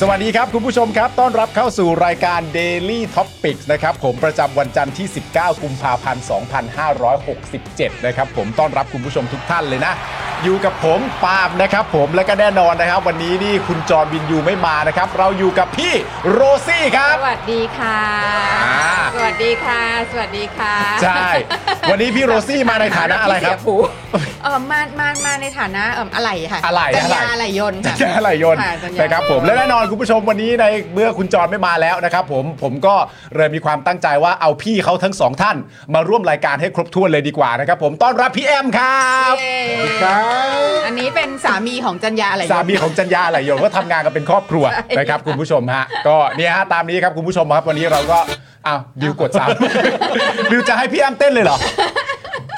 สวัสดีครับคุณผู้ชมครับ ต้อนรับเข้าสู่รายการ Daily Topics นะครับผมประจำวันจันทร์ที่ 19 กุมภาพันธ์ 2567 นะครับผมต้อนรับคุณผู้ชมทุกท่านเลยนะ อยู่กับผมปาล์มนะครับผมและก็แน่นอนนะครับ วันนี้นี่คุณจอห์นวินยูไม่มานะครับ เราอยู่กับพี่โรซี่ครับ สวัสดีค่ะ อ่า สวัสดีค่ะ สวัสดีค่ะ ใช่ วันนี้พี่โรซี่มาในฐานะอะไรครับ เสียผูเออมามามาในฐานะเอ่ออะไรค่ะ อะไร จัญ อะไร ญาอะไรยนต์ค่ะ แค่ไหลยนต์ ค่ะสัญญาณ นะครับผมและแน่นอนคุณผู้ชมวันนี้ในเมื่อคุณจรไม่มาแล้วนะครับผมผมก็เลยมีความตั้งใจว่าเอาพี่เขาทั้งสองท่าน มาร่วมรายการให้ครบถ้วนเลยดีกว่านะครับผมต้อนรับพี่แอมครับ เย้ ครับ อันนี้เป็นสามีของจัญญาอะไรยนต์ สามีของจัญญาไหลยนต์ก็ทำงานกันเป็นครอบครัว ใช่ นะครับคุณผู้ชมฮะก็เนี่ยฮะตามนี้ครับคุณผู้ชมครับวันนี้เราก็อ้าวดิวกดสาม ดิวจะให้พี่แอมเต้นเลยเหรอ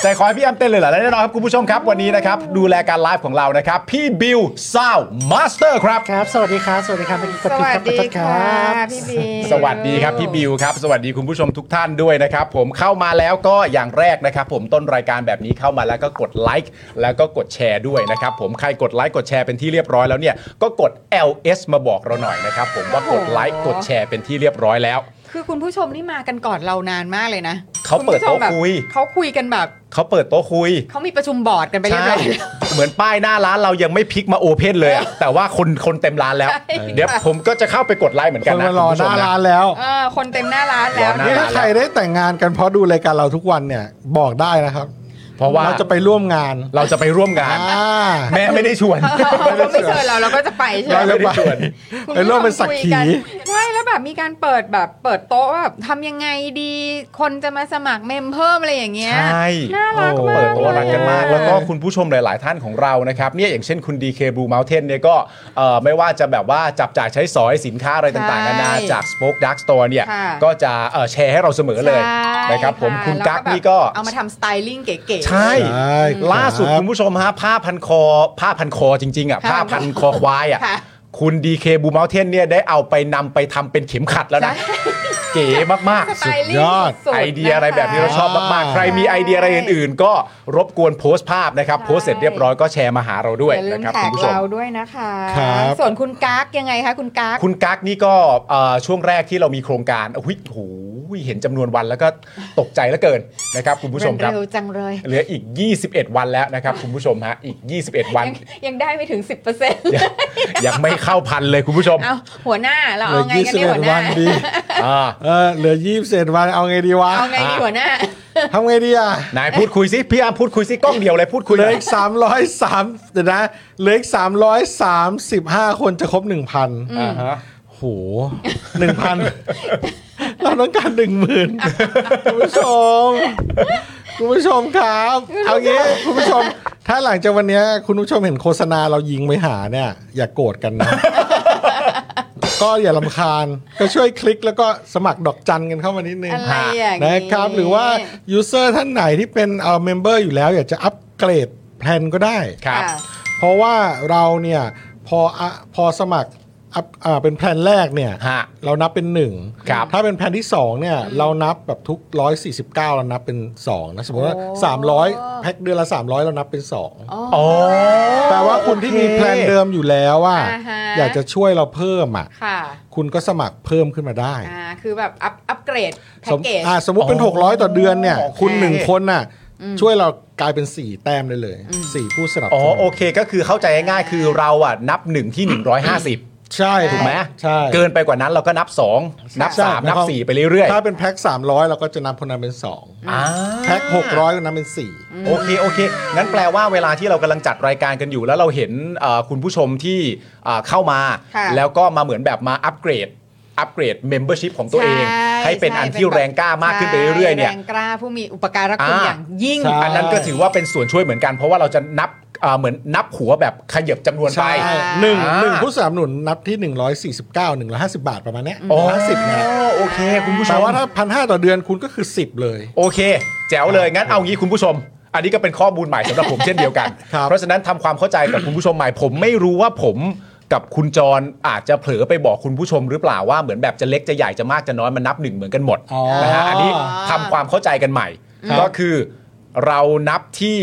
ใจคอยพี่แอมเต้นเลยเหรอและแน่นอนครับคุณผู้ชมครับวันนี้นะครับดูแลการไลฟ์ของเรานะครับพี่บิวซาวมาสเตอร์ครับ ครับ สวัสดีครับ สวัสดีครับเป็นกด ส ผิด วัส ครับขอโทษคดีค่ะ รับ พี่บิว สวัสดีครับพี่บิวครับ สวัสดีคุณผู้ชมทุกท่านด้วยนะครับ ผมเข้ามาแล้วก็อย่างแรกนะครับ ผมต้นรายการแบบนี้เข้ามาแล้วก็กดไลค์แล้วก็กดแชร์ด้วยนะครับ ผมใครกดไลค์กดแชร์เป็นที่เรียบร้อยแล้วเนี่ยก็กด LS มาบอกเราหน่อยนะครับ ผมว่ากดไลค์กดแชร์เป็นที่เรียบร้อยแล้ว คือคุณผู้ชมนี่มากันก่อนเรานานมากเลยนะ เขาเปิดณโต๊ะผู้ชมแบบ คุย เขาคุยกันแบบ เขาเปิดโต๊ะคุย เขามีประชุมบอร์ดกันไปเรียบร้ใช่อยแล้ว เหมือนป้ายหน้าร้านเรายังไม่พลิกมาโอเพ่นเลยอะแต่ว่าคนคนเต็มร้านแล้ว ใช่ เดี๋ยวผมก็จะเข้าไปกดไลค์เหมือน ค กัน น นะ มารอ คุณผู้ ห ชม น้า นะ ร้านแล้ว เออคนเต็มหน้าร้านแล้ว รอห นี่ถ้า ร้านแล้ว ใครได้แต่งงานกันเพราะดูรายการเราทุกวันเนี่ยบอกได้นะครับ เพราะว่า เราจะไปร่วมงาน เราจะไปร่วมงาน อ่า แม่ไม่ได้ชวน เขาไม่เชิญเราเราก็จะไปใช่ไหม เราจะไป คุณ ไปร่วมเป็นสัก ผู้ชมคุย ขี นใช่แล้วแบบมีการเปิดแบบเปิดโต๊ะว่าแบบทำยังไงดี คนจะมาสมัครเมมเพิ่มอะไรอย่างเงี้ย ใช่ น่ารัก โอ้ มาก เปิดตัวรักกันมาก เยอะ แล้วก็คุณผู้ชมหลาย ๆ ท่านของเรานะครับเนี่ยอย่างเช่นคุณ DK Blue Mountain เนี่ยก็เอ่อไม่ว่าจะแบบว่าจับจ่ายใช้สอยสินค้าอะไรต่างๆนานาจาก Spoke Dark Store เนี่ย ค่ะ ก็จะเอ่อแชร์ให้เราเสมอเลย ใช่ นะครับผมคุณ แล้ว กั๊ก แบบ นี่ก็ เอามาทำสไตลิ่งเก๋ๆ ใช่ ใช่ ล่าสุด รับ คุณผู้ชมฮะผ้าพันคอผ้าพันคอจริง ๆ อ่ะ ผ้า ค่ะ พันคอควายอ่ะ ค่ะ คุณ DK Blue Mountain เนี่ยได้เอาไปนำไปทำเป็นเข็มขัดแล้วนะ ใช่ เก๋มาก ส ๆ ไตลิ่ง ยอด สุดๆ ไอเดียอะไรแบบนี้เรา ะคะ ชอบมาก ๆ ใครมีไอเดียอะไรอื่น ๆ ก็รบกวนโพสต์ภาพนะครับ ใช่ โพสต์เสร็จเรียบร้อยก็แชร์มาหาเราด้วย อย่าลื นะ ม ครับ แท็ คุ ก ณผู้ชม เราด้วยนะคะ ครับ ส่วนคุณกั๊กยังไงคะคุณกั๊ก คุณกั๊กนี่ก็เอ่อช่วงแรกที่เรามีโครงการอุ้ยโหยเห็นจำนวนวันแล้วก็ตกใจเหลือเกินนะครับคุณผู้ชมครับ เร็วจังเลย เหลืออีก 21 วันแล้วนะครับคุณผู้ชมฮะอีก 21 วัน ยังยังได้ไม่ถึง 10%เลย ยังยังไม่เข้าพันเลยคุณผู้ชม เอาหัวหน้าเรา เหลื เอา อ ไง ยี่ กัน สิดีบเอ็ หั ด วห วั น้า นดี อ่า เออเหลือยี่สิบเอ็ดวันเอาไงดีวะ เอาไงดีหัวหน้า ทำไงดีอ่ะ นายพูดคุยสิพี่อาร์มพูดคุยสิกล้องเดียวเลยพูดคุย เหลื เล อย อีกสามร้อยสามเดี๋ยวนะเหลืออีกสามร้อยสามสิบห้าคนจะครบหนึ่งพัน อ่าฮะ โหหนึ่ง พันเราต้องการหนึ่งหมื่นคุณผู้ชม คุณผู้ชมครับ เอางี้คุณผู้ชม ถ้าหลังจากวันเนี้ยคุณผู้ชมเห็นโฆษณาเรายิงไปหาเนี่ย อย่ากโกรธกันนะ ก็อย่าลำคาญ ก็ช่วยคลิกแล้วก็สมัครดอกจันกันเข้ามานิดนึง อะไรอย่างนี้ นะครับ หรือว่ายูเซอร์ท่านไหนที่เป็นเอ่อเมมเบอร์อยู่แล้ว อยากจะอัปเกรดแพลนก็ได้ ครับ ค่ะ เพราะว่าเราเนี่ย พออะพอสมัครอัพอ่าเป็นแพลนแรกเนี่ย ฮะ เรานับเป็นหนึ่ง ครับ ถ้าเป็นแพลนที่สองเนี่ย เรานับแบบทุก 149 เรานับเป็นสองนะ สมมติว่า โอ้ 300 แพ็คเดือนละ 300 เรานับเป็นสอง อ๋อ โอ้ แปลว่าคุณที่มี โอเค แพลนเดิมอยู่แล้วว่า อ่าฮะ อยากจะช่วยเราเพิ่มอ่ะ ค่ะ คุณก็สมัครเพิ่มขึ้นมาได้ อ่าคือแบบอัพอัพเกรดแพ็ ส ก ม เกจ อ่าสมมติเป็น อ๋อ 600 ต่อเดือนเนี่ย โอเค คุณหนึ่งคนน่ะ ช่วยเรากลายเป็น 4 แต้มได้เลย 4 ผู้สนับส อ๋อ นุ โอน เคก็คือเข้าใจง่ายๆคือเราอ่ะนับหนึ่งที่ 150 ใช่ ถูกไหม ใช่ เกินไปกว่านั้นเราก็นับ 2 นับ ใช่ 3 นับ 4 ไปเรื่อย ถ้าเป็นแพ็ค300 เราก็จะนับคนนั้นเป็น ๆอ่า 2 แพ็ค600 ก็นับเป็น 4 โอเคโอเคงั้นแปลว่าเวลาที่เรากำลังจัดรายการกันอยู่ แล้วเราเห็นเอ่อคุณผู้ชมที่เอ่อเข้ามา ค่ะ แล้วก็มาเหมือนแบบมาอัปเกรดอัปเกรดเมมเบอร์ชิพของตัวเอง ใช่ ให้เป็น ใช่ อันที่ เป็นแบบ แรงกล้ามากขึ้นไปเรื่อยๆเนี่ย แรงกล้าผู้มีอุปการะคุณ อ่า อย่างยิ่ง ใช่ อันนั้นก็ถือว่าเป็นส่วนช่วยเหมือนกัน เพราะว่าเราจะนับเอ่อเหมือนนับหัวแบบขยับจำนวนไป ใช่ อ่า หนึ่ง อ่า หนึ่งผู้สนับสนุนนับที่ 149 150 บาทประมาณเนี้ย โอ้ ห้าสิบนะ โอเค คุณผู้ช แต่ ม ว่าถ้าพันห้าต่อเดือนคุณก็คือ 10 เลย โอเค แจ๋วเลย งั้นเอางี้คุณผู้ชม อันนี้ก็เป็นข้อมูลใหม่สำหรับ ผม เช่นเดียวกัน ครับ เพราะฉะนั้นทำความเข้าใจกับคุณผู้ชมใหม่ผมไม่รู้ว่าผมกับคุณจรอาจจะเผลอไปบอกคุณผู้ชมหรือเปล่าว่าเหมือนแบบจะเล็กจะใหญ่จะมากจะน้อยมันนับหนึ่งเหมือนกันหมด อ๋อ นะฮะอันนี้ทำความเข้าใจกันใหม่ ก็คือเรานับที่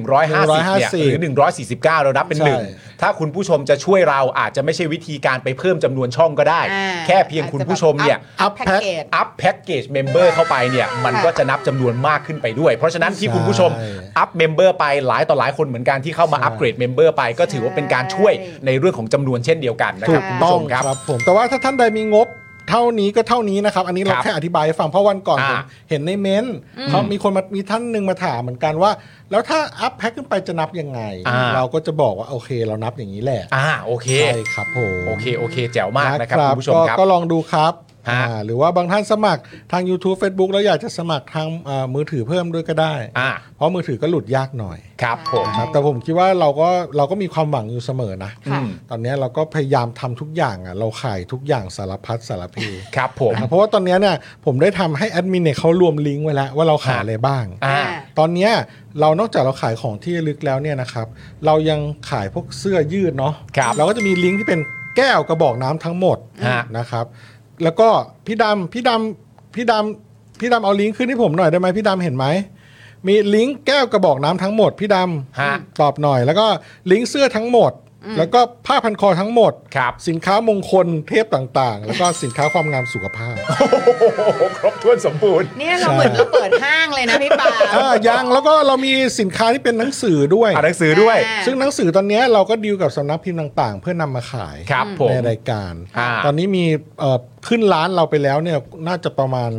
150เนี่ยหรือ 149 เรานับเป็น ใช่ หนึ่งถ้าคุณผู้ชมจะช่วยเราอาจจะไม่ใช่วิธีการไปเพิ่มจำนวนช่องก็ได้ อ่า แค่เพียงคุณผู้ชมเนี่ย อาจจะแบบอัพแพ็กเกจ อัพแพ็กเกจเมมเบอร์เข้าไปเนี่ย มันก็จะนับจำนวนมากขึ้นไปด้วย เพราะฉะนั้นที่คุณผู้ชม ใช่ อัพเมมเบอร์ไปหลายต่อหลายคนเหมือนกันที่เข้ามาอัพเกรดเมมเบอร์ไปก็ถือว่าเป็นการช่วยในเรื่องของจำนวนเช่นเดียวกันนะค ถู รักบคุณ ต้อผู้ช ง ม ค ครับ รับผมแต่ว่าถ้าท่านใดมีงบเท่านี้ก็เท่านี้นะครับ อันนี้เรา ครับ แค่อธิบายให้ฟังเพราะวันก่อน อ่า ผมเห็นในเม้นต์เขามีคนมามีท่านหนึ่งมาถามเหมือนกันว่า แล้วถ้าอัพแพ็คขึ้นไปจะนับยังไง เราก็จะบอกว่าโอเคเรานับอย่างนี้แหละ อ่าโอเค ใช่ครับผม โอเคโอเคแจ๋วมากนะครับคุณผู้ชม ก็ ครับ ก็ลองดูครับ ฮะ อ่าหรือว่าบางท่านสมัครทาง YouTube Facebook แล้วอยากจะสมัครทางอ่ามือถือเพิ่มด้วยก็ได้ อ่า เพราะมือถือก็หลุดยากหน่อย ครับผม ครับแต่ผมคิดว่าเราก็เราก็มีความหวังอยู่เสมอนะ ค่ะ ตอนเนี้ยเราก็พยายามทำทุกอย่างอ่ะเราขายทุกอย่างสารพัดสารเพ ครับผม นะครับเพราะว่าตอนเนี้ยเนี่ยผมได้ทำให้แอดมินเนี่ยเขารวมลิงก์ไว้แล้วว่าเราขายอะไรบ้าง อ่า ตอนเนี้ยเรานอกจากเราขายของที่ระลึกแล้วเนี่ยนะครับ เรายังขายพวกเสื้อยืดเนาะ ครับ เราก็จะมีลิงก์ที่เป็นแก้วกระบอกน้ำทั้งหมด ฮะ นะครับ แล้วก็พี่ดำพี่ดำพี่ดำพี่ดำเอาลิงก์ขึ้นให้ผมหน่อยได้ไหมพี่ดำเห็นไหมมีลิงก์แก้วกระบอกน้ำทั้งหมดพี่ด ฮะ ำตอบหน่อย แล้วก็ลิงก์เสื้อทั้งหมด แล้วก็ผ้าพันคอทั้งหมด ครับ สินค้ามงคลเทพต่างๆ แล้วก็สินค้าความงามสุขภาพ โอ้โหครบถ้วนสมบูรณ์ เนี่ยเราเหมือนเราเปิดห้างเลยนะพี่ปาล์ม อ่ายังแล้วก็เรามีสินค้าที่เป็นหนังสือด้วย อ่านหนังสือด้วย อ่า ซึ่งหนังสือตอนเนี้ยเราก็ดีลกับสำนักพิมพ์ต่างๆ เพื่อนำมาขาย ครับผม ในรายการ อ่า ตอนนี้มีเอ่อขึ้นร้านเราไปแล้วเนี่ยน่าจะประมาณ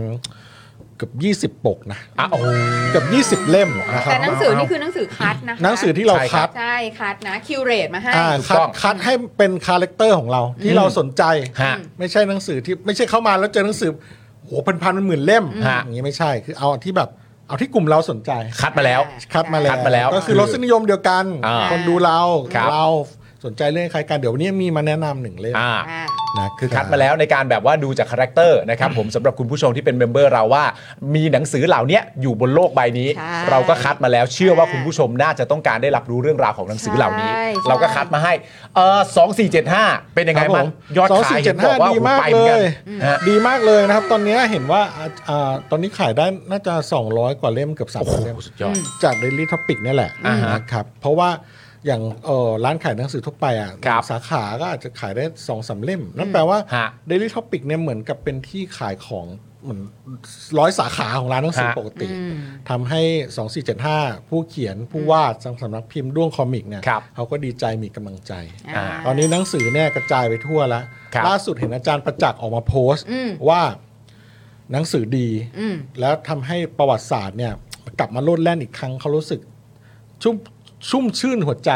เกือบ20 ปกนะ อ่ะโอ้โห เกือบ20 เล่มนะครับ แต่หนังสือนี่คือหนังสือคัดนะคะ หนังสือที่เราคัด ใช่คัดนะคิวเรตมาให้ อ่าคัถูกต้ ด อง คัดให้เป็นคาแรคเตอร์ของเราที่เราสนใจ ฮะ ไม่ใช่หนังสือที่ไม่ใช่เข้ามาแล้วเจอหนังสือโหพันพันๆหมื่นๆเล่ม ฮะ อย่างนี้ไม่ใช่คือเอาที่แบบเอาที่กลุ่มเราสนใจ คัดมาแล้ว คัดมาแล้ว คัดมาแล้ว ก็คือรสนิยมเดียวกัน อ่า คนดูเรา ครับ เราสนใจเรื่องคล้ายกันเดี๋ยววันนี้มีมาแนะนำหนึ่งเล่ม อ่า อ่า นะ คือคัดมาแล้วในการแบบว่าดูจากคาแรคเตอร์นะครับผมสำหรับคุณผู้ชมที่เป็นเมมเบอร์เราว่า มีหนังสือเหล่าเนี้ยอยู่บนโลกใบนี้ ใช่ เราก็คัดมาแล้วเชื่อว่าคุณผู้ชมน่าจะต้องการได้รับรู้เรื่องราวของหนังสือเหล่านี้ ใช่ เราก็คัดมาให้เออสองสี่เจ็ดห้าเป็นยังไงบ้างยอด สอง ขาย สี่ เห็ เจ็ดนบอ ห้ากดีว่าโอ้โห มาก ไป เล เหมือนกัน ย ฮะ ดีมากเลยนะครับ ตอนนี้เห็นว่าอ่าอ่าตอนนี้ขายได้น่าจะ 200 กว่าเล่มเกือบ โอ้โห 300เล่ม สุดยอด จาก Daily Topic เนี่ยแหละ อ่าฮะ นะครับเพราะว่าอย่างเอ่อร้านขายหนังสือทั่วไปอ่ะ ครับ สาขาก็อาจจะขายได้2องสามเล่ม นั่นแปลว่า ฮะ Daily Topic เนี่ยเหมือนกับเป็นที่ขายของเหมือนร้อยสาขาของร้านหนังสือ ฮะ ปกติ ทำให้ 2475 ผู้เขียนผู้วาดสำนักพิมพ์ด้วงคอมิกเนี่ย ครับ เขาก็ดีใจมีกำลังใจ อ่า ตอนนี้หนังสือเนี่ยกระจายไปทั่วแล้ว ครับ ล่าสุดเห็นอาจารย์ประจักษ์ออกมาโพสต์ อืม ว่าหนังสือดี อืม แล้วทำให้ประวัติศาสตร์เนี่ยกลับมาโลดแล่นอีกครั้งเขารู้สึก ชุ่มชุ่มชื่นหัวใจ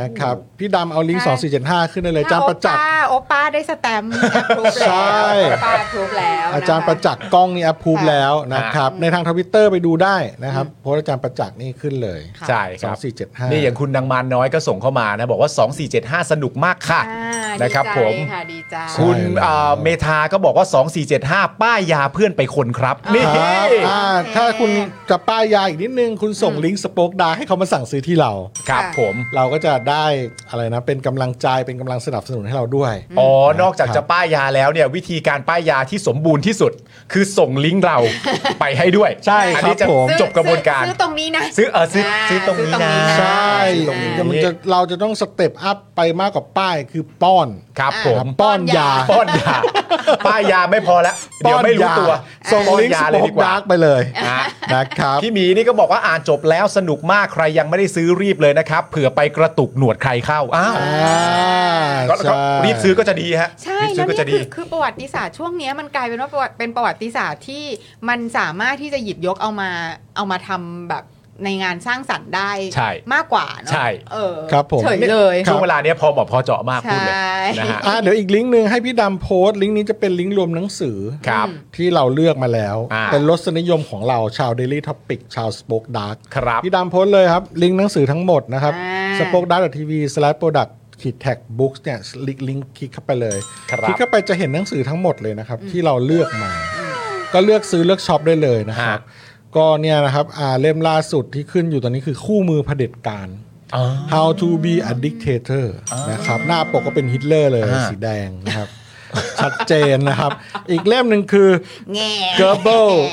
นะครับพี่ดำเอาลิงก์ ใช่ 2475 ขึ้นได้เลยอาจารย์ประจักษ์ ถ้าโอป้าโอป้าได้สแตมป์แอปพรูฟแล้ว ใช่ โอป้าแอปพรูฟแล้วนค อาจารย์ประจักษ์กล้องนี่อพูฟ ค่ะ แล้วนะครับ ในทางทวิตเตอร์ไปดูได้นะครับโพสต์อาจารย์ประจักษ์นี่ขึ้นเลย ใช่ค สอ รั ง บ สี่เจ็ดห้า นี่อย่างคุณนางมารน้อยก็ส่งเข้ามานะ บอกว่า 2475 สนุกมากค่ะ อ่า นะครับ ดีใจ ผม ค่ะดีใจ คุณ ใช่แล้ว เอ่อเมธาก็บอกว่า 2475 ป้ายยาเพื่อนไปคนครับ นี่ ครับอ่า โอเค ถ้าคุณจะป้ายยาอีกนิดนึง คุณส่งลิงก์สป็อกดาร์กให้เขามาสั่งซื้อที่เรา ครับผม เราก็จะ ได้อะไรนะ เป็นกำลังใจเป็นกำลังสนับสนุนให้เราด้วย อ๋อ นอกจากจะป้ายยาแล้วเนี่ยวิธีการป้ายยาที่สมบูรณ์ที่สุด คือส่งลิงก์เรา ไปให้ด้วย ใช่ อั ครับ นี้จะ ผม ซื้อ จบกระบวนการ ซื้อซื้อตรงนี้นะ ซื้อเออซื้อ อ่า ซื้อตรงนี้นะ ซื้อตรงนี้นะ ใช่ ตรงนี้ จะมันจะเราจะต้องสเต็ปอัพไปมากกว่าป้ายคือป้อน ครับ อ่า ผ ครั ม บป้อนยา ป้อนยา ป้ายยาไม่พอละเดี๋ยวไม่รู้ตัว ส่ง ป้อน ลิงก์ ยา ส เลย ปอ ดี ค กว่า ดาร์กไปเลย นะ นะครับ พี่หมีนี่ก็บอกว่าอ่านจบแล้วสนุกมากใครยังไม่ได้ซื้อรีบเลยนะครับเผื่อไปกระตุกหนวดใครเข้าอ้าว อ่า ก็ก็ ใช่ รีบซื้อก็จะดีฮะ ใช่ รีบซื้ แล้ อ ว ก็ นี่คืจะดี อคือประวัติศาสตร์ช่วงเนี้ยมันกลายเป็นว่าประวัติเป็นประวัติศาสตร์ที่มันสามารถที่จะหยิบยกเอามาเอามาทำแบบในงานสร้างสรรค์ได้ ใช่ มากกว่าเนอะ ใช่ เออ ครับผม เฉยเลย ช่วงเวลาเนี้ยพอเหมาะพอเจาะมากพูดเลย ใช่ นะฮะ อ่าเดี๋ยวอีกลิงก์หนึ่งให้พี่ดำโพสต์ลิงก์นี้จะเป็นลิงก์รวมหนังสือ ครับ ที่เราเลือกมาแล้ว อ่า เป็นรสนิยมของเราชาว Daily Topic ชาว Spoke Dark ครับ พี่ดำโพสต์เลยครับ ลิงก์หนังสือทั้งหมดนะครับ อ่ spoke dark tv slash product ขีดแท็กบุ๊กเนี่ยลิงก์ลิงก์คลิกเข้าไปเลย ครับ ลิกเข้าไปจะเห็นหนังสือทั้งหมดเลยนะครับ ที่เราเลือกมา ก็เลือกซื้อเลือกช็อปได้เลยนะครับ ก็เนี่ยนะครับอ่าเล่มล่าสุดที่ขึ้นอยู่ตอนนี้คือคู่มือเผด็จการ อ๋อ How to be a dictator นะครับ หน้าปกก็เป็นฮิตเลอร์เลย อ่า สีแดงนะครับ ชัดเจนนะครับ อีกเล่มหนึ่งคือ แง่ Goebbels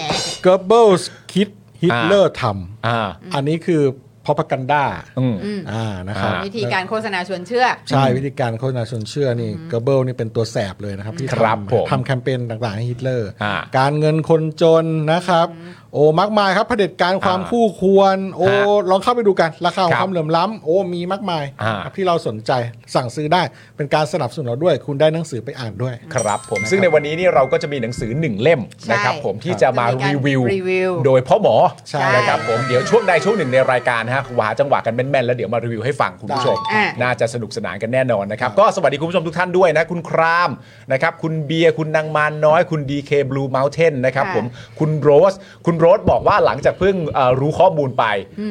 Goebbels คิดฮิตเลอร์ท อ่า ำอันนี้คือพอพกันด้า อืม อ่านะครับ อ่า วิธีการโฆษณาชวนเชื่อ ใช่วิธีการโฆษณาชวนเชื่อนี่เกเบิลนี่เป็นตัวแสบเลยนะครับ ที่ ครับผ ทำ ม ทำแคมเปญต่างๆให้ฮิตเลอร์ อ่า การเงินคนจนนะครับ โอ้มากมายครับเผด็จการความ อ่า คู่ควร โอ้ ฮะ ลองเข้าไปดูกัน ราคาของ ครับ ความเหลื่อมล้ำโอ้มีมากมาย อ่า ครับที่เราสนใจสั่งซื้อได้เป็นการสนับสนุนเราด้วย คุณได้หนังสือไปอ่านด้วย ครับผมซึ่งในวันนี้นี่เราก็จะมีหนังสือหนึ่งเล่ม ใช่ นะครับผมที่จะมา จะมีการ รีวิ รีวิว โดยพ่อหมอ ใช่ นะครับผมเดี๋ยวช่วงใดช่วงหนึ่งในรายการนะฮะหวาจังหวะกันแม่นๆแล้วเดี๋ยวมารีวิวให้ฟังคุณผู้ชม ได้อ่ะ น่าจะสนุกสนานกันแน่นอนนะครับ ก็สวัสดีคุณผู้ชมทุกท่านด้วยนะ คุณครามนะครับคุณเบียร์คุณนางมานน้อย คุณ DK Blue Mountain นะครับ ค่ะ ผมคุณโรส คุณโรสบอกว่าหลังจากเพิ่งเอ่อรู้ข้อมูลไป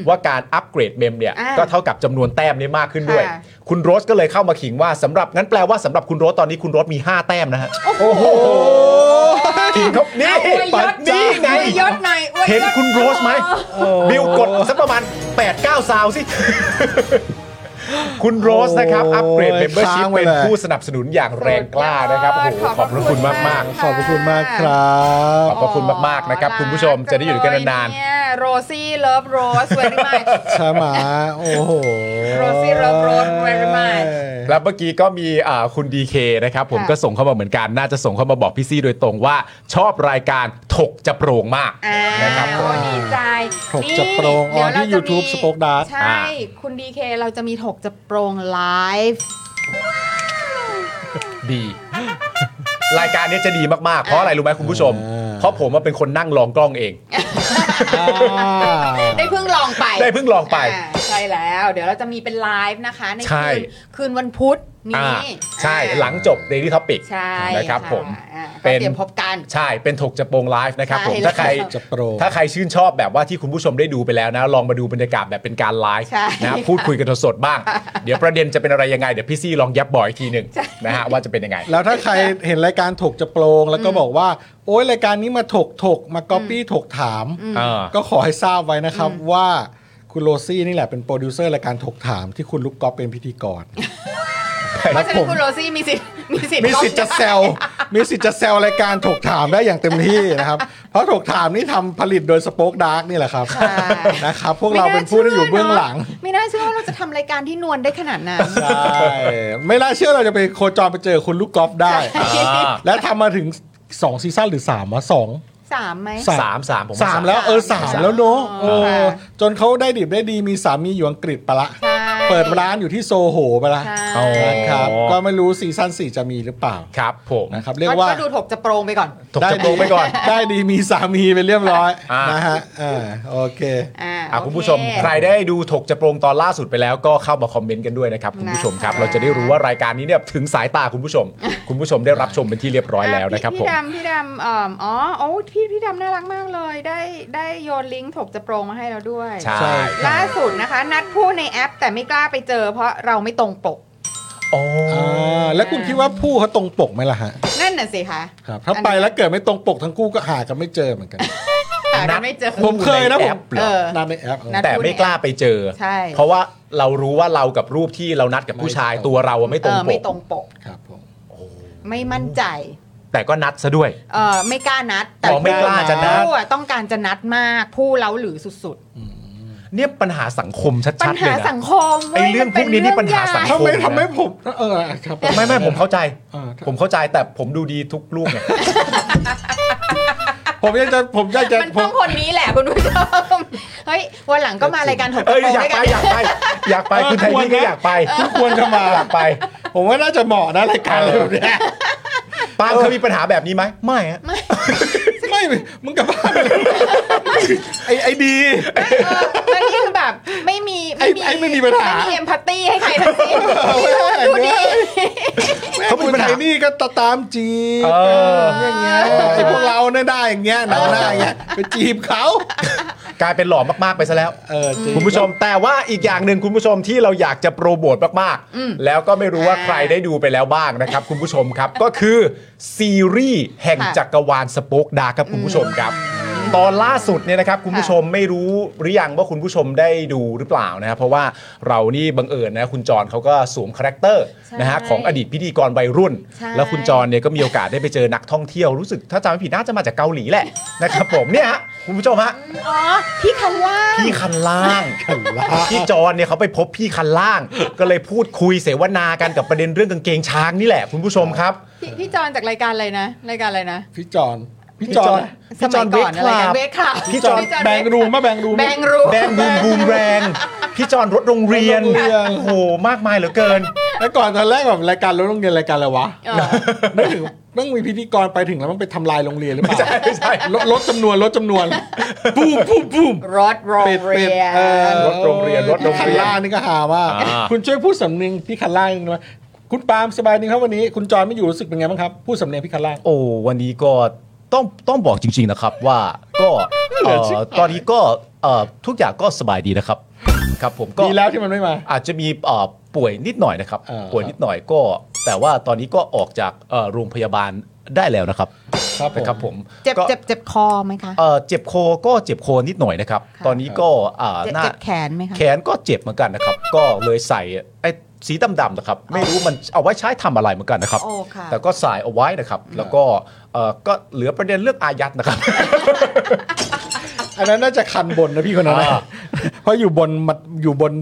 ว่าการอัปเกรดเมมเนี่ย อ่า ก็เท่ากับจำนวนแต้มเนี่ยมากขึ้นด้วย ค่ะ คุณโรสก็เลยเข้ามาขิงว่าสำหรับงั้นแปลว่าสำหรับคุณโรสตอนนี้คุณโรสมี 5 แต้มนะฮะ โอ้โหขิงเขานี่ อวยยศ นี่ไง อวยยศหน่อยอวยยศ เห็นคุณโรสไหมบิวกดสักประมาณ 8 9 ซาวสิ คุณโรสนะครับ อัปเกรด โอ้ย เมมเบอร์ชิพ ค้างไว้ เป็น เลย ผู้สนับสนุนอย่างแรงกล้านะครับโอ้โหขอบพระคุณมากมากๆ ขอบพระคุณมากครับ ขอบพระคุณมากๆนะครับคุณผู้ชมจะได้อยู่ด้วยกันนานๆ โรซี่เลิฟโรสเวรี่มาก ใช่ไหมโอ้โห Rosie Love Rose very much แล้วเมื่อกี้ก็มีอ่าคุณดีเคนะครับ ผม ค่ะ ก็ส่งเข้ามาเหมือนกัน น่าจะส่งเข้ามาบอกพี่ซี่โดยตรงว่า ชอบรายการถกจะโปร่งมาก อ่า นะครับ โอ้ดีใจ ถกจะโปรง เดี๋ยว ออนที่ เราจะมี YouTube Spoke Dark ใช่ อ่า คุณดีเคเราจะมีถกจะโปรงไลฟ์ ดี รายการเนี้ยจะดีมากๆ เพราะอะไรรู้ไหมคุณผู้ชม อ่า เพราะผมว่าเป็นคนนั่งลองกล้องเอง อ่า ได้เพิ่งลองไป ได้เพิ่งลองไป าใช่แล้ว เดี๋ยวเราจะมีเป็นไลฟ์นะคะ ใน ใช่ คืนคืนวันพุธ อ่า นี้ ใช่ อ่า หลังจบ Daily Topic ใช่ นะครับผม อ่าก็ เป็น เตรียมพบกัน ใช่เป็นถกจะโปรงไลฟ์นะครับผม ใช่ ถ้าใคร แล้ว จะโปรง ถ้าใครชื่นชอบแบบว่าที่คุณผู้ชมได้ดูไปแล้วนะ ลองมาดูบรรยากาศแบบเป็นการไลฟ์ ใช่ นะพูดคุยกันสดๆบ้าง เดี๋ยวประเด็นจะเป็นอะไรยังไง เดี๋ยวพี่ซี่ลองยับบ่อยอีกทีหนึ่งนะฮะว่าจะเป็นยังไง แล้วถ้าใครเห็นรายการถกจะโปรงแล้วก็บอกว่า โอ้ยรายการนี้มาถกถกมาก๊อปปี้ถกถาม เออ ก็ขอให้ทราบไว้นะครับว่าคุณโรซี่นี่แหละเป็นโปรดิวเซอร์รายการถกถามที่คุณลูกก๊อฟเป็นพิธีกร เพราะฉะนั้นคุณโรซี่มีสิทธิ์มีสิทธิ์ มีสิทธิ์จะแซวมีสิทธิ์จะแซวรายการถกถามได้อย่างเต็มที่นะครับ เพราะถกถามนี่ทำผลิตโดยสป็อกดาร์กนี่แหละครับ ใช่ นะครับพวกเราเป็นผู้ที่อยู่เบื้องหลัง ไม่น่าเชื่อว่าเราจะทำรายการที่นวลได้ขนาดนั้น ใช่ไม่น่าเชื่อเราจะไปโคจรไปเจอคุณลูกกอล์ฟได้ อ่า และทำมาถึง 2 ซีซั่นหรือ3วะสอง สามไหม สาม สามสามผม สามแล้วเออสามแล้วเนอะ อ๋ โอ้ อค่ะ จนเขาได้ดิบได้ดีมีสามีอยู่อังกฤษไปละ ใช่ เปิดร้านอยู่ที่โซโหไปละ ใช่ โอ้ นะครับ ก็ไม่รู้ซีซั่น4จะมีหรือเปล่า ครับผม นะครับ เรียกว่า ก็ดูถกจะโปรงไปก่อน ถกจะโปรงไปก่อน ได้ดีมีสามีไปเรียบร้อย อ่าน นะฮะอ่าโอเค อ่า อ่ะ โอเ คุณผู้ชมใครได้ดูถกจะโปรงตอนล่าสุดไปแล้วก็เข้ามาคอมเมนต์กันด้วยนะครับคุณผู้ชมครับ เราจะได้รู้ว่ารายการนี้เนี่ยถึงสายตาคุณผู้ชม คุณผู้ชมได้รับชมเป็นที่เรียบร้อยแล้วนะครับ พี่ ผม พี่ดำพี่ดำเอิ่มอ๋อโอ้พี่พี่ดำน่ารักมากเลย ได้ได้โยนลิงก์ถกจะโปรงมาให้เราด้วย ใช่ ล่าสุดนะคะ นัดพูดในแอป แต่ไม่กล้าไปเจอ เพราะเราไม่ตรงปก โอ้ อ่าแล้วคุณคิดว่าผู้เขาตรงปกไหมล่ะฮะ นั่นน่ะสิคะ ครับถ้าไปแล้วเกิดไม่ตรงปกทั้งคู่ก็หากันไม่เจอเหมือนกัน หากันไม่เจอ ผมเคยนะผม ใแอปเหรอ เออ นัดในแอปเออ นัด แต่ไม่กล้าไปเจอ ใช่ เพราะว่า เรารู้ว่าเรากับรูปที่เรานัดกับผู้ชาย ไม่ตรง ตัวเราอะไม่ต เอ รง อ ป ไม่ ก ตรงปก ครับผม ไม่มั่นใจ แต่ก็นัดซะด้วย เออไม่กล้านัด แต่ อ๋อไม่กล้าจะนัด ผู้อะต้องการจะนัดมากผู้เล้าหรือสุด เนี่ยปัญหาสังคมชัด ๆ ปัญ ๆเลย หา นะ สังคม ไอ้ ว้ย เรื่อง มัป็ พวกนี้นี่ปัญหาสังค เรื่องใหญ่ ทำไมทำไมผมเออครับผ ไม่ไม่ผมเข้าใจ เออ ผมเข้าใจแต่ผมดูดีทุกรูปเนี่ย ผมยังจะผมยังจะ มัน ผ ต้อ ม งคนนี้แหละคุณผู้ชมเฮ้ยวันหลังก็มารายการถกก เอ้ ระ ย โปรง อยาก ด้วย ไป กัน อยากไป อยากไป เออ คุณไทย ควร นี่ก็ นะ อยากไป คุณควรจะมา อยากไป ผมว่าน่าจะเหมาะนะรายการอะไรแบบเนี้ ย ปาล์มเคยมีปัญหาแบบนี้ไหมไม่ฮะ ไม่มึงกลับบ้านไปเลยไอไอดี เออแล้วนี่คือแบบไม่มี ไอ้ไอ้ไม่มีปัญหา ไม่มีเอมพัตตี้ให้ใครทั้งสิ้นดูดี เขาเป็นไทยนี่ก็ตาตามจีบ เออ อย่างเงี้ยไอพวกเราเนี่ยได้อย่างเงี้ยหนาหน้าอย่างเงี้ยไปจีบเขา กลายเป็นหล่อมากๆไปซะแล้ว เออจริง คุณผู้ชมแต่ว่าอีกอย่างหนึ่งคุณผู้ชมที่เราอยากจะโปรโมทมากๆ แล้วก็ไม่รู้ว่า อ่า ใครได้ดูไปแล้วบ้างนะครับ คุณผู้ชมครับ ก็คือซีรีส์แห่ง ค่ะ จักรวาลสป็อกดาร์กครับคุณผู้ชมครับ ตอนล่าสุดเนี่ยนะครับคุณผู้ชมไม่รู้หรือยังว่าคุณผู้ชมได้ดูหรือเปล่านะครับเพราะว่าเรานี่บังเอิญนะคุณจรเขาก็สวมคาแรคเตอร์ ใช่ นะฮะของอดีตพิธีกรวัยรุ่น ใช่ แล้วคุณจรเนี่ยก็มีโอกาสได้ไปเจอนักท่องเที่ยวรู้สึกถ้าจำไม่ผิดน่าจะมาจากเกาหลีแหละนะครับผมเนี่ยฮะคุณผู้ชมฮะ อ๋อพี่คำว่า พี่คันล่างพี่จอนเนี่ยเขาไปพบพี่คันล่าง ก็เลยพูดคุยเสวนากันกับประเด็นเรื่องกางเกงช้างนี่แหละคุณผู้ชมครับ พี่พี่จอนจากรายการอะไรนะ รายการอะไรนะ พี่จอน พี่จอน พี่จอน สมัยก่อน เวค อะไรกัคลาน บ เวคคลับ พี่จอน พี่ แบงค์รูมมาแบงค์รูม แบงค์รูม แดงบูมบูมแรงพี่จอนรถโรงเรียน รถโรงเรียน โอ้โหมากมายเหลือเกิน แล้วก่อนตอนแรกแบบรายการรถโรงเรียนรายการอะไรวะ เออ นึกถึงต้องมีพิธีกรไปถึงแล้วมันไปทำลายโรงเรียนหรือเปล่า ไม่ใช่ไม่ใช่ ลดลดจำนวนลดจำนวนปุ้มปุ้มปุ้ม รถโรงเรียน เออ รถโรงเรียนรถโรงเรียน คันล่านี่ก็หาว่า อ่า คุณช่วยพูดสำเนียงพี่คันล่าหน่อยคุณปาล์มสบายดีครับวันนี้ คุณจอยไม่อยู่รู้สึกเป็นไงบ้างครับพูดสำเนียงพี่คันล่า โอ้วันนี้ก็ต้องต้องบอกจริง ๆนะครับว่าก็ เหลื เอ่ อชิบ อ หาย ตอนนี้ก็เอ่อทุกอย่างก็สบายดีนะครับครับผมก็ ดีแล้วที่มันไม่มา อาจจะมีเอ่อป่วยนิดหน่อยนะครับ เออ ป่วยนิดหน่อยก็ แต่ว่าตอนนี้ก็ออกจากเอ่อโรงพยาบาลได้แล้วนะครับนะครับผม เจ็บ ก็ เจ็บเจ็บคอไหมคะ เอ่อเจ็บคอก็เจ็บคอนิดหน่อยนะครับ ค่ะ ตอนนี้ก็อ่า เจ็บ หน้า เจ็บแขนไหมคะ แขนก็เจ็บเหมือนกันนะครับ ก็เลยใส่ไอ้สีดำๆนะครับ ไม่รู้มันเอาไว้ใช้ทำอะไรเหมือนกันนะครับ โอ้ค่ะ แต่ก็ใส่เอาไว้นะครับ แล้วก็เอ่อก็เหลือประเด็นเรื่องอายัดนะครับ อันนั้นน่าจะคันบนนะพี่คนนั้นนะ อ่า เพราะอยู่บนมาอยู่บน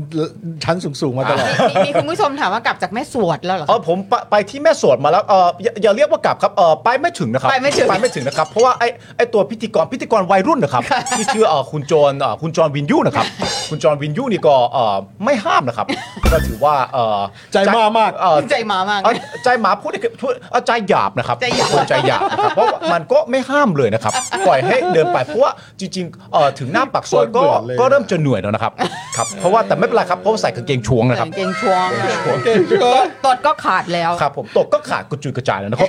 ชั้นสูงๆมาตลอด มีมีคุณผู้ชมถามว่ากลับจากแม่สวดแล้วเหรอ เอ คะ อผมไปไปที่แม่สวดมาแล้วเอออย่าอย่าเรียกว่ากลับครับเออไปไม่ถึงนะครับ ไปไม่ถึง ไปไม่ถึงนะครับ เพราะว่าไอไอตัวพิธีกรพิธีกรวัยรุ่น นะครับ ที่ชื่อเออคุณจรเออคุณจรวินยูนะครับ คุณจรวินยูนี่ก็เออไม่ห้ามนะครับ ก็ถือว่าเออ ใจมามาก เออ ใจหมามาก เอ่อใจหมาพูดได้คือพูดเอ่อใจหยาบนะครับ ใจหยาบ คนใจหยาบนะครับเพราะว่ามันก็ไม่ห้ามเลยนะครับปล่อยให้เดินไปเพราะว่าจริงๆเออถึงหน้าปากซอยก็ โคตรเบื่อเลย ก็เริ่มจะเหนื่อยแล้วนะครับครับเพราะว่าแต่ไม่เป็นไรครับเพราะว่าใส่กางเกงชวงนะค ใส่ รับ กางเกงช่วงอะ โอเคพี่คน ตดก็ขาดแล้ว ครับผมตกก็ขาดกระจุยกระจายแล้วนะครับ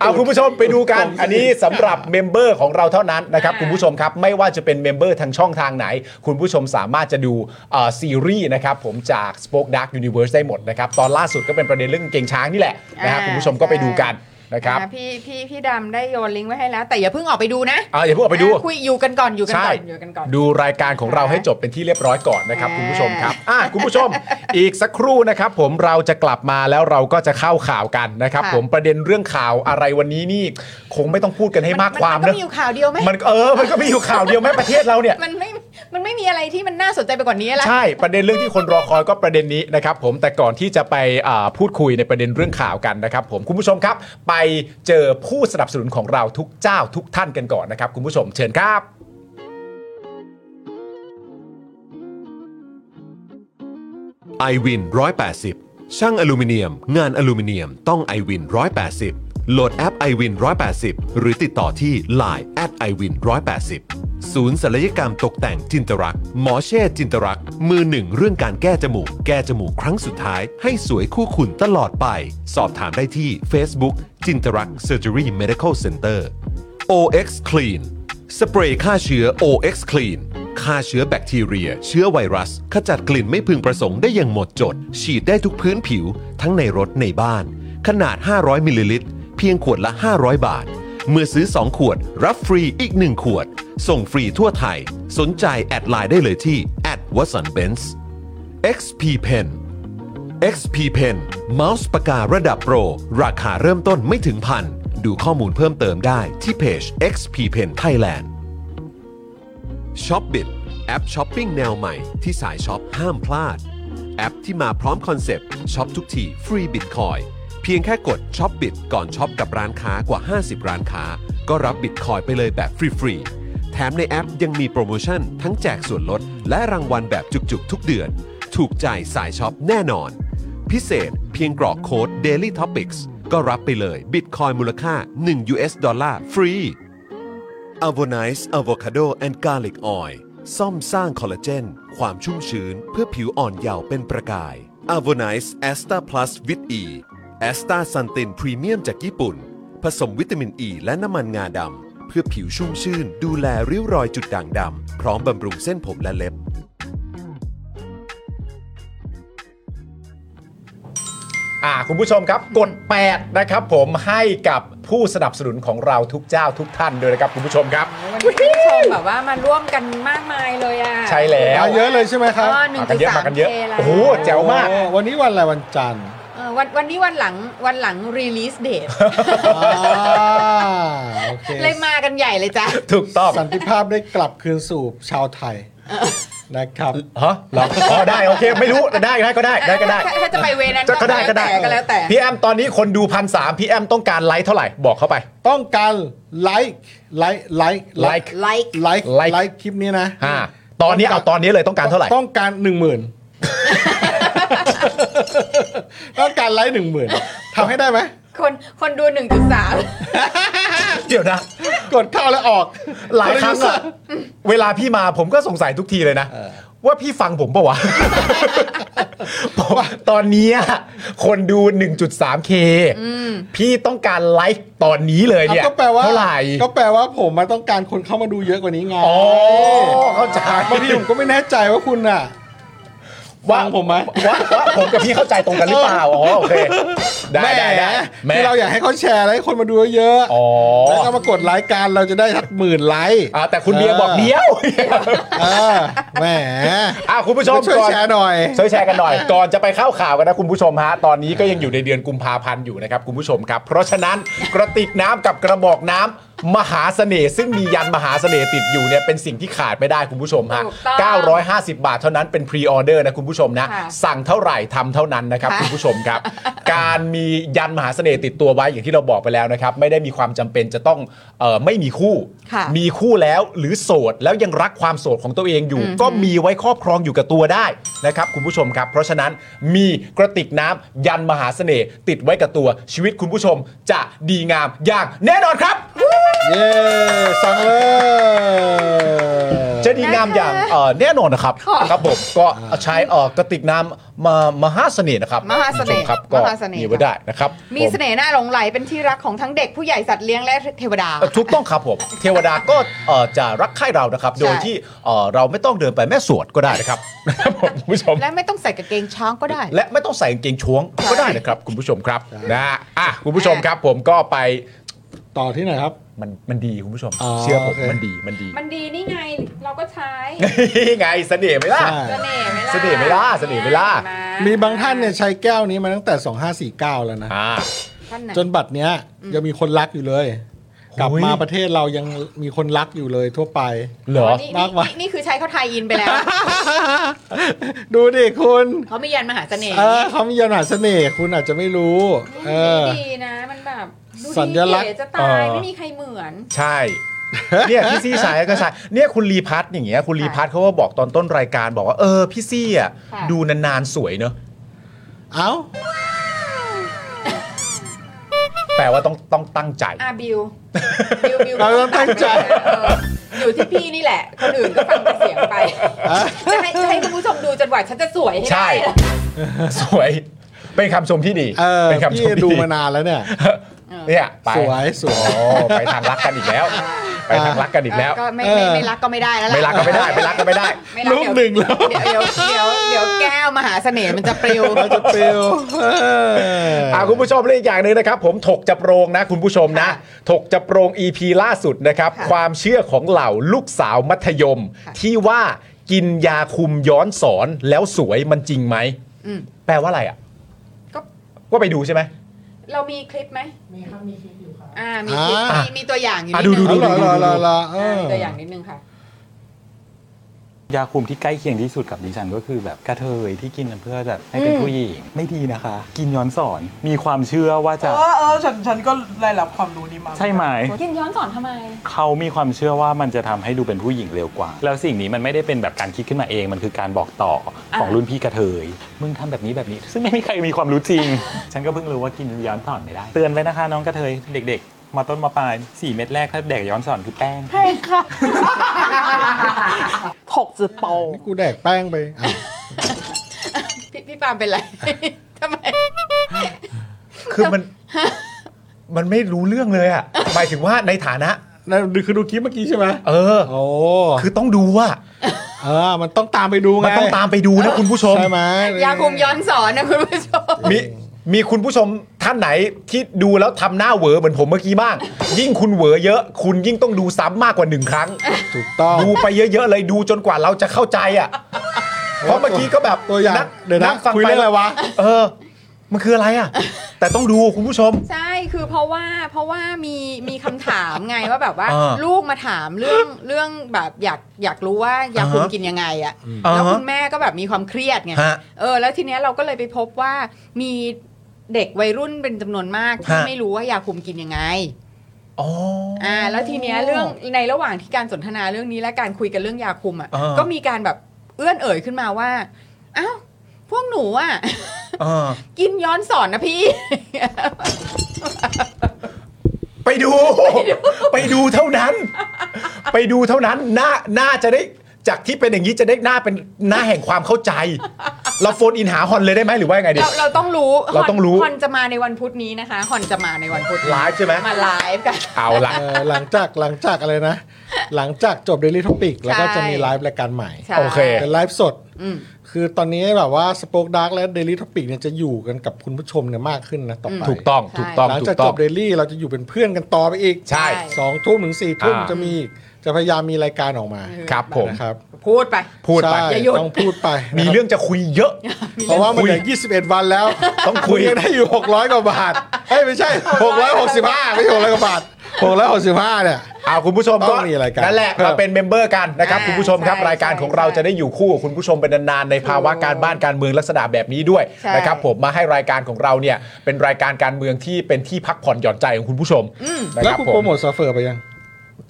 เอาคุณผู้ชมไปดูกัน อันนี้สำหรับเมมเบอร์ของเราเท่านั้นนะครับ คุณผู้ชมครับ ไม่ว่าจะเป็นเมมเบอร์ทางช่องทางไหน คุณผู้ชมสามารถจะดูเอ่อซีรีส์นะครับ ผมจาก Spoke Dark Universe ได้หมดนะครับ ตอนล่าสุดก็เป็นประเด็นเรื่องกางเกงช้างนี่แหละนะครับ อ่า คุณผู้ชมก็ไปดูกันนะครับ อ่ะพี่พี่พี่ดำได้โยนลิงก์ไว้ให้แล้ว แต่อย่าเพิ่งออกไปดูนะ เอาอย่าเพิ่งออกไปดู อ่ะคุยอยู่กันก่อนอยู่กัน ใช่ ก่อนอยู่กันก่อน ดูรายการของเราให้จบเป็นที่เรียบร้อยก่อนนะครับ อ่า คุณผู้ชมครับอ่ะคุณผู้ชม อีกสักครู่นะครับ ผมเราจะกลับมาแล้วเราก็จะเข้าข่าวกันนะครับ ผมประเด็นเรื่องข่าวอะไรวันนี้นี่คงไม่ต้องพูดกันให้มากความ น นะ ก็มีอยู่ข่าวเดียวไหม มันเออมันก็มีอยู่ข่าวเดี ยวไหมประเทศเราเนี่ย มันไม่มันไม่มีอะไรที่มันน่าสนใจไปกว่านี้ละ ใช่ประเด็นเรื่องที่คนรอคอยก็ประเด็นนี้นะครับผมแต่ก่อนที่จะไปอ่าพูดคุยในประเด็นเรื่องข่าวกันนะครับ ผมคุณผู้ชมครับ ไปเจอผู้สนับสนุนของเราทุกเจ้าทุกท่านกันก่อนนะครับ คุณผู้ชมเชิญครับ i w วิน180 ช่างอลูมิเนียม งานอลูมิเนียมต้อง i w วิน180 โหลดแอป i w วิน180 หรือติดต่อที่ Line at i w วิน180 ศูนย์ศัลยกรรมตกแต่งจินตรักษ์หมอเช่จินตรักษ์มือหนึ่งเรื่องการแก้จมูก แก้จมูกครั้งสุดท้าย ให้สวยคู่คุณตลอดไป สอบถามได้ที่ Facebook จินตรักเซอร์เจอรี่เมดิคอลเซ็นเตอร์ OX Clean สเปรย์ฆ่าเชื้อ OX Clean ฆ่าเชื้อแบคทีเรีย เชื้อไวรัส ขจัดกลิ่นไม่พึงประสงค์ได้อย่างหมดจด ฉีดได้ทุกพื้นผิว ทั้งในรถในบ้าน ขนาด 500 มิลลิลิตร เพียงขวดละ 500 บาท เมื่อซื้อ 2 ขวด รับฟรีอีก 1 ขวด ส่งฟรีทั่วไทย สนใจแอดไลน์ได้เลยที่ at วสันเบนซ์ XP Pen XP Pen เมาส์ปากการะดับโปร ราคาเริ่มต้นไม่ถึงพัน ดูข้อมูลเพิ่มเติมได้ที่เพจ XP Pen Thailand s h o p b i t แอปช้อปปิ้งแนวใหม่ที่สายช็อปห้ามพลาด แอปที่มาพร้อมคอนเซปต์ช็อปทุกทีฟรีบิตคอยเพียงแค่กดช็อปบิตก่อนช็อปกับร้านค้ากว่า 50 ร้านค้า ก็รับบิตคอยไปเลยแบบฟรีๆแถมในแอปยังมีโปรโมชั่น ทั้งแจกส่วนลด และรางวัลแบบจุกๆ ทุกเดือน ถูกใจสายช็อปแน่นอน พิเศษเพียงกรอกโค้ด daily topics ก็รับไปเลยบิตคอยมูลค่า 1 US ดอลลาร์ฟรี a v o n i c e Avocado and Garlic Oil ซ่อมสร้างคอลลาเจน ความชุ่มชื้นเพื่อผิวอ่อนเยาว์เป็นประกาย a v o n i c e a s t a Plus with E a s t a s u n t i n Premium จากญี่ปุ่น ผสมวิตามินอ e ีและน้ำมันงาดำ เพื่อผิวชุ่มชื่น ดูแลริ้วรอยจุดด่างดำ พร้อมบำรุงเส้นผมและเล็บ อ่าคุณผู้ชมครับกด 8 นะครับผมให้กับผู้สนับสนุนของเราทุกเจ้าทุกท่านด้วยนะครับคุณผู้ชมครับ วันนี้คุณผู้ชมแบบว่ามาร่วมกันมากมายเลยอ่ะ ใช่แล้ว มาเยอะเลยใช่ไหมครับ ก็หนึ่ง มากั จุ น ด เยอะ สามเคมากันเยอะ แล้ว โอ้โหแจ๋วมาก โอ้วันนี้วันอะไรวันจันทร์ เออวันวันนี้วันหลังวันหลัง release date อ่าโอเค เลยมากันใหญ่เลยจ้ะ ถูกต้อง สันติภาพได้กลับคืนสู่ชาวไทยนะครับ ฮะเหรออ๋อได้โอเค ไม่รู้ได้ได้ก็ได้ได้ก็ได้ ถ้าถ้าจะไปเวนั้น จะก็ได้ก็ได้ ก็แล้วแต่ พี่แอมตอนนี้คนดูพันสามพี่แอมต้องการไลค์เท่าไหร่บอกเข้าไป ต้องการไลค์ไลค์ไลค์ Like ไลค์ไลค์ Like ไลค์คลิปนี้นะ อ่าตอนนี้เอาตอนนี้เลยต้องการเท่าไหร่ ต้องการหนึ่งหมื่นต้องการไลค์หนึ่งหมื่นทำให้ได้ไหม คนคนดู 1.3 เดี๋ยวนะ กดเข้าแล้วออก หลายครั้งอะเวลาพี่มาผมก็สงสัยทุกทีเลยนะ ว่าพี่ฟังผมปะวะ ผมว่าตอนเนี้ยคนดู 1.3K พี่ต้องการไลค์ตอนนี้เลยเนี่ย อ่ะก็แปลว่า เท่าไหร่ ก็แปลว่าผมมันต้องการคนเข้ามาดูเยอะกว่านี้ไง อ๋อเข้าใจ บางทีผมก็ไม่แน่ใจว่าคุณอ่ะ ฟังผมไหม ว่าว่าผมกับพี่เข้าใจตรงกันหรือเปล่าอ๋อโอเค ได้ได้ได้แม่ ที่เราอยากให้เขาแชร์แล้วให้คนมาดูเยอะ อ๋อ ๆแล้วก็มากดไลค์กันเราจะได้ทักหมื่นไลค์ อ่ะแต่คุณเบียร์บอกเดียว เออแหม อ่ะคุณผู้ชม ช่วย ก่ แชร์หน่อย ช่วยแชร์กันหน่อย ก่อนจะไปเข้าข่าวกันนะคุณผู้ชมฮะ ตอนนี้ก็ยังอยู่ในเดือนกุมภาพันธ์อยู่นะครับคุณผู้ชมครับ เพราะฉะนั้นกระติกน้ำกับกระบอกน้ำมหาเสน่ห์ซึ่งมียันมหาเสน่ห์ติดอยู่เนี่ยเป็นสิ่งที่ขาดไม่ได้คุณผู้ชมฮะ ถูกต้อง 950 บาทเท่านั้นเป็นพรีออเดอร์นะคุณผู้ชมนะ ค่ะ สั่งเท่าไหร่ทำเท่านั้นนะครับ ค่ะ คุณผู้ชมครับ การมียันมหาเสน่ห์ติดตัวไว้อย่างที่เราบอกไปแล้วนะครับ ไม่ได้มีความจำเป็นจะต้องเออไม่มีคู่ ค่ะ มีคู่แล้วหรือโสดแล้วยังรักความโสดของตัวเองอยู่ ก็มีไว้ครอบครองอยู่กับตัวได้นะครับ คุณผู้ชมครับ เพราะฉะนั้นมีกระติกน้ำยันมหาเสน่ห์ติดไว้กับตัว ชีวิตคุณผู้ชมจะดีงามอย่างแน่นอนครับ เย้สั่งเลย จะดีงามอย่างเอ่อแน่นอนนะครับครับผมก็ใช้เอ่อกระติกน้ำมามหาเสน่ห์นะครับ มหาเสน่ห์ คุณผู้ชครับก็ มหาเสน่ห์ มีไว้ได้นะครับ มีเสน่ห์หน้าหลงไหลเป็นที่รักของทั้งเด็กผู้ใหญ่สัตว์เลี้ยงและเทวดา เอ่อถูกต้องครับผมเทวดาก็เอ่อจะรักใคร่เรานะครับ โดย ใช่ ที่เอ่อเราไม่ต้องเดินไปแม่สวดก็ได้นะครับครับผมคุณผู้ชม และไม่ต้องใส่กางเกงช้างก็ได้ และไม่ต้องใส่กางเกงช้วงก็ได้นะครับ คุณผู้ชมครับนะอ่ะคุณผู้ชมครับผมก็ไป ต่อที่ไหนครับ มันมันดีคุณผู้ชม อ๋อ เชื่อผม โอเค มันดีมันดี มันดีนี่ไงเราก็ใช้ นี่ไงเสน่ห์ไหมล่ะ ใช่ เสน่ห์ไหมล่ะ เสน่ห์ไหมล่ะเสน่ห์ไหมล่ะ เห็นไห มีบางท่านเนี่ยใช้แก้วนี้มาตั้งแต่ 2549 แล้วนะ อ่า ท่านไหน จนบัตรเนี้ยยังมีคนรักอยู่เลย โอ้ย กลับมาประเทศเรายังมีคนรักอยู่เลยทั่วไป เหรอ นี่ มากมาย นี่นี่คือใช้เข้าไทยอินไปแล้ว ดูดิคุณ เขามียันมหาเสน่ห์ เออเขามียานหาเสน่ห์คุณอาจจะไม่รู้ เออ ดีนะมันแบบดูดี สัญลักษณ์ เก๋จะ เอ่ ตาย อ ไม่มีใครเหมือน ใช่ เนี่ยพี่ซี่ใช้ก็ใช้เนี่ยคุณรีพัทอย่างเงี้ยคุณรีพัทเขาก็บอกตอนต้นรายการบอกว่าเออพี่ซี่อ่ะ ค่ะ ดูนานๆสวยเนอะ เอ้า แปลว่าต้องต้องตั้งใจ อาบิวบิวบิว เราต้องตั้งใจ เอออยู่ที่พี่นี่แหละ คนอื่นก็ฟังแต่เสียงไปจะให้จะให้คุณผู้ชมดูจนกว่าฉันจะสวยให้ ใช่ ได้เหรอ สวย เป็นคำชมที่ดี เออ เป็นคำช พี่ มที่ ดู ดี มานานแล้วเนี่ย เนี่ยไป สวยสวย โอ้ไปทางรักกันอีกแล้ว ไปทางรักกันอีก แล้ว ก็ไม่ไม่ เออ ไม่รักก็ไม่ได้แล้วแหละ ไม่รักก็ไม่ได้ไม่รักก็ไม่ได้ ไม่รัก รูปหนึ่งแล้ว เดี๋ยวเดี๋ยวเดี๋ยวเดี๋ยวแก้วมหาเสน่ห์มันจะปลิว เราจะเปล วเออ อ่าคุณผู้ชมเรื่องอย่างหนึ่งนะครับ ผมถกจับโรงนะ คุณผู้ชมนะ ถกจับโรง EP ล่าสุดนะครับ ค่ะ ความเชื่อของเหล่าลูกสาวมัธยม ค่ะ ที่ว่า กินยาคุมย้อนสอนแล้วสวยมันจริงไหม อืม แปลว่าอะไรอ่ะ ก็ ก็ไปดูใช่ไหม เรามีคลิปไหมมีครับมีคลิปอยู่ อ่า ค่ะอ่ามีคลิปมีมีตัวอย่างอยู่นิด ดู นึง ลาลาลาลาเอ อ่ามีอตัวอย่างนิดนึงค่ะ ยาคุมที่ใกล้เคียงที่สุดกับดิฉันก็คือแบบกระเทยที่กินกันเพื่อแบบให้เป็นผู้หญิงไม่ดีนะคะ กินย้อนสอนมีความเชื่อว่าจะ เออเออฉันฉันก็ได้รับความรู้นี้มา ใช่ไหม กินย้อนสอนทำไม เขามีความเชื่อว่ามันจะทำให้ดูเป็นผู้หญิงเร็วกว่า แล้วสิ่งนี้มันไม่ได้เป็นแบบการคิดขึ้นมาเอง มันคือการบอกต่อของรุ่นพี่กระเทย มึงทำแบบนี้แบบนี้ ซึ่งไม่มีใครมีความรู้จริง ฉันก็เพิ่งรู้ว่ากินย้อนสอนไม่ได้ เตือนไว้นะคะน้องกระเทยเด็ก ๆ มาต้นมาปลายสี่เม็ดแรกถ้าแดกย้อนสอนคือแป้ง ถกจืดโปง กูแดกแป้งไปอ่ะ พี่พี่ปาล์มเป็นไร ทำไม คือ มัน มันไม่รู้เรื่องเลยอ่ะหมายถึงว่าในฐานะ นั่นคือดูคลิปเมื่อกี้ใช่ไหม เออ โอ้ คือต้องดูว่า เออมันต้องตามไปดูไง มันต้องตามไปดู นะคุณผู้ชม ใช่ไหม ยาคุมย้อนสอนนะคุณผู้ชม มีมีคุณผู้ชมท่านไหนที่ดูแล้วทำหน้าเหวอเหมือนผมเมื่อกี้บ้าง ยิ่งคุณเหวอเยอะ คุณยิ่งต้องดูซ้ำมากกว่าหนึ่งครั้ง ถูกต้อง ดูไปเยอะๆเลยดูจนกว่าเราจะเข้าใจอ่ะเพราะเมื่อกี้ก็แบบ ตัวอย่าง นั่ เดี๋ยวนะ งฟัง คุย ไป เรื่องอะไรวะ เออ มันคืออะไรอ่ะ แต่ต้องดูคุณผู้ชม ใช่ คือเพราะว่า เพราะว่ามี มีคำถามไงว่าแบบว่า อ่า ลูกมาถามเรื่อง เรื่องแบบอยาก อยากรู้ว่ายาคุม อ่าฮะ กินยังไงอะแล้ว อ่าฮะ คุณแม่ก็แบบมีความเครียดไง ฮะ เออ แล้วทีเนี้ยเราก็เลยไปพบว่ามีเด็กวัยรุ่นเป็นจำนวนมากที่ ฮะ ไม่รู้ว่ายาคุมกินยังไง อ๋ออ อ่า แล้วทีเนี้ยเรื่อง ในระหว่างที่การสนทนาเรื่องนี้และการคุยกันเรื่องยาคุมอะ อ่า ก็มีการแบบเอื้อนเอ่ยขึ้นมาว่า อ้าว พวกหนูอะ เออ กินย้อนสอนนะพี่ ไปดู ไปดูเท่านั้น ไปดูเท่านั้นหน้าหน้าจะได้จากที่เป็นอย่างนี้จะได้หน้าเป็นหน้าแห่งความเข้าใจ เราโฟนอินหาฮอนเลยได้ไหมหรือว่ายังไงดี เราเราต้องรู้ เราต้องรู้ ฮอนจะมาในวันพุธนี้นะคะฮอนจะมาในวันพุธนี้ ไลฟ์ใช่ไหม มาไลฟ์กัน เอาละ เออหลังจากหลังจากอะไรนะ หลังจากจบ Daily Topic แล้วก็จะมีไลฟ์รายการใหม่ ใช่ โอเค เป็นไลฟ์สด อืม คือตอนนี้แบบว่า Spoke Dark และ Daily Topic เนี่ยจะอยู่กันกับคุณผู้ชมเนี่ยมากขึ้นนะต่อไป ถูกต้อง ใช่ ถูกต้อง หลัง ถู จาก ก จ ต้อง บ Daily เราจะอยู่เป็นเพื่อนกันต่อไปอีก ใช่ สองทุ่มถึงสี่ทุ่ม อ่า จะมีอีกจะพยายามมีรายการออกมา ครับผม นะครับ พูดไป พูดไป ใช่ อย่าหยุด ต้องพูดไป มี นะครับ เรื่องจะคุยเยอะ เพราะว่ามันเหลือ คุย 21 วันแล้ว ต้องคุย ณยังได้อยู่ 600 กว่าบาทเฮ้ยไม่ใช่ 665 ไม่ใช่600กว่าบาท665เนี่ย เอาคุณผู้ชม ต้ ก็ องมีรายการ นั่นแหละ เพิ่ม มาเป็นเมมเบอร์กันนะครับ อ่า คุณผู้ชมครับ ใช่ รายการ ใช่ ของเราจะได้อยู่คู่กับคุณผู้ชมเป็นนานๆในภาวะการบ้านการเมืองลักษณะแบบนี้ด้วย ใช่ นะครับผมมาให้รายการของเราเนี่ยเป็นรายการการเมืองที่เป็นที่พักผ่อนหย่อนใจของคุณผู้ชมนะ แล้ คว รับ คุณ ผ โปร ม โมทซอฟเฟอร์ไปยัง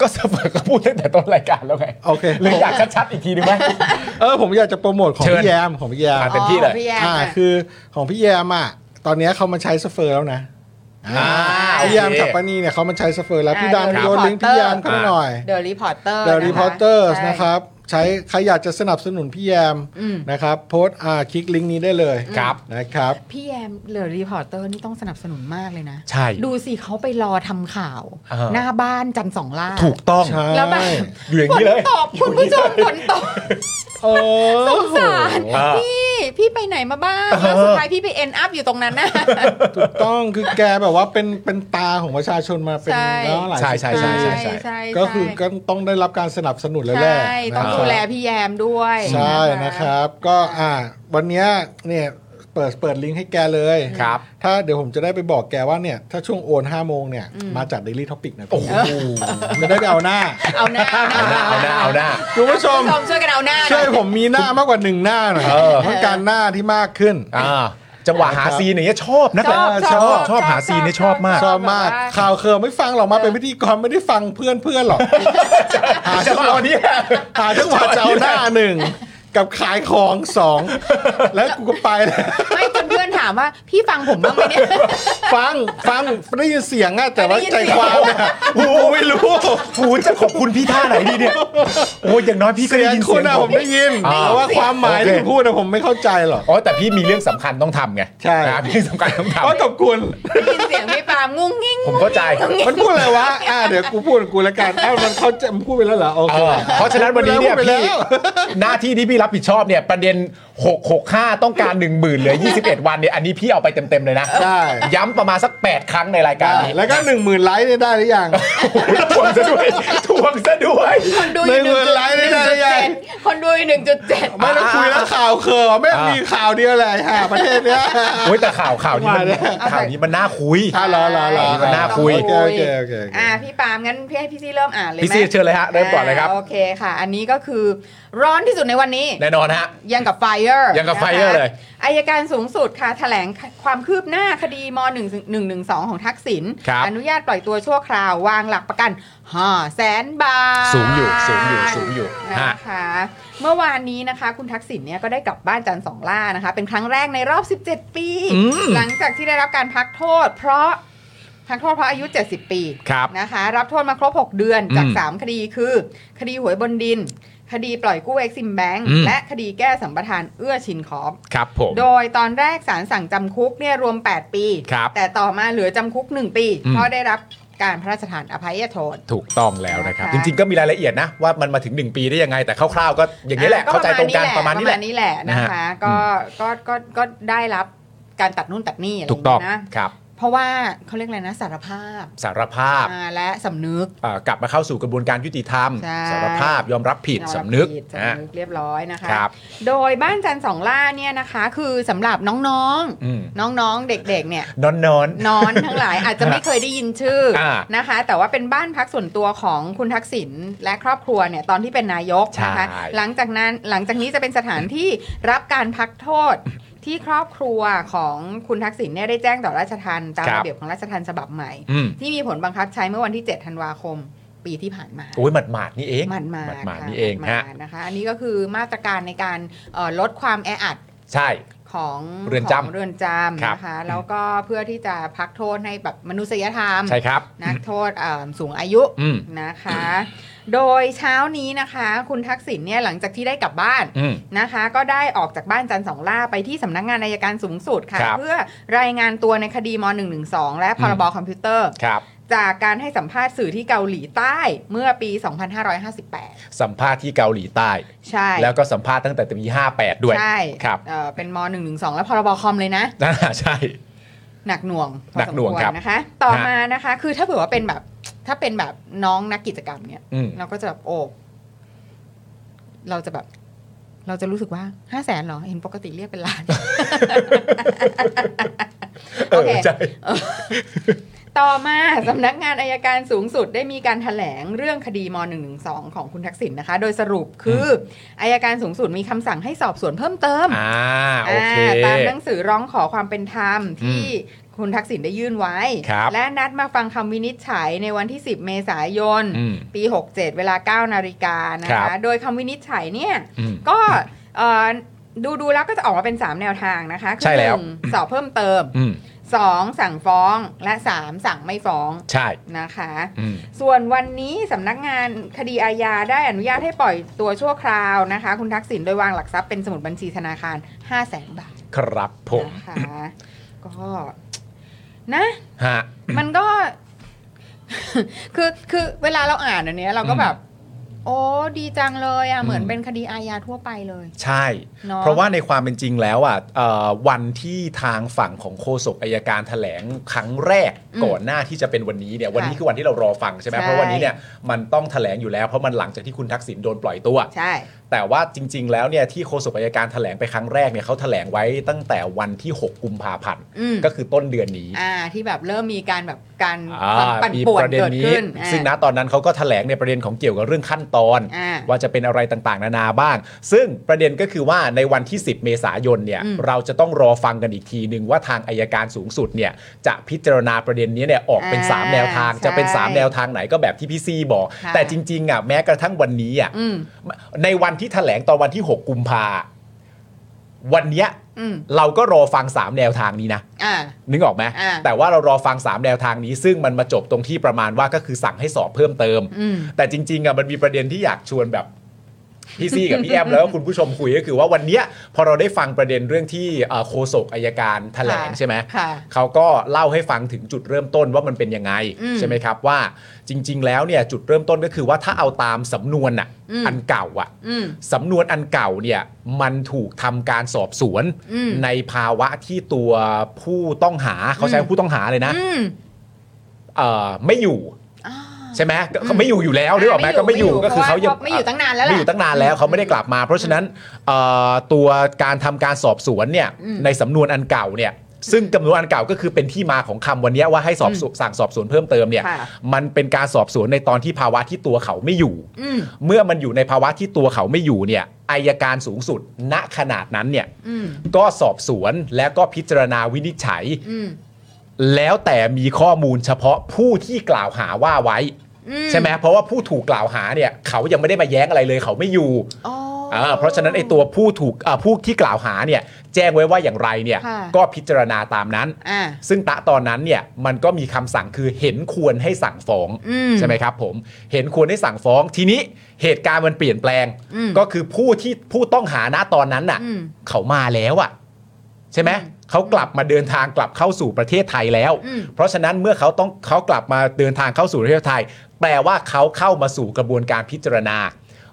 ก็เสมอ ก็พูดตั้งแต่ต้นรายการแล้วไง โอเค หรืออยากชัดๆอีกทีหนึงไหม เออผมอยากจะโปรโมทของ เชิญ พี่แยมของพี่แยม อ่ะเต็มที่เลอ๋ยอพี่แอม อ่า อ่ะ คือของพี่แยมอ่ะตอนเนี้ยเขามาใช้สเฟอร์แล้วนะ อ่าโอเค พี่แยมกับปานีเนี่ยเขามาใช้สเฟอร์แล้ว อ่า พี่ เดี๋ยว ดำโยน ครับ ลิงก์พี่แยมเข้ามาหน่อย เดอะรีพอร์เตอร์ The Reporters นะครับ ใช้ใครอยากจะสนับสนุนพี่แยม อืม นะครับโพสต์อ่าคลิกลิงก์นี้ได้เลย ครับ นะครับ พี่แอมเดอะรีพอร์เตอร์นี่ต้องสนับสนุนมากเลยนะ ใช่ ดูสิเขาไปรอทำข่าว อ่า หน้าบ้านจันทร์สองล่า ถูกต้อง ใช่ แล้วแบบ อยู่อย่าง ฝ นี้ น เลย ตกคุณผู้ชมฝนตก โอ้ สงสาร อ่า พี่ พี่ไปไหนมาบ้างแล้วสุดท้ายพี่ไปเอ็นอัพอยู่ตรงนั้นนะ ถูกต้องคือแกแบบว่าเป็นเป็นตาของประชาชนมาเป็น ใช่ แล้วหลายสิบ ใช่ใช่ใช่ใช่ ใช่ ก็คือก็ต้องได้รับการสนับสนุนแล้วแหละ ใช่ต้อง นะครับ ดูแลพี่แยมด้วย ใช่นะ ค ครับก็อ่าวันเนี้ยเนี่ยเปิดเปิดลิงก์ให้แกเลย ครับ ถ้าเดี๋ยวผมจะได้ไปบอกแกว่าเนี่ย ถ้าช่วงโอน5โมงเนี่ย มาจาก Daily Topic นะพี่จะได้ไปเอาหน้า เอาหน้าเอาหน้า เอาหน้าเอาหน้า คุณผู้ชม ลองช่วยกันเอาหน้าหน่อย ช่วยผมมีหน้ามากกว่าหนึ่งหน้าหน่อย เออ ต้องการหน้าที่มากขึ้น อ่าจังหวะหาซีนอย่างเงี้ยชอบนักแหละ ชอบชอบ ชอบหาซีนเนี่ยชอบมาก ชอบมาก แบบว่า ข่าวเคอร์ไม่ฟังหรอกมาเป็นพิธีกรไม่ได้ฟังเพื่อนเพื่อนๆหรอกหา จะ จังห เอา วะ เนี่ย หาจังหวะจะเอาหน้าหนึ่งกับขายของสองแล้วกูก็ไปแล้ว ไม่จนเพื่อนถามว่า พี่ฟังผมบ้างไหมเนี่ย ฟังฟังได้ยินเสียงอะแต่ว่า ไม่ได้ยิน ใจ เสียง ความอะกูไม่รู้ หูจะขอบคุณพี่ท่าไหนดีเนี่ย โอ้ยอย่างน้อยพี่ก็ เสี ได้ ยง ยิน คุณเสียง อะ ผ ผม มได้ยิน อ่า แต่ว่าความหมาย โอเค ที่คุณพูดอะผมไม่เข้าใจหรอก อ๋อแต่พี่มีเรื่องสำคัญต้องทำไง ใช่ อ่ามีเรื่องสำคัญต้องทำ ก็ขอบคุณ ได้ยินเสียงพี่ปาล์มงุ้งงิ้ง ผมเข้าใจ มันพูดอะไรวะอ่าเดี๋ยวกูพูดของกูละกันอ้าวมันเข้าใจมันพูดไปแล้วเหรอโอ เอ เค อเพราะฉะนั้นวันนี้เนี่ย พูดไป พี่ แล้ว หน้าที่ที่พี่รับผิดชอบเนี่ยประเด็น 665 ต้องการ 1 0,000เหลือ 21 วันเนี่ยอันนี้พี่เอาไปเต็ม ๆ เลยนะ ใช่ ย้ำประมาณสัก 8 ครั้งในรายการ ได้ นี้ แล้วก็หนึ่งหมื่นไลค์เนี่ยได้หรือยัง ทวงซะด้วยทวงซะด้วย คนดูอยู่ ไม่ ห เหมื นึ่ง อน จุด ไลฟ์ไม่ได้ไง เจ็ดคนดูอยู่หนึ่งจุดเจ็ด ไม่ต้องคุยแล้วข่าวเคิร์ไม่งมีข่าวเดียวแหละค่ะประเทศเนี้ย โอ้ยแต่ข่าวข่าวนี้มัน ว่าเนี่ย ข่าวนี้มันน่าคุย อ่ะรอรอรอ มันน่าคุย โอเคโอเคโอเคโอเค อ่าพี่ปาล์มงั้นพี่ให้พี่ซี่เริ่มอ่านเลยไหม พี่ซีเชิญเลยฮะเริ่มก่อนเลยครับ าโอเคค่ะ อันนี้ก็คือร้อนที่สุดในวันนี้ แน่นอนฮะ ยังกับไฟเออร์ ยังกับ fire เลย อายการสูงสุดค่ะแถลงความคืบหน้าคดีม .1112 ของทักษิณ ครับ อนุญาตปล่อยตัวชั่วคราววางหลักประกัน5แสนบาท สูงอยู่สูงอยู่สูงอยู่ฮะ นะคะเมื่อวานนี้นะคะ คุณทักษิณเนี่ยก็ได้กลับบ้านจันทร์สองล่านะคะ เป็นครั้งแรกในรอบ 17 ปี อืม หลังจากที่ได้รับการพักโทษ เพราะพักโทษเพราะอายุ 70 ปี ครับ นะคะ รับโทษมาครบ 6 เดือนจาก อืม 3 คดีคือ คดีหวยบนดิน คดีปล่อยกู้เอ็กซิมแบงก์ อืม และคดีแก้สัมปทานเอื้อชินขอบ ครับผม โดยตอนแรกศาลสั่งจำคุกเนี่ยรวม 8 ปี ครับ แต่ต่อมาเหลือจำคุก 1 ปี อืม เพราะได้รับการพระราชทานอภัยโทษ ถูกต้องแล้วนะครับ นะคะ จริงๆก็มีรายละเอียดนะ ว่ามันมาถึง 1 ปีได้ยังไง แต่คร่าวๆก็อย่างนี้แหละ เข้าใจตรงกันประมาณนี้แหละ นี้แหละนะ นะฮะ คะก็ก็ก็ก็ได้รับการตัดนู่นตัดนี่อะไรอ ถู ย่าก ง ต้อง เงี้ยนะครับ เพราะว่าเขาเรียกอะไรนะสารภาพ สารภาพ อ่าและสำนึก เอ่อกลับมาเข้าสู่กระบวนการยุติธรรม ใช่ สารภาพยอมรับผิด ยอมรับ สำนึก ผิด นะ สำนึกเรียบร้อยนะคะ ครับ โดยบ้านจันทร์สองล่าเนี่ยนะคะคือสำหรับน้อง อืม ๆ น้องๆ เด็กๆเนี่ย นอนนอน นอนทั้งหลายอาจจะไม่เคยได้ยินชื่อ อ่า นะคะ แต่ว่าเป็นบ้านพักส่วนตัวของคุณทักษิณและครอบครัวเนี่ยตอนที่เป็นนายกนะคะ ใช่ หลังจากนั้นหลังจากนี้จะเป็นสถานที่รับการพักโทษที่ครอบครัวของคุณทักษิณเนี่ยได้แจ้งต่อราชทันตามระเบียบของราชทันฉบับใหม่ อืม ที่มีผลบังคับใช้เมื่อวันที่ 7 ธันวาคมปีที่ผ่านมา โอ้ยหมาดหมาดๆนี่เอง มันมา หมาด ค่ะ ๆนี่เอง มันมา ฮะ นะคะอันนี้ก็คือมาตรการในการเอ่อลดความแออัด ใช่ ของ เรือนจำ ของเรือนจำ ครับ นะคะแล้วก็เพื่อที่จะพักโทษให้แบบมนุษยธรรม ใช่ครับ นักโทษเอ่อสูงอายุ อืม นะคะ โดยเช้านี้นะคะ คุณทักษิณเนี่ยหลังจากที่ได้กลับบ้าน อืม นะคะ ก็ได้ออกจากบ้านจันทร์สองล่าไปที่สำนักงานอายการสูงสุดค่ะ ครับ เพื่อรายงานตัวในคดีม .112 และพรบ อืม คอมพิวเตอร์ ครับ จากการให้สัมภาษณ์สื่อที่เกาหลีใต้เมื่อปี 2558 สัมภาษณ์ที่เกาหลีใต้ ใช่ แล้วก็สัมภาษณ์ตั้งแต่ปี58 ด้วย ใช่ ครับ เอ่อเป็นม .112 และพรบคอมเลยนะ อ่าใช่ หนักหน่วงพอ หนักหน่วง สม ครับ นะคะ ต่อ ฮะ มานะคะ คือถ้าเผื่อว่าเป็นแบบ ถ้าเป็นแบบน้องนักกิจกรรมเนี่ย อืม เราก็จะแบบโอบเราจะแบบ เราจะรู้สึกว่าห้าแสนหรอ เห็นปกติเรียกเป็นล้าน เอ โอ อ เค ใช่ ต่อมาสำนักงานอายการสูงสุดได้มีการถแถลงเรื่องคดีม .112 ของคุณทักษิณนะคะ โดยสรุปคืออายการสูงสุดมีคำสั่งให้สอบสวนเพิ่มเติม อ่า โอเค อ่าตามหนังสือร้องขอความเป็นธรรมที่คุณทักษิณได้ยื่นไว้ ครับ และนัดมาฟังคำวินิจฉัยในวันที่ 10 เมษายน อืม ปี 67 เวลา 9 นาฬิกานะ ครั คะ บ โดยคำวินิจฉัยเนี่ย อืม ก็เอ่อดูดูแล้วก็จะออกมาเป็น 3 แนวทางนะคะคื ใช่แล้ว หนึ่งสอบเพิ่มเติม อืม 2 สั่งฟ้องและ 3 สั่งไม่ฟ้อง ใช่ นะคะ อืม ส่วนวันนี้สำนักงานคดีอาญาได้อนุญาตให้ปล่อยตัวชั่วคราวนะคะ คุณทักษิณโดยวางหลักทรัพย์เป็นสมุดบัญชีธนาคาร 5 0 0แสนบาท ครับผม นะคะ ก็นะ ฮะ มันก็ คือคือเวลาเราอ่านอันเนี้ย เราก็แบบ โอ้ดีจังเลยอ่ะ เหมือน อืม เป็นคดีอาญาทั่วไปเลย ใช่ เนาะ เพราะว่าในความเป็นจริงแล้วอ่ะเอ่อวันที่ทางฝั่งของโฆษกอายการแถลงครั้งแรก อืม ก่อนหน้าที่จะเป็นวันนี้เนี่ย วันนี้ ค่ะ คือวันที่เรารอฟังใช่ไหม ใช่ เพราะวันนี้เนี่ยมันต้องแถลงอยู่แล้ว เพราะมันหลังจากที่คุณทักษิณโดนปล่อยตัว ใช่ แต่ว่าจริง ๆ แล้วเนี่ยที่โฆษกอายการแถลงไปครั้งแรกเนี่ยเขาแถลงไว้ตั้งแต่วันที่ 6 กุมภาพันธ์ อืม ก็คือต้นเดือนนี้ อ่า ที่แบบเริ่มมีการแบบการ อ่า ปั่น มี ป่ว ป น ระเด็น เกิด นี้ ขึ้นอ่า ซึ่งณตอนนั้นเขาก็แถลงในประเด็นของเกี่ยวกับเรื่องขั้นตอน อ่า ว่าจะเป็นอะไรต่างๆ นานาบ้าง ซึ่งประเด็นก็คือว่าในวันที่ 10 เมษายนเนี่ย อืม เราจะต้องรอฟังกันอีกทีหนึ่งว่าทางอายการสูงสุดเนี่ยจะพิจารณาประเด็นนี้เนี่ยออกเป็น อ่า 3 แนวทาง จะเป็น ใช่ 3 แนวทางไหนก็แบบที่พี่ซีบอก ค่ะ แต่จริงๆอ่ะแม้กระทั่งวันนี้อ่ะ อืม ในวันที่แถลงตอนวันที่ 6 กุมภาวันเนี้ย อืม เราก็รอฟัง 3 แนวทางนี้นะ อ่า นึกออกไหม อ่า แต่ว่าเรารอฟัง 3 แนวทางนี้ ซึ่งมันมาจบตรงที่ประมาณว่าก็คือสั่งให้สอบเพิ่มเติม อืม แต่จริงๆอ่ะมันมีประเด็นที่อยากชวนแบบ พี่ซี่กับพี่แอมแล้วก็คุณผู้ชมคุยก็คือว่าวันเนี้ยพอเราได้ฟังประเด็นเรื่องที่เอ่อโคศกอายการแถลง ค่ะ ใช่ไหม ค่ะ เขาก็เล่าให้ฟังถึงจุดเริ่มต้นว่ามันเป็นยังไง อืม ใช่ไหมครับว่าจริง ๆ แล้วเนี่ยจุดเริ่มต้นก็คือว่าถ้าเอาตามสำนวนอ่ะ อืม อันเก่าอ่ะ อืม สำนวนอันเก่าเนี่ยมันถูกทำการสอบสวน อืม ในภาวะที่ตัวผู้ต้องหาเขาใช้ผู้ต้องหาเลยนะ อืม เอ่อไม่อยู่ อ่า ใช่ไหมก็ อืม เขาไม่อยู่อยู่แล้วหรือเปล่าแมก็ไม่อยู่ก็คือเขายัง ไม่อยู่ตั้งนานแล้วแหละ ไม่อยู่ตั้งนานแล้วเขาไม่ได้กลับมา เพราะฉะนั้นเอ่อตัวการทำการสอบสวนเนี่ย อืม ในสำนวนอันเก่าเนี่ยซึ่งจำนวนอันเก่าก็คือเป็นที่มาของคำวันเนี้ยว่าให้สอบสวนสั่งสอบสวนเพิ่มเติมเนี่ย ค่ะ มันเป็นการสอบสวนในตอนที่ภาวะที่ตัวเขาไม่อยู่ อืม เมื่อมันอยู่ในภาวะที่ตัวเขาไม่อยู่เนี่ยอายการสูงสุด ณขนาดนั้นเนี่ย อืม ก็สอบสวนและก็พิจารณาวินิจฉัย อืม แล้วแต่มีข้อมูลเฉพาะผู้ที่กล่าวหาว่าไว้ อื ใช่ไหมเพราะว่าผู้ถูกกล่าวหาเนี่ยเขายังไม่ได้มาแย้งอะไรเลยเขาไม่อยู่ อ๋อ าเพราะฉะนั้นไอ้ตัวผู้ถูกอ่าผู้ที่กล่าวหาเนี่ยแจ้งไว้ว่าอย่างไรเนี่ย ค่ะ ก็พิจารณาตามนั้น อ่า ซึ่งตะตอนนั้นเนี่ยมันก็มีคำสั่งคือเห็นควรให้สั่งฟ้อง อืม ใช่ไหมครับผมเห็นควรให้สั่งฟ้องทีนี้เหตุการณ์มันเปลี่ยนแปลง อืม ก็คือผู้ที่ผู้ต้องหาณตอนนั้นน่ะ อืม เขามาแล้วอ่ะใช่ไหม อืม เขากลับมาเดินทางกลับเข้าสู่ประเทศไทยแล้ว อืม เพราะฉะนั้นเมื่อเขาต้องเขากลับมาเดินทางเข้าสู่ประเทศไทย แปลว่าเขาเข้ามาสู่กระบวนการพิจารณา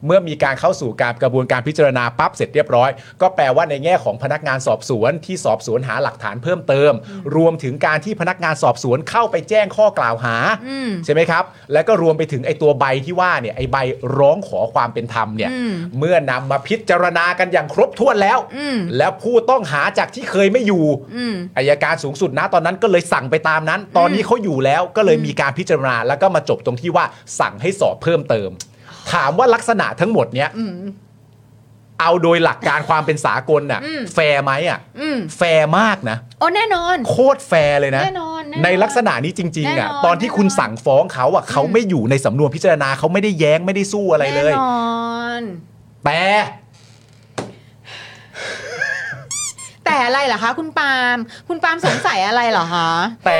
เมื่อมีการเข้าสู่การกระบวนการพิจารณาปั๊บเสร็จเรียบร้อย ก็แปลว่าในแง่ของพนักงานสอบสวนที่สอบสวนหาหลักฐานเพิ่มเติม รวมถึงการที่พนักงานสอบสวนเข้าไปแจ้งข้อกล่าวหา อืม ใช่ไหมครับ แล้วก็รวมไปถึงไอ้ตัวใบที่ว่าเนี่ยไอ้ใบร้องขอความเป็นธรรมเนี่ย อืม เมื่อนำมาพิจารณากันอย่างครบถ้วนแล้ว อืม แล้วผู้ต้องหาจากที่เคยไม่อยู่ อืม อายการสูงสุดนะตอนนั้นก็เลยสั่งไปตามนั้น ตอนนี้เขาอยู่แล้วก็เลยมีการพิจารณาแล้วก็มาจบตรงที่ว่าสั่งให้สอบเพิ่มเติม ถามว่าลักษณะทั้งหมดเนี้ย อืม เอาโดยหลักการความเป็นสากลน่ะ อืม แฟร์ไหมอ่ะ อืม แฟร์มากนะ โอ้แน่นอน โคตรแฟร์เลยนะ แน่นอนแน่นอน ในลักษณะนี้จริงๆอ่ะ แน่นอน ตอนที่คุณ แน่นอน สั่งฟ้องเขาอ่ะเขาไม่อยู่ในสำนวนพิจารณาเขาไม่ได้แย้งไม่ได้สู้อะไรเลย แน่นอน แต่ แต่อะไรเหรอคะคุณปาล์มคุณปาล์มสงสัยอะไรเหรอคะ แต่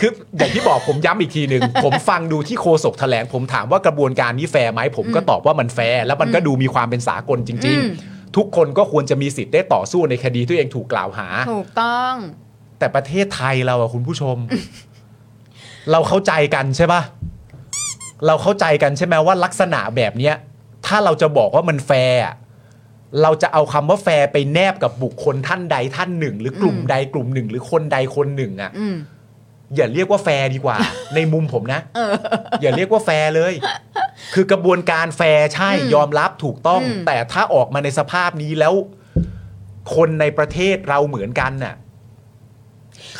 คืออย่างที่บอกผมย้ำอีกทีหนึ่ง ผมฟังดูที่โคศกแถลง ผมถามว่ากระบวนการนี้แฟร์ไหมผมก็ตอบว่ามันแฟร์แล้วมันก็ดูมีความเป็นสากลจริง ๆ ทุกคนก็ควรจะมีสิทธิ์ได้ต่อสู้ในคดีที่ตัวเองถูกกล่าวหา ถูกต้อง แต่ประเทศไทยเราอะคุณผู้ชม เราเข้าใจกันใช่ปะเราเข้าใจกันใช่ไหมว่าลักษณะแบบเนี้ย ถ้าเราจะบอกว่ามันแฟร์อะเราจะเอาคำว่าแฟร์ไปแนบกับบุคคลท่านใดท่านหนึ่ง หรือกลุ่ม อืม ใดกลุ่มหนึ่ง หรือคนใดคนหนึ่งอะ อืม อย่าเรียกว่าแฟร์ดี กว่า ในมุมผมนะอย่าเรียกว่าแฟร์เลย คือกระบวนการแฟร์ใช่ อืม ยอมรับถูกต้อง อืม แต่ถ้าออกมาในสภาพนี้แล้ว คนในประเทศเราเหมือนกันน่ะ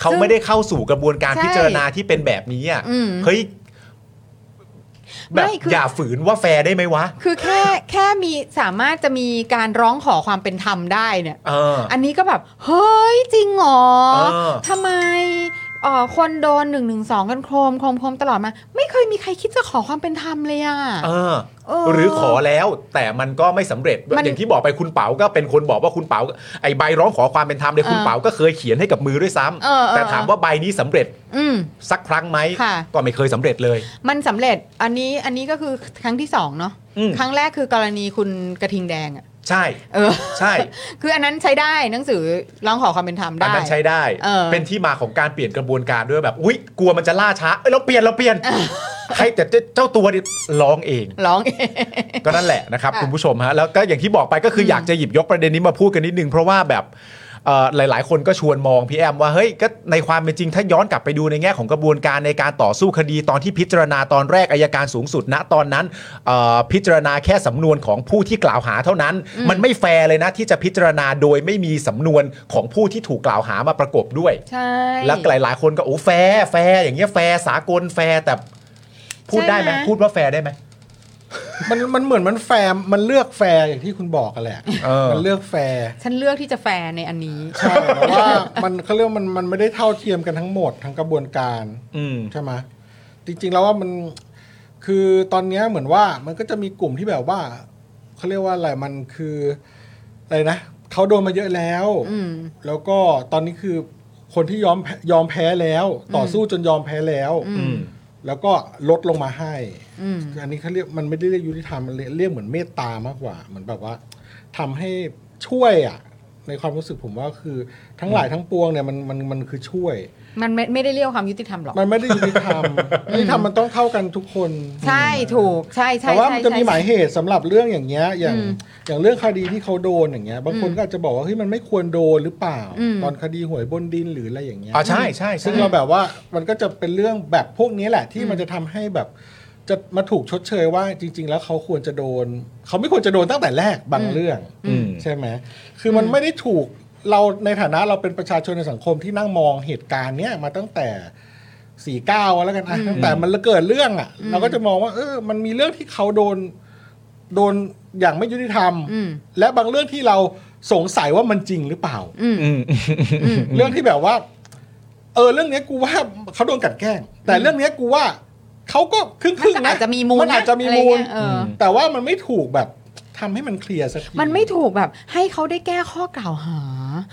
เขาไม่ได้เข้าสู่กระบวนการ ใช่ พิจารณาที่เป็นแบบนี้อ่ะ อืม เฮ้ยแบบ ไม่คือ อ อ ย่าฝืนว่าแฟร์ได้ไหมวะ คือแค่แค่มีสามารถจะมีการร้องขอความเป็นธรรมได้เนี่ย เออ อันนี้ก็แบบ เฮ้ย จริงเหรอ เออ ทำไมเอ่อคนโดนหนึ่งหนึ่งสองกันโครมโครมโครมตลอดมา ไม่เคยมีใครคิดจะขอความเป็นธรรมเลยอ่ะ เออ เออ หรือขอแล้ว แต่มันก็ไม่สำเร็จ มัน อย่างที่บอกไปคุณเป๋าก็เป็นคนบอกว่าคุณเป๋าไอใบร้องขอความเป็นธรรมเลยคุณ เออ เป๋าก็เคยเขียนให้กับมือด้วยซ้ำ เออเออ แต่ถามว่าใบนี้สำเร็จ อืม สักครั้งไหม ค่ะ ก็ไม่เคยสำเร็จเลย มันสำเร็จอันนี้อันนี้ก็คือครั้งที่สองเนาะ อืม ครั้งแรกคือกรณีคุณกระทิงแดงอ่ะ ใช่ เออ ใช่ คืออันนั้นใช้ได้หนังสือร้องขอความเป็นธรรม อัน ได้ นั้นใช้ได้ เออ เป็นที่มาของการเปลี่ยนกระบวนการด้วยแบบ อุ๊ย กลัวมันจะล่าช้า เอ้ย เราเปลี่ยน เราเปลี่ยน ให้แต่เจ้าตัวนี่ร้องเอง ร้องเอง ก็นั่นแหละนะครับ ค่ะ คุณผู้ชมฮะ แล้วก็อย่างที่บอกไปก็คืออ ม อยากจะหยิบยกประเด็นนี้มาพูดกันนิดนึง เพราะว่าแบบเอ่อหลาย ๆ คนก็ชวนมองพี่แอมว่าเฮ้ยก็ในความเป็นจริงถ้าย้อนกลับไปดูในแง่ของกระบวนการในการต่อสู้คดีตอนที่พิจารณาตอนแรกอายการสูงสุดณตอนนั้นเอ่อพิจารณาแค่สำนวนของผู้ที่กล่าวหาเท่านั้น มันไม่แฟร์เลยนะที่จะพิจารณาโดยไม่มีสำนวนของผู้ที่ถูกกล่าวหามาประกบด้วย ใช่ แล้วหลาย ๆ คนก็โอ้แฟร์แฟร์อย่างเงี้ยแฟร์สากลแฟร์แต่พูดได้ไหมพูดว่าแฟร์ได้ไหม มันมันเหมือนมันแฟร์มันเลือกแฟร์อย่างที่คุณบอกกันแหละ เออ มันเลือกแฟร์ ฉันเลือกที่จะแฟร์ในอันนี้ ใช่แต่ว่ามันเขาเรียกว่ามันมันไม่ได้เท่าเทียมกันทั้งหมดทั้งกระบวนการ อืม ใช่ไหมจริงๆแล้วว่ามันคือตอนเนี้ยเหมือนว่ามันก็จะมีกลุ่มที่แบบว่าเขาเรียกว่าอะไรมันคืออะไรนะเขาโดนมาเยอะแล้ว อืม แล้วก็ตอนนี้คือคนที่ยอมแพ้ยอมแพ้แล้ว ต่อสู้จนยอมแพ้แล้ว อืม แล้วก็ลดลงมาให้ อืม อันนี้เขาเรียกมันไม่ได้เรียกยุติธรรมมันเรียกเรียกเหมือนเมตตามากกว่า เหมือนแบบว่าทำให้ช่วยอ่ะ ในความรู้สึกผมว่าคือทั้งหลายทั้งปวงเนี่ยมันมันมันคือช่วย มันไม่ไม่ได้เรียกว่าความยุติธรรมหรอก มันไม่ได้ยุติธร รมยุติธรรมมันต้องเท่ากันทุกคน ใช่ถูกใช่ใช่ แต่ว่า ใช่ มันจะมี ใช่ หมายเหตุสำหรับเรื่องอย่างเงี้ยอย่าง อืม อย่างเรื่องคดีที่เขาโดนอย่างเงี้ยบางคน อืม ก็อาจจะบอกว่าเฮ้ยมันไม่ควรโดนหรือเปล่า อืม ตอนคดีหวยบนดินหรืออะไรอย่างเงี้ย อ่าใช่ใช่ ซึ่ ใช่ งเราแบบว่ามันก็จะเป็นเรื่องแบบพวกนี้แหละที่มันจะทำให้แบบจะมาถูกชดเชยว่าจริง ๆ แล้วเขาควรจะโดน เขาไม่ควรจะโดนตั้งแต่แรกบางเรื่อง อืม ใช่ไหม คือมันไม่ได้ถูกเราในฐานะเราเป็นประชาชนในสังคมที่นั่งมองเหตุการณ์เนี้ยมาตั้งแต่สี่เก้าแล้วกันอ่ะตั้งแต่มันเกิดเรื่องอ่ะ เราก็จะมองว่า เออ มันมีเรื่องที่เขาโดนโดนอย่างไม่ยุติธรรม อืม และบางเรื่องที่เราสงสัยว่ามันจริงหรือเปล่า อืม เรื่องที่แบบว่า เออ เรื่องเนี้ยกูว่าเขาโดนกลันแกล้ง แต่เรื่องเนี้ยกูว่าเขาก็ครึ่งครึ่ง มัน นะ อาจจะมีมูล มันอาจจะมีมูล นะอะไรเงี้ยเออ แต่ว่ามันไม่ถูกแบบทำให้มันเคลียร์สักที มันไม่ถูกแบบให้เขาได้แก้ข้อกล่าวหา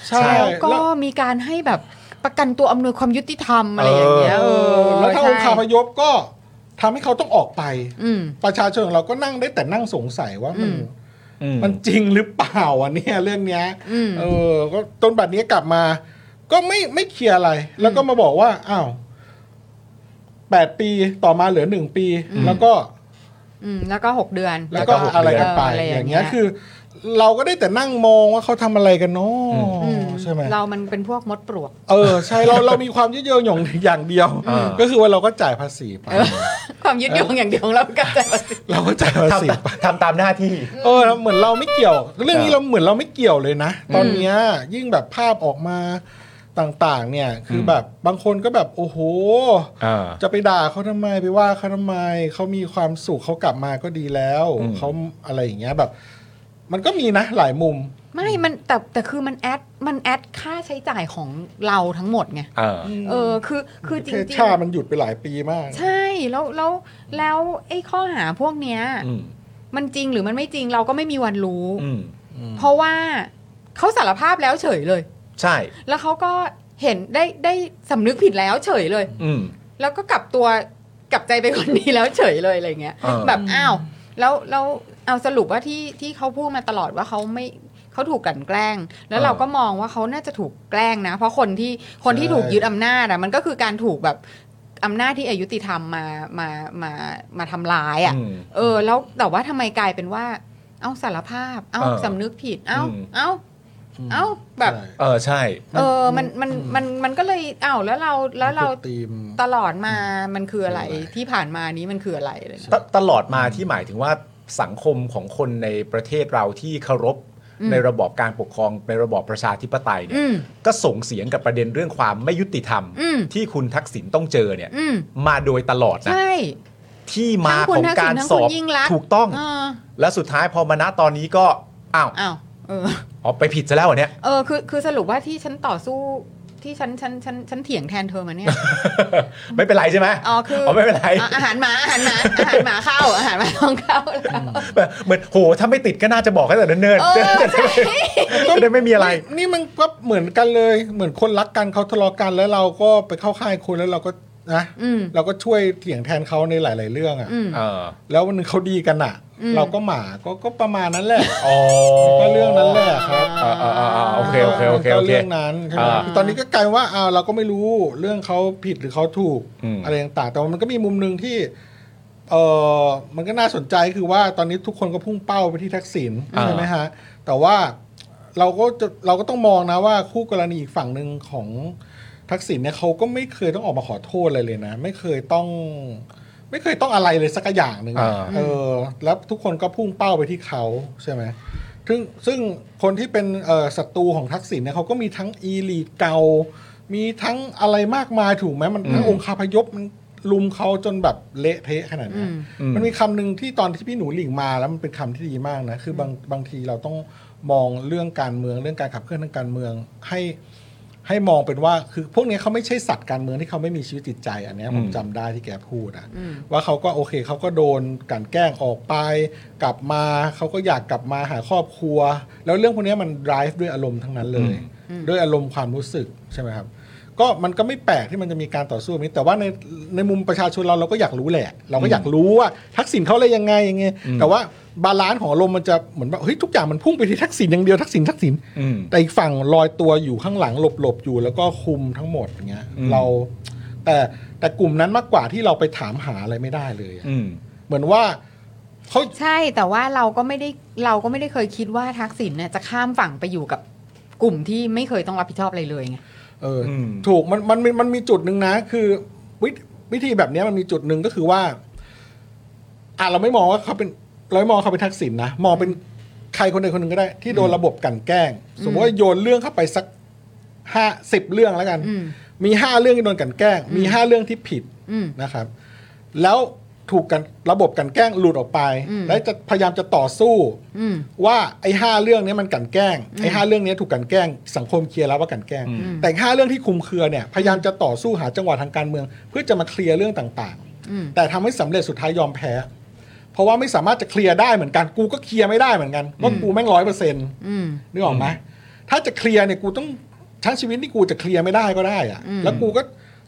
ใช่ แล้วก็ แล้ว มีการให้แบบประกันตัวอำนวยความยุติธรรมอะไรอย่างเงี้ยเออ แล้วถ้าองค์คาพ ใช่ ยพก็ทำให้เขาต้องออกไป อืม ประชาชนของเราก็นั่งได้แต่นั่งสงสัยว่ามัน อืม มันจริงหรือเปล่าอันเนี้ยเรื่องเนี้ย อืม เออก็ต้นบัตรนี้กลับมา ก็ไม่ไม่เคลียร์อะไร แล้วก็มาบอกว่าอ้าวแปดปีต่อมาเหลือหนึ่งปี แล้วก็ อืมแล้วก็ 6 เดือน แล้วก็อะไรกันไป เ อย่างเงี้ยคือ เราก็ได้แต่นั่งมองว่าเขาทำอะไรกันเนาะ ม ใช่ไหม เรามันเป็นพวกมดปลวก เออใช่เราเรามีความยืดเยื้อหย่องอย่างเดียว อ่า ก็คือว่าเราก็จ่ายภาษีไป ความยึดโยงอย่างเดียวของเราก็จะ เราก็จ่ายภาษี ทำตาม ไป ทำตามหน้าที่ เออเหมือนเราไม่เกี่ยว เรื่องนี้เราเหมือนเราไม่เกี่ยวเลยนะ ตอนเนี้ยยิ่งแบบภาพออกมาต่างๆ เนี่ยคืออ ม แบบบางคนก็แบบโอ้โห อ่า จะไปด่าเขาทำไมไปว่าเขาทำไมเขามีความสุขเขากลับมาก็ดีแล้ว อืม เขาอะไรอย่างเงี้ยแบบ มันก็มีนะหลายมุม ไม่มันแต่แต่คือมันแอดมันแอดค่าใช้จ่ายของเราทั้งหมดไง อ่า เออคือคือจ ป ริ ระเทศ ง ชาติมันหยุดไปหลายปีมาก ๆ ใช่แล้วแล้วแล้วไอ้ข้อหาพวกเนี้ย อืม มันจริงหรือมันไม่จริงเราก็ไม่มีวันรู้ อืม เพราะว่าเขาสารภาพแล้วเฉยเลย ใช่ แล้วเขาก็เห็นได้ได้สำนึกผิดแล้วเฉยเลย อืม แล้วก็กลับตัวกลับใจไปคนนี้แล้วเฉยเลยอะไรเงี้ย เออ แบบอ้าวแล้วแล้วเอาสรุปว่าที่ที่เขาพูดมาตลอดว่าเขาไม่เขาถูกกลั่นแกล้ง แล้วเราก็มองว่าเขาน่าจะถูกแกล้งนะ เพราะคนที่คนที่ ใช่ ถูกยึดอำนาจอะมันก็คือการถูกแบบอำนาจที่อายุติธรรมมามามามาทำร้ายอะ อืม เออ แล้วแต่ว่าทำไมกลายเป็นว่า เอาสารภาพ เอา เออ สำนึกผิด เอา อืม เอาเอาแบบ ใช่ เออใช่ เออมันมันมันมันก็เลยอ้าวแล้วเราแล้วเรา มันคือธีม ตลอดมามันคืออะไร คืออะไร ที่ผ่านมานี้มันคืออะไรเลย ตตลอดมาที่หมายถึงว่าสังคมของคนในประเทศเราที่เคารพ อืม ในระบอบการปกครองในระบอบประชาธิปไตยเนี่ย อืม ก็ส่งเสียงกับประเด็นเรื่องความไม่ยุติธรรม อืม ที่คุณทักษิณต้องเจอเนี่ย อืม มาโดยตลอดนะ ใช่ ที่มา ทั้งคุ ขอ ณ ง ทักษิณ การ ทั้ง สอบ คุณยิ่งลักษณ์ ถูกต้อง เออ และสุดท้ายพอมาณตอนนี้ก็อ้าว อ้าวเออ อ๋อไปผิดซะแล้วเหรอเนี่ย เออคือคือสรุปว่าที่ฉันต่อสู้ที่ฉันฉันฉันฉันเถียงแทนเธอมาเนี่ย ไม่เป็นไรใช่ไหม อ๋อคือ ไม่เป็นไร อ่ะอาหารหมาอาหารหมาอาหารหมาเข้าอาหารหมาต้องเข้าแล้ว เหมือนโหถ้าไม่ติดก็น่าจะบอกให้แต่เนิ่น เออๆจะได้ ใช่ จะได้ไม่มีอะไร นี่นี่มันก็เหมือนกันเลย เหมือนคนรักกันเขาทะเลาะกันแล้วเราก็ไปเข้าค่ายคุณแล้วเราก็นะ อืม เราก็ช่วยเถียงแทนเขาในหลาย ๆ เรื่องอ่ะ อืม เออ แล้ววันหนึงเขาดีกันอ่ะ อืม เราก็หมาก็ก็ประมาณนั้นแหละ อ๋อ ก็เรื่องนั้นแหละครับ อ่าอ่าอ่าอ่าโอเคโอเคโอเค มัน โอ ก็ เค เรื่องนั้นใช่ไหม อ่า ตอนนี้ก็กลายว่าเอาวเราก็ไม่รู้เรื่องเขาผิดหรือเขาถูก อืม อะไรต่างๆแต่ว่ามันก็มีมุมหนึ่งที่เออมันก็น่าสนใจคือว่าตอนนี้ทุกคนก็พุ่งเป้าไปที่ทักษิณใช่ไหมฮะแต่ว่า เราก็จะเราก็ต้องมองนะว่าคู่กรณีอีกฝั่งหนึ่งของทักษิณเนี่ยเขาก็ไม่เคยต้องออกมาขอโทษอะไรเลยนะ ไม่เคยต้อง ไม่เคยต้องอะไรเลยสักอย่างหนึ่ง อ่า เออ แล้วทุกคนก็พุ่งเป้าไปที่เขาใช่ไหมซึ่งซึ่งคนที่เป็นเอ่อศัตรูของทักษิณเนี่ยเขาก็มีทั้งอีลีทเกา มีทั้งอะไรมากมายถูกไหมมันทั้งองค์คาพยพมันลุมเขาจนแบบเละเทะขนาด อื เนี้ย ม มันมีคำหนึ่งที่ตอนที่พี่หนูหลิงมาแล้วมันเป็นคำที่ดีมากนะ คือบางบางทีเราต้องมองเรื่องการเมืองเรื่องการขับเคลื่อนทางการเมือง ให้ ให้มองเป็นว่าคือพวกเนี้ยเขาไม่ใช่สัตว์การเมืองที่เขาไม่มีชีวิตจิตใจ อันเนี้ยผม อืม จำได้ที่แกพูดอะ อืม ว่าเขาก็โอเคเขาก็โดนกลันแกล้งออกไป กลับมาเขาก็อยากกลับมาหาครอบครัว แล้วเรื่องพวกเนี้ยมัน drive ด้วยอารมณ์ทั้งนั้นเลย อืม ด้วยอารมณ์ความรู้สึกใช่ไหมครับ ก็มันก็ไม่แปลกที่มันจะมีการต่อสู้แบบนี้ แต่ว่าในในมุมประชาชนเราเราก็อยากรู้แหละ เราก็อยากรู้ว่าทักษิณเขาอะไรยังไงยังไงแต่ว่าบาลานซ์ของอารมณ์มันจะเหมือนแบบเฮ้ยทุกอย่างมันพุ่งไปที่ทักษิณอย่างเดียวทักษิณทักษิณ อืม แต่อีกฝั่งลอยตัวอยู่ข้างหลังหลบๆอยู่แล้วก็คุมทั้งหมดอย่างเงี้ย อืม เราแต่แต่กลุ่มนั้นมากกว่าที่เราไปถามหาอะไรไม่ได้เลยอะ อืม เหมือนว่าเขา ใช่แต่ว่าเราก็ไม่ได้เราก็ไม่ได้เคยคิดว่าทักษิณเนี่ยจะข้ามฝั่งไปอยู่กับกลุ่มที่ไม่เคยต้องรับผิดชอบอะไรเลยไง เอออ ม ถูกมันมันมันมันมีจุดหนึ่งนะ คือวิธวิธีแบบเนี้ยมันมีจุดหนึ่งก็คือว่าอ่ะเราไม่มองว่าเขาเป็นเราไม่มองเขาเป็นทักษิณนะมองเป็นใครคนใดคนหนึ่งก็ได้ ที่โดนระบบกลันแกล้ง สมมติว่าโยนเรื่องเข้าไปสักห้าสิบเรื่องแล้วกัน อืม มีห้าเรื่องที่โดนกลันแกล้ง มีห้าเรื่องที่ผิด อืม นะครับ แล้วถูกกันระบบกลันแกล้งหลุดออกไป อืม และจะพยายามจะต่อสู้ อืม ว่าไอ้ห้าเรื่องเนี้ยมันกลันแกล้งไอ้ห้าเรื่องเนี้ยถูกกลันแกล้ง สังคมเคลียร์แล้วว่ากลันแกล้ง อืม แต่ห้าเรื่องที่คลุมเครือเนี่ยพยายามจะต่อสู้หาจังหวะทางการเมือง เพื่อจะมาเคลียร์เรื่องต่าง อืม ๆ แต่ทำให้สำเร็จสุดท้ายยอมแพ้ เพราะว่าไม่สามารถจะเคลียร์ได้เหมือนกันกูก็เคลียร์ไม่ได้เหมือนกันว่ากูแม่งร้อยเปอร์เซ็นต์ อืม นึกออกไหมถ้าจะเคลียร์เนี่ยกูต้องทั้งชีวิตที่กูจะเคลียร์ไม่ได้ก็ได้อะแล้วกูก็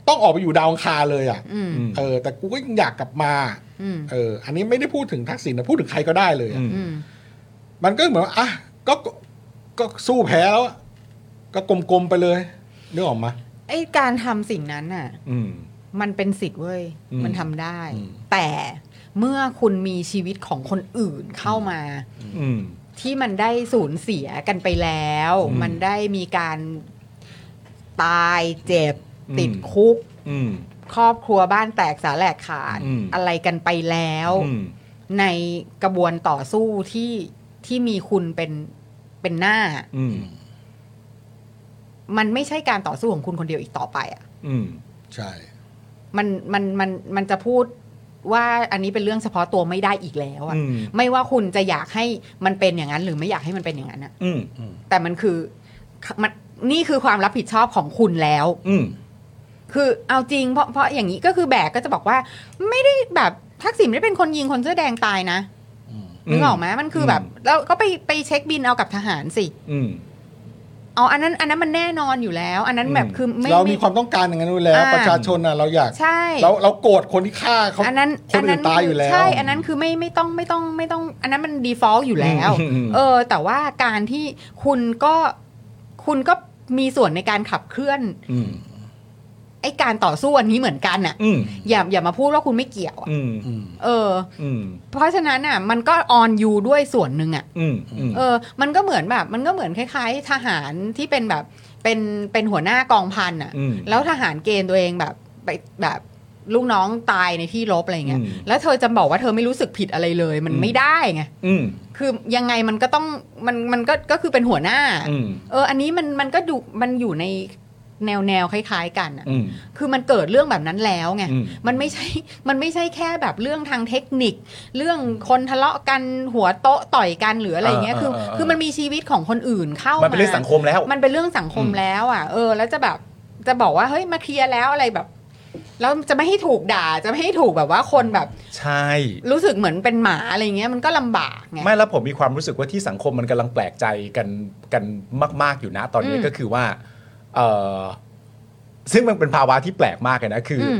ต้องออกไปอยู่ดาวอังคารเลยอะ อืม เออแต่กูก็ยังอยากกลับมา อืม เอออันนี้ไม่ได้พูดถึงทักษิณนะพูดถึงใครก็ได้เลยอะ อืม มันก็เหมือนว่าอ่ะก็ก็ก็สู้แพ้แล้วอะก็กลมๆไปเลยนึกออกมา ไอการทำสิ่งนั้นน่ะ อืม มันเป็นสิทธิ์เว้ย อืม มันทำได้ อืม แต่เมื่อคุณมีชีวิตของคนอื่นเข้ามา อืม ที่มันได้สูญเสียกันไปแล้ว อืม มันได้มีการตายเจ็บ อืม ติดคุก อืม ครอบครัวบ้านแตกสาแหลกขาด อืม อะไรกันไปแล้ว อืม ในกระบวนต่อสู้ที่ที่มีคุณเป็นเป็นหน้า อืม มันไม่ใช่การต่อสู้ของคุณคนเดียวอีกต่อไปอ่ะ อืม ใช่ มันมันมันมันจะพูดว่าอันนี้เป็นเรื่องเฉพาะตัวไม่ได้อีกแล้วอะ อืม ไม่ว่าคุณจะอยากให้มันเป็นอย่างนั้น หรือไม่อยากให้มันเป็นอย่างนั้นอะ อืม แต่มันคือมันนี่คือความรับผิดชอบของคุณแล้ว อืม คือเอาจริงเพราะเพราะอย่างนี้ก็คือแบกก็จะบอกว่า ไม่ได้แบบทักษิณไม่ได้เป็นคนยิงคนเสื้อแดงตายนะนึกออกไหมมันคือแบบแล้วก็ไปไปเช็คบินเอากับทหารสิ อืม เอาอันนั้นอันนั้นมันแน่นอนอยู่แล้ว อันนั้นแบบคือไม่ เรามี ไม่ ความต้องการอย่างนั้นอยู่แล้ว อ่า ประชาชนนะเราอยาก ใช่ เราเราโกรธคนที่ฆ่าเขา อันนั้น คนอื่นตายอยู่แล้ว ใช่ อันนั้นคือไม่ไม่ต้องไม่ต้องไม่ต้อง อันนั้นมัน default อยู่แล้ว อืม เออ แต่ว่าการที่คุณก็คุณก็มีส่วนในการขับเคลื่อน อืม ไอ้การต่อสู้อันนี้เหมือนกันน่ะ อืม อย่าอย่ามาพูดว่าคุณไม่เกี่ยวอะ อืม อืม เออ อืม เพราะฉะนั้นอ่ะ มันก็ on you ด้วยส่วนหนึ่งอ่ะ อืม อืม เออ มันก็เหมือนแบบ มันก็เหมือนคล้าย ๆ ทหารที่เป็นแบบเป็นเป็นหัวหน้ากองพันอ่ะ อืม แล้วทหารเกณฑ์ตัวเองแบบไปแบบลูกน้องตายในที่รบอะไรเงี้ย อืม แล้วเธอจะบอกว่าเธอไม่รู้สึกผิดอะไรเลย มัน อืม ไม่ได้ไง อืม คือยังไงมันก็ต้องมันมันก็ก็คือเป็นหัวหน้า อืม เออ อันนี้มันมันก็ดูมันอยู่ในแนวแนวคล้าย ๆ กันอะ อืม คือมันเกิดเรื่องแบบนั้นแล้วไง อืม มันไม่ใช่ มันไม่ใช่แค่แบบเรื่องทางเทคนิค เรื่องคนทะเลาะกันหัวโต๊ะต่อยกันหรืออะไรเงี้ย เออ คือ เออเออ คือมันมีชีวิตของคนอื่นเข้ามา มันเป็นเรื่องสังคมแล้ว มันเป็นเรื่องสังคม อืม แล้วอ่ะ เออ แล้วจะแบบจะบอกว่าเฮ้ยมาเคลียร์แล้วอะไรแบบ แล้วจะไม่ให้ถูกด่าจะไม่ให้ถูกแบบว่าคนแบบ ใช่ รู้สึกเหมือนเป็นหมาอะไรเงี้ยมันก็ลำบากไง ไม่แล้วผมมีความรู้สึกว่าที่สังคมมันกำลังแปลกใจกันกันมาก ๆ อยู่นะ ตอนนี้ อืม ก็คือว่าเออซึ่งมันเป็นภาวะที่แปลกมากเลยนะคืออ ม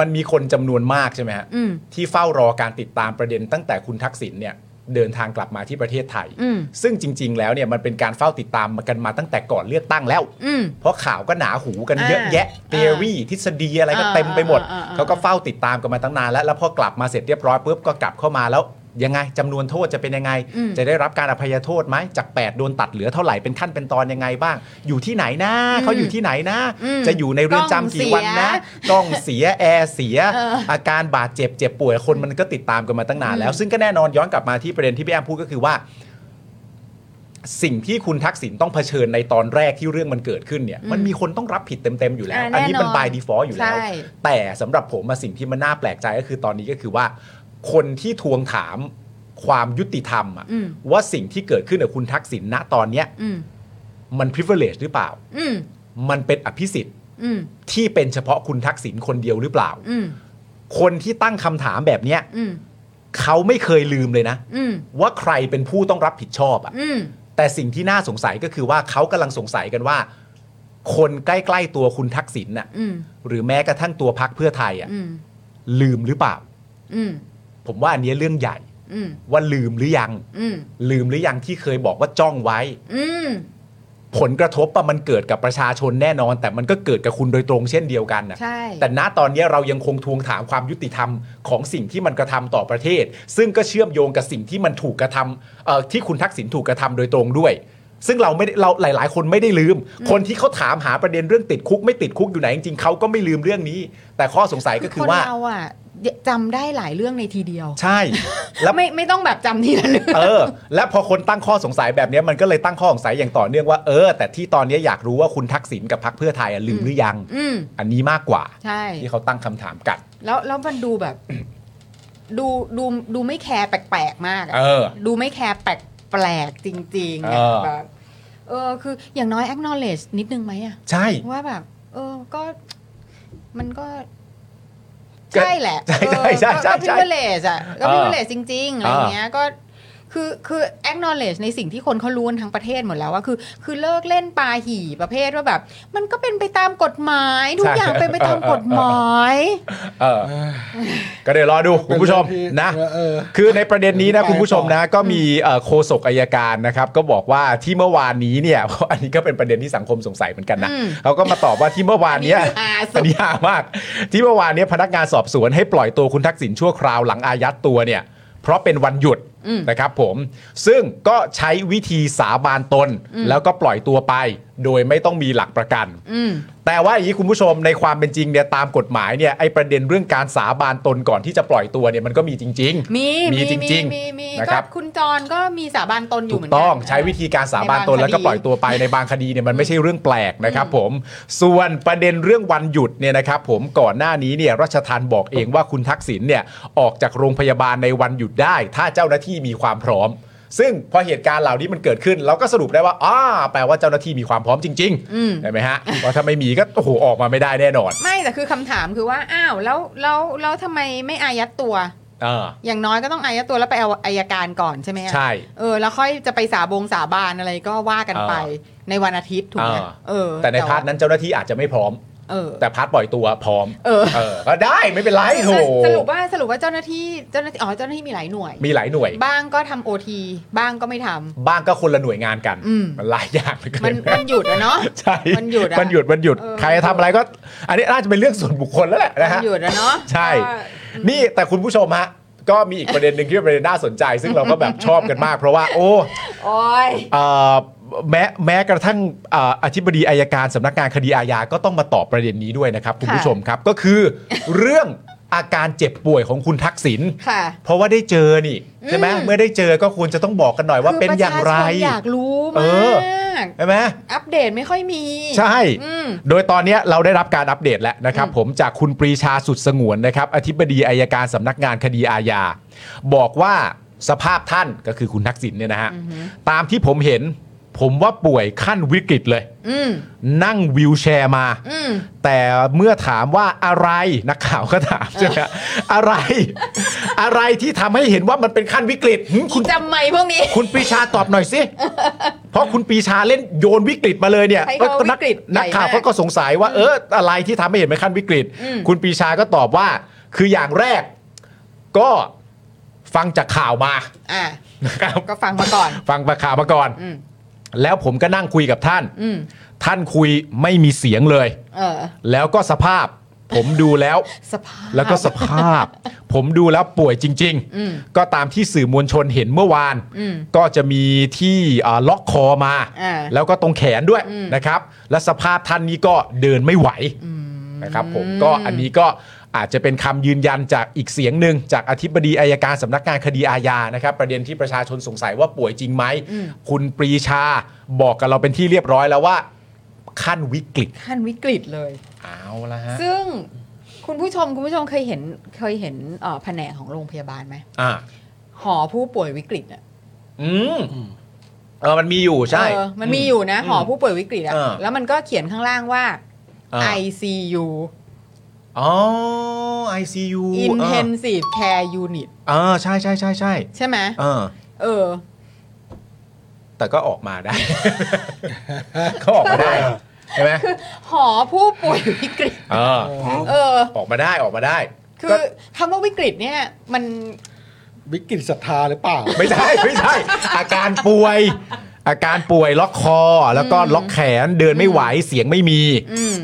มันมีคนจำนวนมากใช่ไหมฮะ อืม ที่เฝ้ารอการติดตามประเด็นตั้งแต่คุณทักษิณเนี่ย เดินทางกลับมาที่ประเทศไทย อืม ซึ่งจริง ๆ แล้วเนี่ยมันเป็นการเฝ้าติดตามมากันมาตั้งแต่ก่อนเลือกตั้งแล้ว อืม เพราะข่าวก็หนาหูกัน อ่า เยอะแยะเทอรี่ทฤษฎีอะไรก็เต็มไปหมด อ่าอ่าอ่า เขาก็เฝ้าติดตามกันมาตั้งนานแล้วแล้วพอกลับมาเสร็จเรียบร้อยปุ๊บก็กลับเข้ามาแล้วยังไงจำนวนโทษจะเป็นยังไง จะได้รับการอภัยโทษไหมจาก 8 โดนตัดเหลือเท่าไหร่เป็นขั้นเป็นตอนยังไงบ้าง อยู่ที่ไหนนะเขาอยู่ที่ไหนนะ จะอยู่ในเรือนจำกี่วันนะกล้องเสียแอร์เสีย อาการบาดเจ็บเจ็บป่วยคนมันก็ติดตามกันมาตั้งนานแล้ว ซึ่งก็แน่นอนย้อนกลับมาที่ประเด็นที่พี่แอมพูดก็คือว่า สิ่งที่คุณทักษิณต้องเผชิญในตอนแรกที่เรื่องมันเกิดขึ้นเนี่ย มันมีคนต้องรับผิดเต็ม ๆ อยู่แล้ว อ่า อันนี้ แน่นอน มัน by default อยู่แล้ว ใช่ แต่สำหรับผมมาสิ่งที่มันน่าแปลกใจก็คือตอนนี้ก็คือว่า คนที่ทวงถามความยุติธรรมอะ อืม ว่าสิ่งที่เกิดขึ้นกับคุณทักษิณณตอนเนี้ย อืม มัน privilege หรือเปล่า อืม มันเป็นอภิสิทธิ์ อืม ที่เป็นเฉพาะคุณทักษิณคนเดียวหรือเปล่า อืม คนที่ตั้งคำถามแบบเนี้ย อืม เขาไม่เคยลืมเลยนะ อืม ว่าใครเป็นผู้ต้องรับผิดชอบอะ อืม แต่สิ่งที่น่าสงสัยก็คือว่าเขากำลังสงสัยกันว่า คนใกล้ๆตัวคุณทักษิณน่ะ อืม หรือแม้กระทั่งตัวพักเพื่อไทยอะ อืม ลืมหรือเปล่า อืม ผมว่าอันเนี้ยเรื่องใหญ่ อืม ว่าลืมหรือยัง อืม ลืมหรือยังที่เคยบอกว่าจ้องไว้ อืม ผลกระทบอะมันเกิดกับประชาชนแน่นอน แต่มันก็เกิดกับคุณโดยตรงเช่นเดียวกันน่ะ ใช่ แต่ณตอนนี้เรายังคงทวงถามความยุติธรรมของสิ่งที่มันกระทำต่อประเทศ ซึ่งก็เชื่อมโยงกับสิ่งที่มันถูกกระทำเอ่อที่คุณทักษิณถูกกระทำโดยตรงด้วย ซึ่งเราไม่ได้เราหลาย ๆ คนไม่ได้ลืม คนที่เขาถามหาประเด็นเรื่องติดคุกไม่ติดคุกอยู่ไหนจริงๆเขาก็ไม่ลืมเรื่องนี้ แต่ข้อสงสัยก็คือว่า นเราอ่ะจำได้หลายเรื่องในทีเดียว ใช่แล้ว ไม่ไม่ต้องแบบจำทีละเรื่อง เออ และพอคนตั้งข้อสงสัยแบบเนี้ยมันก็เลยตั้งข้อสงสัยอย่างต่อเนื่องว่าเออ แต่ที่ตอนเนี้ยอยากรู้ว่าคุณทักษิณกับพรรคเพื่อไทยอะลืมหรือยัง อืม อันนี้มากกว่า ใช่ ที่เขาตั้งคำถามกัน แล้วแล้วมันดูแบบ ดูดูดูไม่แคร์แปลกๆมากอะ เออ ดูไม่แคร์แปลกแปลกๆจริงๆ เอ อะ อ แบบเออ คืออย่างน้อย acknowledge นิดนึงไหมอะ ใช่ ว่าแบบ เออก็ มันก็ ก็ ใช่แหละ ใช่ใช่ เออ ใช่ใช่ ก็ ใช่ พิเวเลสอะก็ เออ พิเวเลสจริงๆอะไรอย่างเงี้ยก็คือคือ acknowledge ในสิ่งที่คนเขารู้กันทั้งประเทศหมดแล้วว่าคือ คือเลิกเล่นปลาหี่ประเภทว่าแบบ มันก็เป็นไปตามกฎหมาย ทุก ใช่ อย่างเป็นไปตาม เออเออ กฎหมาย เออ ก็เดี๋ยวรอดูคุณผู้ชม เป็นเรื่องที่ นะ เออ คือในประเด็นนี้ไปนะต่อ คุณผู้ชมนะ ก็มีเอ่อโฆษกอายการนะครับ ก็บอกว่าที่เมื่อวานนี้เนี่ย อันนี้ก็เป็นประเด็นที่สังคมสงสัยเหมือนกันนะ อืม เขาก็มาตอบว่าที่เมื่อวานเนี้ย คืออาสุ อั ด นนี้หามาก ที่เมื่อวานเนี้พนักงานสอบสวนให้ปล่อยตัวคุณทักษิณชั่วคราวหลังอายัดตัวเนี่ย เพราะเป็นวันหยุด อืม นะครับผม ซึ่งก็ใช้วิธีสาบานตน อืม แล้วก็ปล่อยตัวไป โดยไม่ต้องมีหลักประกัน อืม แต่ว่าอย่างนี้คุณผู้ชมในความเป็นจริงเนี่ยตามกฎหมายเนี่ยไอประเด็นเรื่องการสาบานตนก่อนที่จะปล่อยตัวเนี่ยมันก็มีจริง ๆ มี มีจริงๆ มีมีมี นะค ก็ รับ คุณจรก็มีสาบานตนอยู่ ถู เหมื ก อนกัน ต้องใช้วิธีการสาบานตน ในบาง แล้วก็ คดี ปล่อยตัวไปในบางคดีเนี่ยมันไม่ใช่เรื่องแปลกนะครับผม ส่วนประเด็นเรื่องวันหยุดเนี่ยนะครับผมก่อนหน้านี้เนี่ยรัชทานบอกเองว่าคุณทักษิณเนี่ยออกจากโรงพยาบาลในวันหยุดได้ ถ้าเจ้าหน้าที่มีความพร้อม ซึ่งพอเหตุการณ์เหล่านี้มันเกิดขึ้น เราก็สรุปได้ว่าอ้าแปลว่าเจ้าหน้าที่มีความพร้อมจริง อืม ๆใช่ไหมฮะว่าถ้าไม่มีก็โอ้โหออกมาไม่ได้แน่นอน ไม่แต่คือคำถามคือว่าอ้าวแล้วแล้วแล้วทำไมไม่อายัดตัว เออ อย่างน้อยก็ต้องอายัดตัวแล้วไปเอาอายการก่อนใช่ไหมอะ ใช่ เออแล้วค่อยจะไปสาบงสาบานอะไรก็ว่ากันไปในวันอาทิตย์ถูกไหม อ่า เออ แต่ในพาร์ทนั้นเจ้าหน้าที่อาจจะไม่พร้อม เออ แต่พาร์ทปล่อยตัวพร้อม เออ เออก็ได้ไม่เป็นไรโห สรุปว่าสรุปว่าเจ้าหน้าที่เจ้าหน้าที่อ๋อเจ้าหน้าที่มีหลายหน่วย มีหลายหน่วย บ้างก็ทำโอทีบ้างก็ไม่ทำ บ้างก็คนละหน่วยงานกัน อืม นหลายอย่างเหลือเกิ มันมันหยุดอะเนาะ ใช่ มันหยุดอะ มันหยุดมันหยุด เออ ใครจะทำอะไรก็ อันนี้น่าจะเป็นเรื่องส่วนบุคคลแล้วแหละนะ มั ฮะ นหยุดอะเนาะ ใช่ ก็ นี่แต่คุณผู้ชมฮะก็มีอีกประเด็นหนึ่งที่เป็นประเด็นน่าสนใจ ซึ่งเราก็แบบชอบกันมาก เพราะว่า โอ้ โอ้ย เอ่อแม้แม้กระทั่งเอ่ออธิบดีอายการสำนักงานคดีอาญาก็ต้องมาตอบประเด็นนี้ด้วยนะครับคุณผู้ชมครับก็คือ เรื่องอาการเจ็บป่วยของคุณทักษิณ ค่ะ เพราะว่าได้เจอนี่ใช่ไหม อืม เมื่อได้เจอก็ควรจะต้องบอกกันหน่อยว่าเป็นอย่างไร คืปะชาชนอยากรู้ เอ มา อ ก ใช่ไหม อัปเดตไม่ค่อยมี ใช่ อืม โดยตอนเนี้ยเราได้รับการอัปเดตแล้วนะครับ ผมจากคุณปรีชาสุดสงวนนะครับ อธิบดีอายการสำนักงานคดีอาญาบอกว่าสภาพท่านก็คือคุณทักษิณเนี่ยนะฮะ ตามที่ผมเห็น ผมว่าป่วยขั้นวิกฤตเลย อืม นั่งวิวแชร์มา อืม แต่เมื่อถามว่าอะไรนักข่าวก็ถามใช่ไหมฮะอะไร อะไรที่ทำให้เห็นว่ามันเป็นขั้นวิกฤตหึคุ คุณณจำไหมพวกนี้ คุณปรีชาตอบหน่อย สิ เพราะคุณปรีชาเล่นโยนวิกฤตมาเลยเนี่ย ใช้คำว่า นั วิกฤต นักข่าว ใหญ่มาก เขาก็สงสัยว่า เอออะไรที่ทำให้เห็นเป็นขั้นวิกฤต อืม คุณปรีชาก็ตอบว่า คืออย่างแรกก็ฟังจากข่าว มา อ่ะ นะครับ ก็ฟังมาก่อน ฟังจากข่าวมาก่อน อืม แล้วผมก็นั่งคุยกับท่าน อืม ท่านคุยไม่มีเสียงเลย เออ แล้วก็สภาพ ผมดูแล้ว สภาพ แล้วก็สภา พ ผมดูแล้วป่วยจริง อืม ๆ ก็ตามที่สื่อมวลชนเห็นเมื่อวาน อืม ก็จะมีที่เอ่อล็อกคอมา อ่า แล้วก็ตรงแขนด้วย อืม นะครับ และสภาพท่านนี้ก็เดินไม่ไหวนะครับผมก็อันนี้ก็อาจจะเป็นคำยืนยันจากอีกเสียงหนึ่งจากอธิบดีอายการสำนักงานคดีอาญานะครับ ประเด็นที่ประชาชนสงสัยว่าป่วยจริงไหม อืม คุณปรีชาบอกกับเราเป็นที่เรียบร้อยแล้วว่า ขั้นวิกฤต ขั้นวิกฤตเลย เอาละฮะ ซึ่งคุณผู้ชมคุณผู้ชมเคยเห็นเคยเห็นเอ่อแผนกของโรงพยาบาลไหม อ่า หอผู้ป่วยวิกฤตอ่ะ อืม เออมันมีอยู่ใช่ เออมันมีอยู่นะ หอผู้ป่วยวิกฤตอะ เออ แล้วมันก็เขียนข้างล่างว่า อ่า ICU อ๋อ ICU เออ Intensive Care Unit เออใช่ใช่ใช่ใช่ ใช่ไหม เออ เออ แต่ก็ออกมาได้ เขาออกมาได้ใช่ไหม หอผู้ป่วยวิกฤต เออ เออ ออกมาได้ออกมาได้ คือคำว่าวิกฤตเนี่ย มัน วิกฤตศรัทธาหรือเปล่า ไม่ใช่ ไม่ใช่ อาการป่วย อาการป่วยล็อกคอ แล้วก็ล็อกแขนเดินไม่ไหวเสียงไม่มี อืม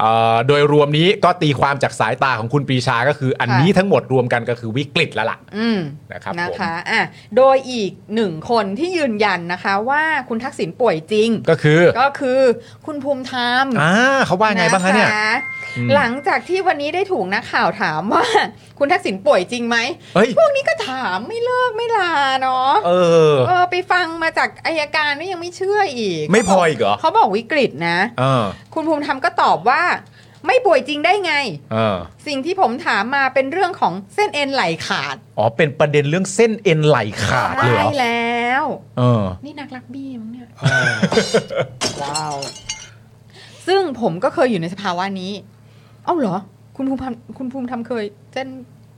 เอ่อโดยรวมนี้ก็ตีความจากสายตาของคุณปรีชาก็คือ อัน ค่ะ นี้ทั้งหมดรวมกันก็คือวิกฤตแล้วล่ะ อืม นะครับผม นะคะอ่ะโดยอีกหนึ่งคนที่ยืนยันนะคะว่าคุณทักษิณป่วยจริง ก็คือ ก็คือคุณภูมิธรรม อ่าเขาว่าไงบ้างคะเนี่ย ค อืม หลังจากที่วันนี้ได้ถูกนักข่าวถามว่า คุณทักษิณป่วยจริงไหม เฮ้ย พวกนี้ก็ถามไม่เลิกไม่ลาเนาะ เออ เออไปฟังมาจากอายการนี่ยังไม่เชื่ออีก ไม่พออีกเหรอ เขาบอกวิกฤตนะ เออ คุณภูมิธรรมก็ตอบว่า ไม่ป่วยจริงได้ไง เออ สิ่งที่ผมถามมาเป็นเรื่องของเส้นเอ็นไหลขาด อ๋อเป็นประเด็นเรื่องเส้นเอ็นไหลขาดเลยเหรอ ใช่แล้ว เออ นี่นักรักบี้มั้งเนี่ยว้าว ซึ่งผมก็เคยอยู่ในสภาวะนี้ เอ้าเหรอ คุณภูมิธรรมคุณภูมิธรรมเคยเส้น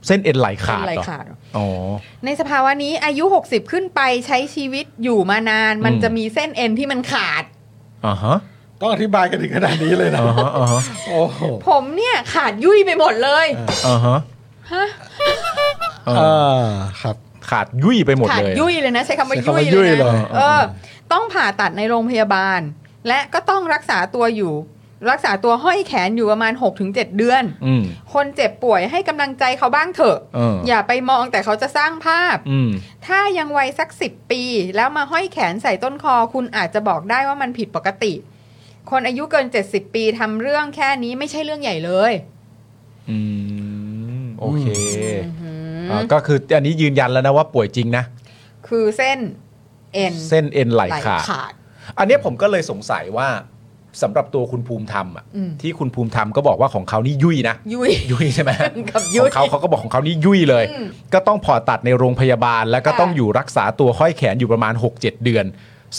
เส้นเอ็นไหล เส้น ขาด ไหล เหรอ ขาดเหรอ อ๋อ ในสภาวะนี้อายุ 60 ขึ้นไปใช้ชีวิตอยู่มานาน มัน อืม จะมีเส้นเอ็นที่มันขาด อ่าฮะ ต้องอธิบายกันถึงขนาดนี้เลยนะ อ่าฮะอ่าฮะ โอ้โห ผมเนี่ยขาดยุ่ยไปหมดเลย อ่าฮะ ฮะ เออ อ่าครับ ขาดยุ่ยไปหมด ขาด เลย ยุ่ยเลยนะ ใช้คำว่า ใช้ ยุ่ คำว่าย ยุ่ เลย ย เหรอ นะเออ ต้องผ่าตัดในโรงพยาบาล และก็ต้องรักษาตัวอยู่ รักษาตัวห้อยแขนอยู่ประมาณ 6-7 เดือน อืม คนเจ็บป่วยให้กำลังใจเขาบ้างเถอะ เอออ อย่าไปมองแต่เขาจะสร้างภาพ อืม ถ้ายังวัยสักสิบปี แล้วมาห้อยแขนใส่ต้นคอ คุณอาจจะบอกได้ว่ามันผิดปกติ คนอายุเกิน 70 ปีทำเรื่องแค่นี้ไม่ใช่เรื่องใหญ่เลย อืม โอเค อื้อหือ อ่าก็คืออันนี้ยืนยันแล้วนะว่าป่วยจริงนะ คือเส้นเอ็น เส้นเอ็นไหลขาด ขาด อันเนี้ยผมก็เลยสงสัยว่าสำหรับตัวคุณภูมิธรรมอ่ะ อืม ที่คุณภูมิธรรมก็บอกว่าของเขานี่ยุ่ยนะ ยุย ยุ่ยใช่ไหม กับ ยุ่ ขอย งเขาเขาก็บอกของเขานี่ยุ่ยเลย อืม ก็ต้องผ่าตัดในโรงพยาบาล แล้วก็ ค่ะ ต้องอยู่รักษาตัวห้อยแขนอยู่ประมาณ 6-7 เดือน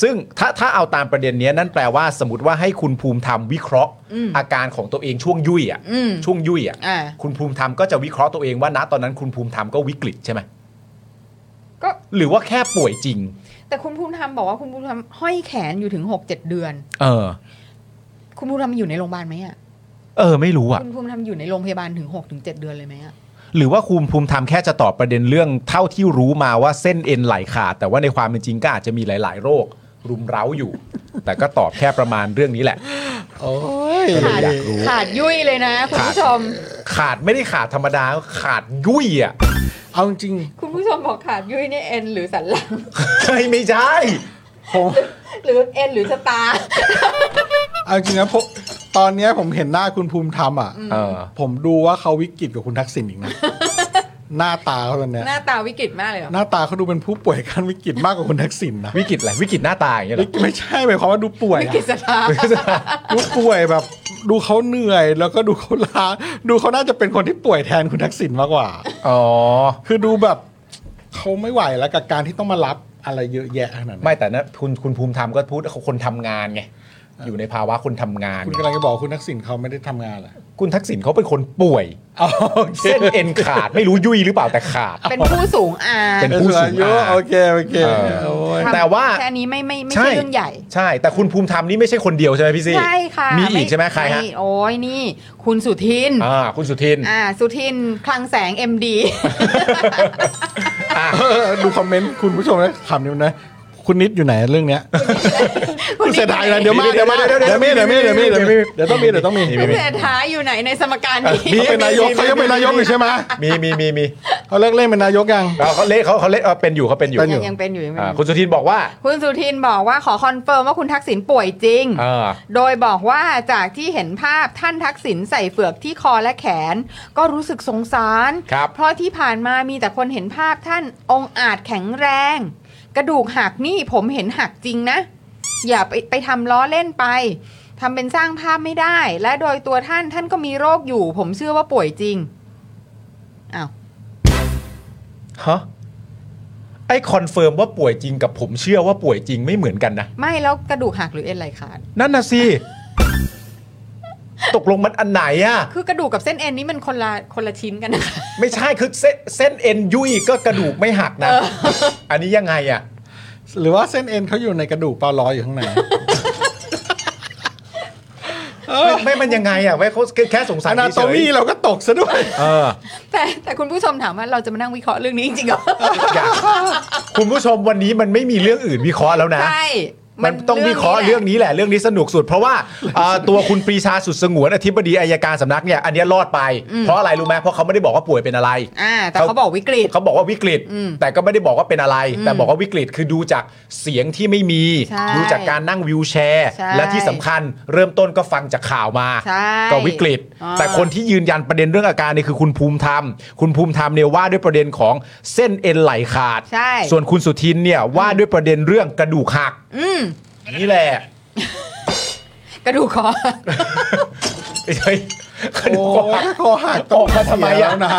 ซึ่งถ้าถ้าเอาตามประเด็นเนี้ยนั่นแปลว่าสมมติว่าให้คุณภูมิธรรมวิเคราะห์ อาการของตัวเองช่วงยุ่ยอ่ะ อืม ช่วงยุ่ยอ่ะ อ่า คุณภูมิธรรมก็จะวิเคราะห์ตัวเองว่าณตอนนั้นคุณภูมิธรรมก็วิกฤตใช่ไหม ก็ หรือว่าแค่ป่วยจริง แต่คุณภูมิธรรมบอกว่าคุณภูมิธรรมห้อยแขนอยู่ถึง 6-7 เดือน เออ คุณภูมิธรรมอยู่ในโรงพยาบาลไหมอ่ะ เออ ไม่รู้อ่ะ คุณภูมิธรรมอยู่ในโรงพยาบาลถึง6-7 เดือนเลยไหมอ่ะ หรือว่าคุณภูมิธรรมแค่จะตอบประเด็นเรื่องเท่าที่รู้มาว่าเส้นเอ็นไหลขาดแต่ว่าในความเป็นจริงก็อาจจะมีหลาย ๆ โรค รุมเร้าอยู่ แต่ก็ตอบแค่ประมาณเรื่องนี้แหละ โอ้ย ขาดขาดยุ่ยเลยนะ คุณผู้ชม ขาดไม่ได้ขาดธรรมดาขาดยุ่ยอ่ะ เอาจริง คุณผู้ชมบอกขาดยุ่ยเนี่ยเอ็นหรือสันหลัง เฮ้ยไม่ใช่ ๆผม หรือเอ็นหรือสตาร์ เอาจริงนะผมตอนเนี้ยผมเห็นหน้าคุณภูมิธรรมอ่ะ เออ ผมดูว่าเขาวิกฤตกับคุณทักษิณอี กนะ หน้าตาเขาตอนเนี้ย หน้าตาวิกฤตมากเลยเหรอ หน้าตาเขาดูเป็นผู้ป่วยขั้นวิกฤตมากกว่าคุณทักษิณนะ วิกฤตอะไรวิกฤตหน้าตายอย่างเงี้ยเหรอ ไม่ใช่หมายความว่าดูป่วย วิ อะ กฤตสตาร์ ดูป่วยแบบ ดูเขาเหนื่อยแล้วก็ดูเขาล้าดูเขาน่าจะเป็นคนที่ป่วยแทนคุณทักษิณมากกว่า อ๋อ คือดูแบบเขาไม่ไหวแล้วกับการที่ต้องมารับอะไรเยอะแยะขนาดนั้น ไม่แต่นะคุณคุณภูมิธรรมก็พูดเขาคนทำงานไงอยู่ในภาวะคนทำงาน คุณ ไง กำลังจะบอกคุณทักษิณเขาไม่ได้ทำงานเหรอ คุณทักษิณเขาเป็นคนป่วย อ๋อโอเค เส้นเอ็นขาดไม่รู้ยุ่ยหรือเปล่าแต่ขาด เป็นผู้สูงอา เป็ ยุ นผู้สูงอายุ โอเคโอเค เออ โอ้ย แต่ว่า แค่นี้ไม่ไม่ไม่ใช่เรื่องใหญ่ ใช่ แต่คุณภูมิธรรมนี่ไม่ใช่คนเดียวใช่ไหมพี่ซี่ ใช่ค่ะ มีอีกใช่ไหมใครฮะ โอ้ยนี่ คุณสุทิน อ่าคุณสุทิน อ่า สุทินคลังแสง MD อ่ะ เออดูคอมเมนต์คุณผู้ชมนะคำนี้นะ คุณนิดอยู่ไหนเรื่องเนี้ยคุณเสียดายนะเดี๋ยวมาเดี๋ยวมาเดี๋ยวเดี๋ยวมีเดี๋ยวมีเดี๋ยวมีเดี๋ยวมีเดี๋ยวต้องมีเดี๋ยวต้องมี คุณเศรษฐาอยู่ไหนในสมการนี้ เขาเป็นนายกเขายังเป็นนายกอยู่ใช่ไหม มีมีมีมี เขาเลิกเล่นเป็นนายกยัง เราเขาเละเขาเขาเละเออเป็นอยู่เขาเป็นอยู่ เป็นอยู่ ยังเป็นอยู่ยังเป็น อ่า อยู่ คุณสุทินบอกว่า คุณสุทินบอกว่าขอคอนเฟิร์มว่าคุณทักษิณป่วยจริง เออ โดยบอกว่าจากที่เห็นภาพท่านทักษิณใส่เฟือกที่คอและแขน ก็รู้สึกสงสาร ครับ เพราะที่ผ่านมามีแต่คนเห็นภาพท่านองค์อาจแข็งแรง กระดูกหักนี่ผมเห็นหักจริงนะ อย่าไปไปทำล้อเล่นไปทำเป็นสร้างภาพไม่ได้ และโดยตัวท่านท่านก็มีโรคอยู่ ผมเชื่อว่าป่วยจริงอ้าว ฮะไอ ไอ้คอนเฟิร์มว่าป่วยจริงกับผมเชื่อว่าป่วยจริงไม่เหมือนกันนะ ไม่แล้วกระดูกหักหรือเอ็นไหลขาด นั่นน่ะสิ ตกลงมันอันไหนอะ คือกระดูกกับเส้นเอ็นนี่มันคนละคนละชิ้นกันนะคะ ไม่ใช่คือเส้นเส้นเอ็นยุ่ยก็กระดูกไม่หักนะ เออ อันนี้ยังไงอะ หรือว่าเส้นเอ็นเขาอยู่ในกระดูกเปลาร้อยอยู่ข้างใน ไม่ไม่มันยังไงอะไว้เขาแค่สงสัย อนา เฉ โตมี ย เราก็ตกซะด้วย ๆเออ แต่แต่คุณผู้ชมถามว่าเราจะมานั่งวิเคราะห์เรื่องนี้จริงๆเหรอ อยากคุณผู้ชมวันนี้มันไม่มีเรื่องอื่นวิเคราะห์แล้วนะ ใช่ มันต้องวิเคราะห์เรื่องนี้แหละเรื่องนี้สนุกสุด เพราะว่าเอ่อตัวคุณปรีชาสุดสงวนอธิบดีอายการสำนักเนี่ยอันเนี้ยรอดไป เพราะอะไรรู้ไหมเพราะเขาไม่ได้บอกว่าป่วยเป็นอะไร อ่า แต่เขาบอกวิกฤต เขาบอกว่าวิกฤต อืม แต่ก็ไม่ได้บอกว่าเป็นอะไร แต่บอกว่าวิกฤตคือดูจากเสียงที่ไม่มี ใช่ ดูจากการนั่งวิวแชร์ ใช่ และที่สำคัญเริ่มต้นก็ฟังจากข่าวมา ใช่ ก็วิกฤต อ่า แต่คนที่ยืนยันประเด็นเรื่องอาการเนี่ยคือคุณภูมิธรรม คุณภูมิธรรมเนี่ยว่าด้วยประเด็นของเส้นเอ็นไหลขาด ใช่ ส่วนคุณสุทินเนี่ยว่าด้วยประเด็นเรื่องกระดูกหัก อืม นี่แหละ กระดูกคอ เฮ้ยกระดู โอ้ กหัก ยคอหัก ออกมาทำไมอะ แล้วนะ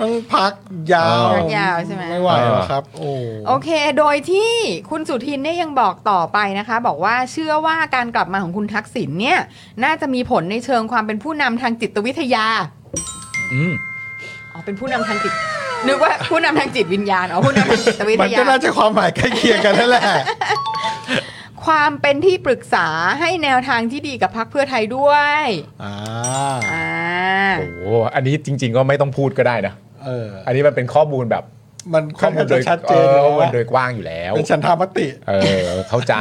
ต้องพักยาว พักยาวใช่ไหม ไม่ไหวแล้วครับ โอ้ โอเค โดยที่คุณสุทินเนี่ยยังบอกต่อไปนะคะ บอกว่าเชื่อว่าการกลับมาของคุณทักษิณเนี่ย น่าจะมีผลในเชิงความเป็นผู้นำทางจิตวิทยา อืม อ๋อ เป็นผู้นำทางจิต นึกว่าผู้นำทางจิตวิญญาณ อ๋อ ผู้นำทางจิตวิ มั ท น ยา ก็น่าจะความหมายใกล้เคียงกันนั่นแหละ ความเป็นที่ปรึกษาให้แนวทางที่ดีกับพรรคเพื่อไทยด้วย อ่า อ่า โอ้โหอันนี้จริง ๆ ก็ไม่ต้องพูดก็ได้นะ เออ อันนี้มันเป็นข้อมูลแบบ มัน ข้ ค่ อ อน มู ข้างลโด จะ ย ชัดเจน เอ แล้วอมั ว่าน โดยกว้างอยู่แล้ว เป็นฉันทามติ เออเข้าใจ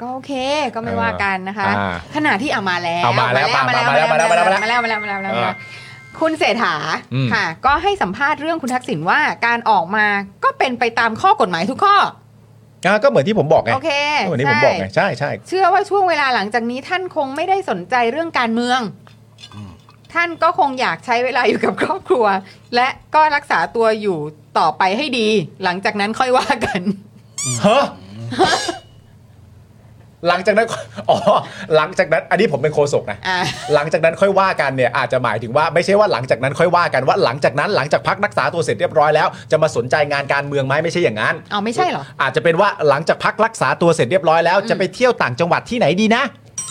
ก็โอเค ก็ไม่ว่ากันนะคะ อ่า ขณะที่เอามาแล้ว เอามาแล้ว มาแล้ว มา มา แล้ แล้วว มา มา แล้ แล้ว วมาแล้ว วมาแล้มาแล้ว มาแล้วมาแล้วมาแล้วมาแล้วมาแล้ว อ่า คุณเศรษฐา อืม ค่ะ ก็ให้สัมภาษณ์เรื่องคุณทักษิณว่าการออกมาก็เป็นไปตามข้อกฎหมายทุกข้อ อ่ะก็เหมือนที่ผมบอกไง โอเค ก็เหมือนที่ผมบอกไงใช่ใช่ เชื่อว่าช่วงเวลาหลังจากนี้ท่านคงไม่ได้สนใจเรื่องการเมือง ท่านก็คงอยากใช้เวลาอยู่กับครอบครัว และก็รักษาตัวอยู่ต่อไปให้ดี หลังจากนั้นค่อยว่ากัน ฮะหลังจากนั้น อ๋อหลังจากนั้น อันนี้ผมเป็นโคศกนะ อ่า หลังจากนั้นค่อยว่ากันเนี่ยอาจจะหมายถึงว่าไม่ใช่ว่าหลังจากนั้นค่อยว่ากันว่าหลังจากนั้นหลังจากพักรักษาตัวเสร็จเรียบร้อยแล้วจะมาสนใจงานการเมืองไหมไม่ใช่อย่างนั้น เอาไม่ใช่เหรอ อาจจะเป็นว่าหลังจากพักรักษาตัวเสร็จเรียบร้อยแล้วจะไปเที่ยวต่างจังหวัดที่ไหนดีนะ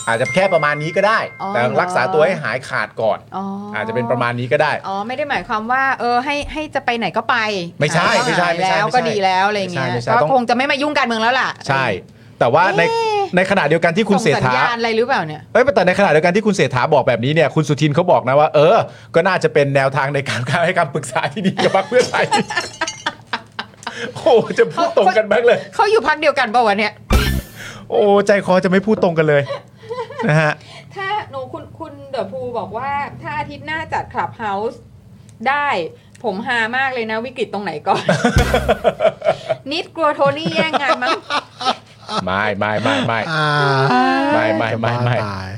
อาจจะแค่ประมาณนี้ก็ได้ แต่รักษาตัวให้หายขาดก่อน อ๋ออ อาจจะเป็นประมาณนี้ก็ได้ อ๋อ ไม่ได้หมายความว่า เออให้ให้จะไปไหนก็ไป ไม่ใช่ อ่า ไม่ก็หายแล้ใช่ว ไม่ใช่ ก็ดีแล้วอะไรอย่างเงี้ย ไม่ใช่ไม่ใช่ต้ ก็ อง คงจะไม่มายุ่งการเมืองแล้วล่ะ ใช่ แต่ว่าในในขณะเดียวกันที่คุณเศรษ ส่งสัญ ฐา ญาณอะไรหรือเปล่าเนี่ย เอ้ยแต่ในขณะเดียวกันที่คุณเศรษฐาบอกแบบนี้เนี่ยคุณสุทินเขาบอกนะว่า เออ ก็น่าจะเป็นแนวทางในการให้คำปรึกษาที่ดีกับพรรคเพื่อไทย โอ้จะพูดตรงกันบ้างเลย เขาอยู่พักเดียวกันเปล่าวะเนี่ย โอ้ใจคอจะไม่พูดตรงกันเลยนะฮะ ถ้าหนูคุณคุณเดอะพูบอกว่า ถ้าอาทิตย์หน้าจัดคลับเฮาส์ได้ ผมฮามากเลยนะ วิกฤตตรงไหน ก่อน นิดกลัวโทนี่แย่งงานมั้ง ไม่ไม่ไม่ไม่ อ่า ไม่ไม่ไม่ไม่ ตาย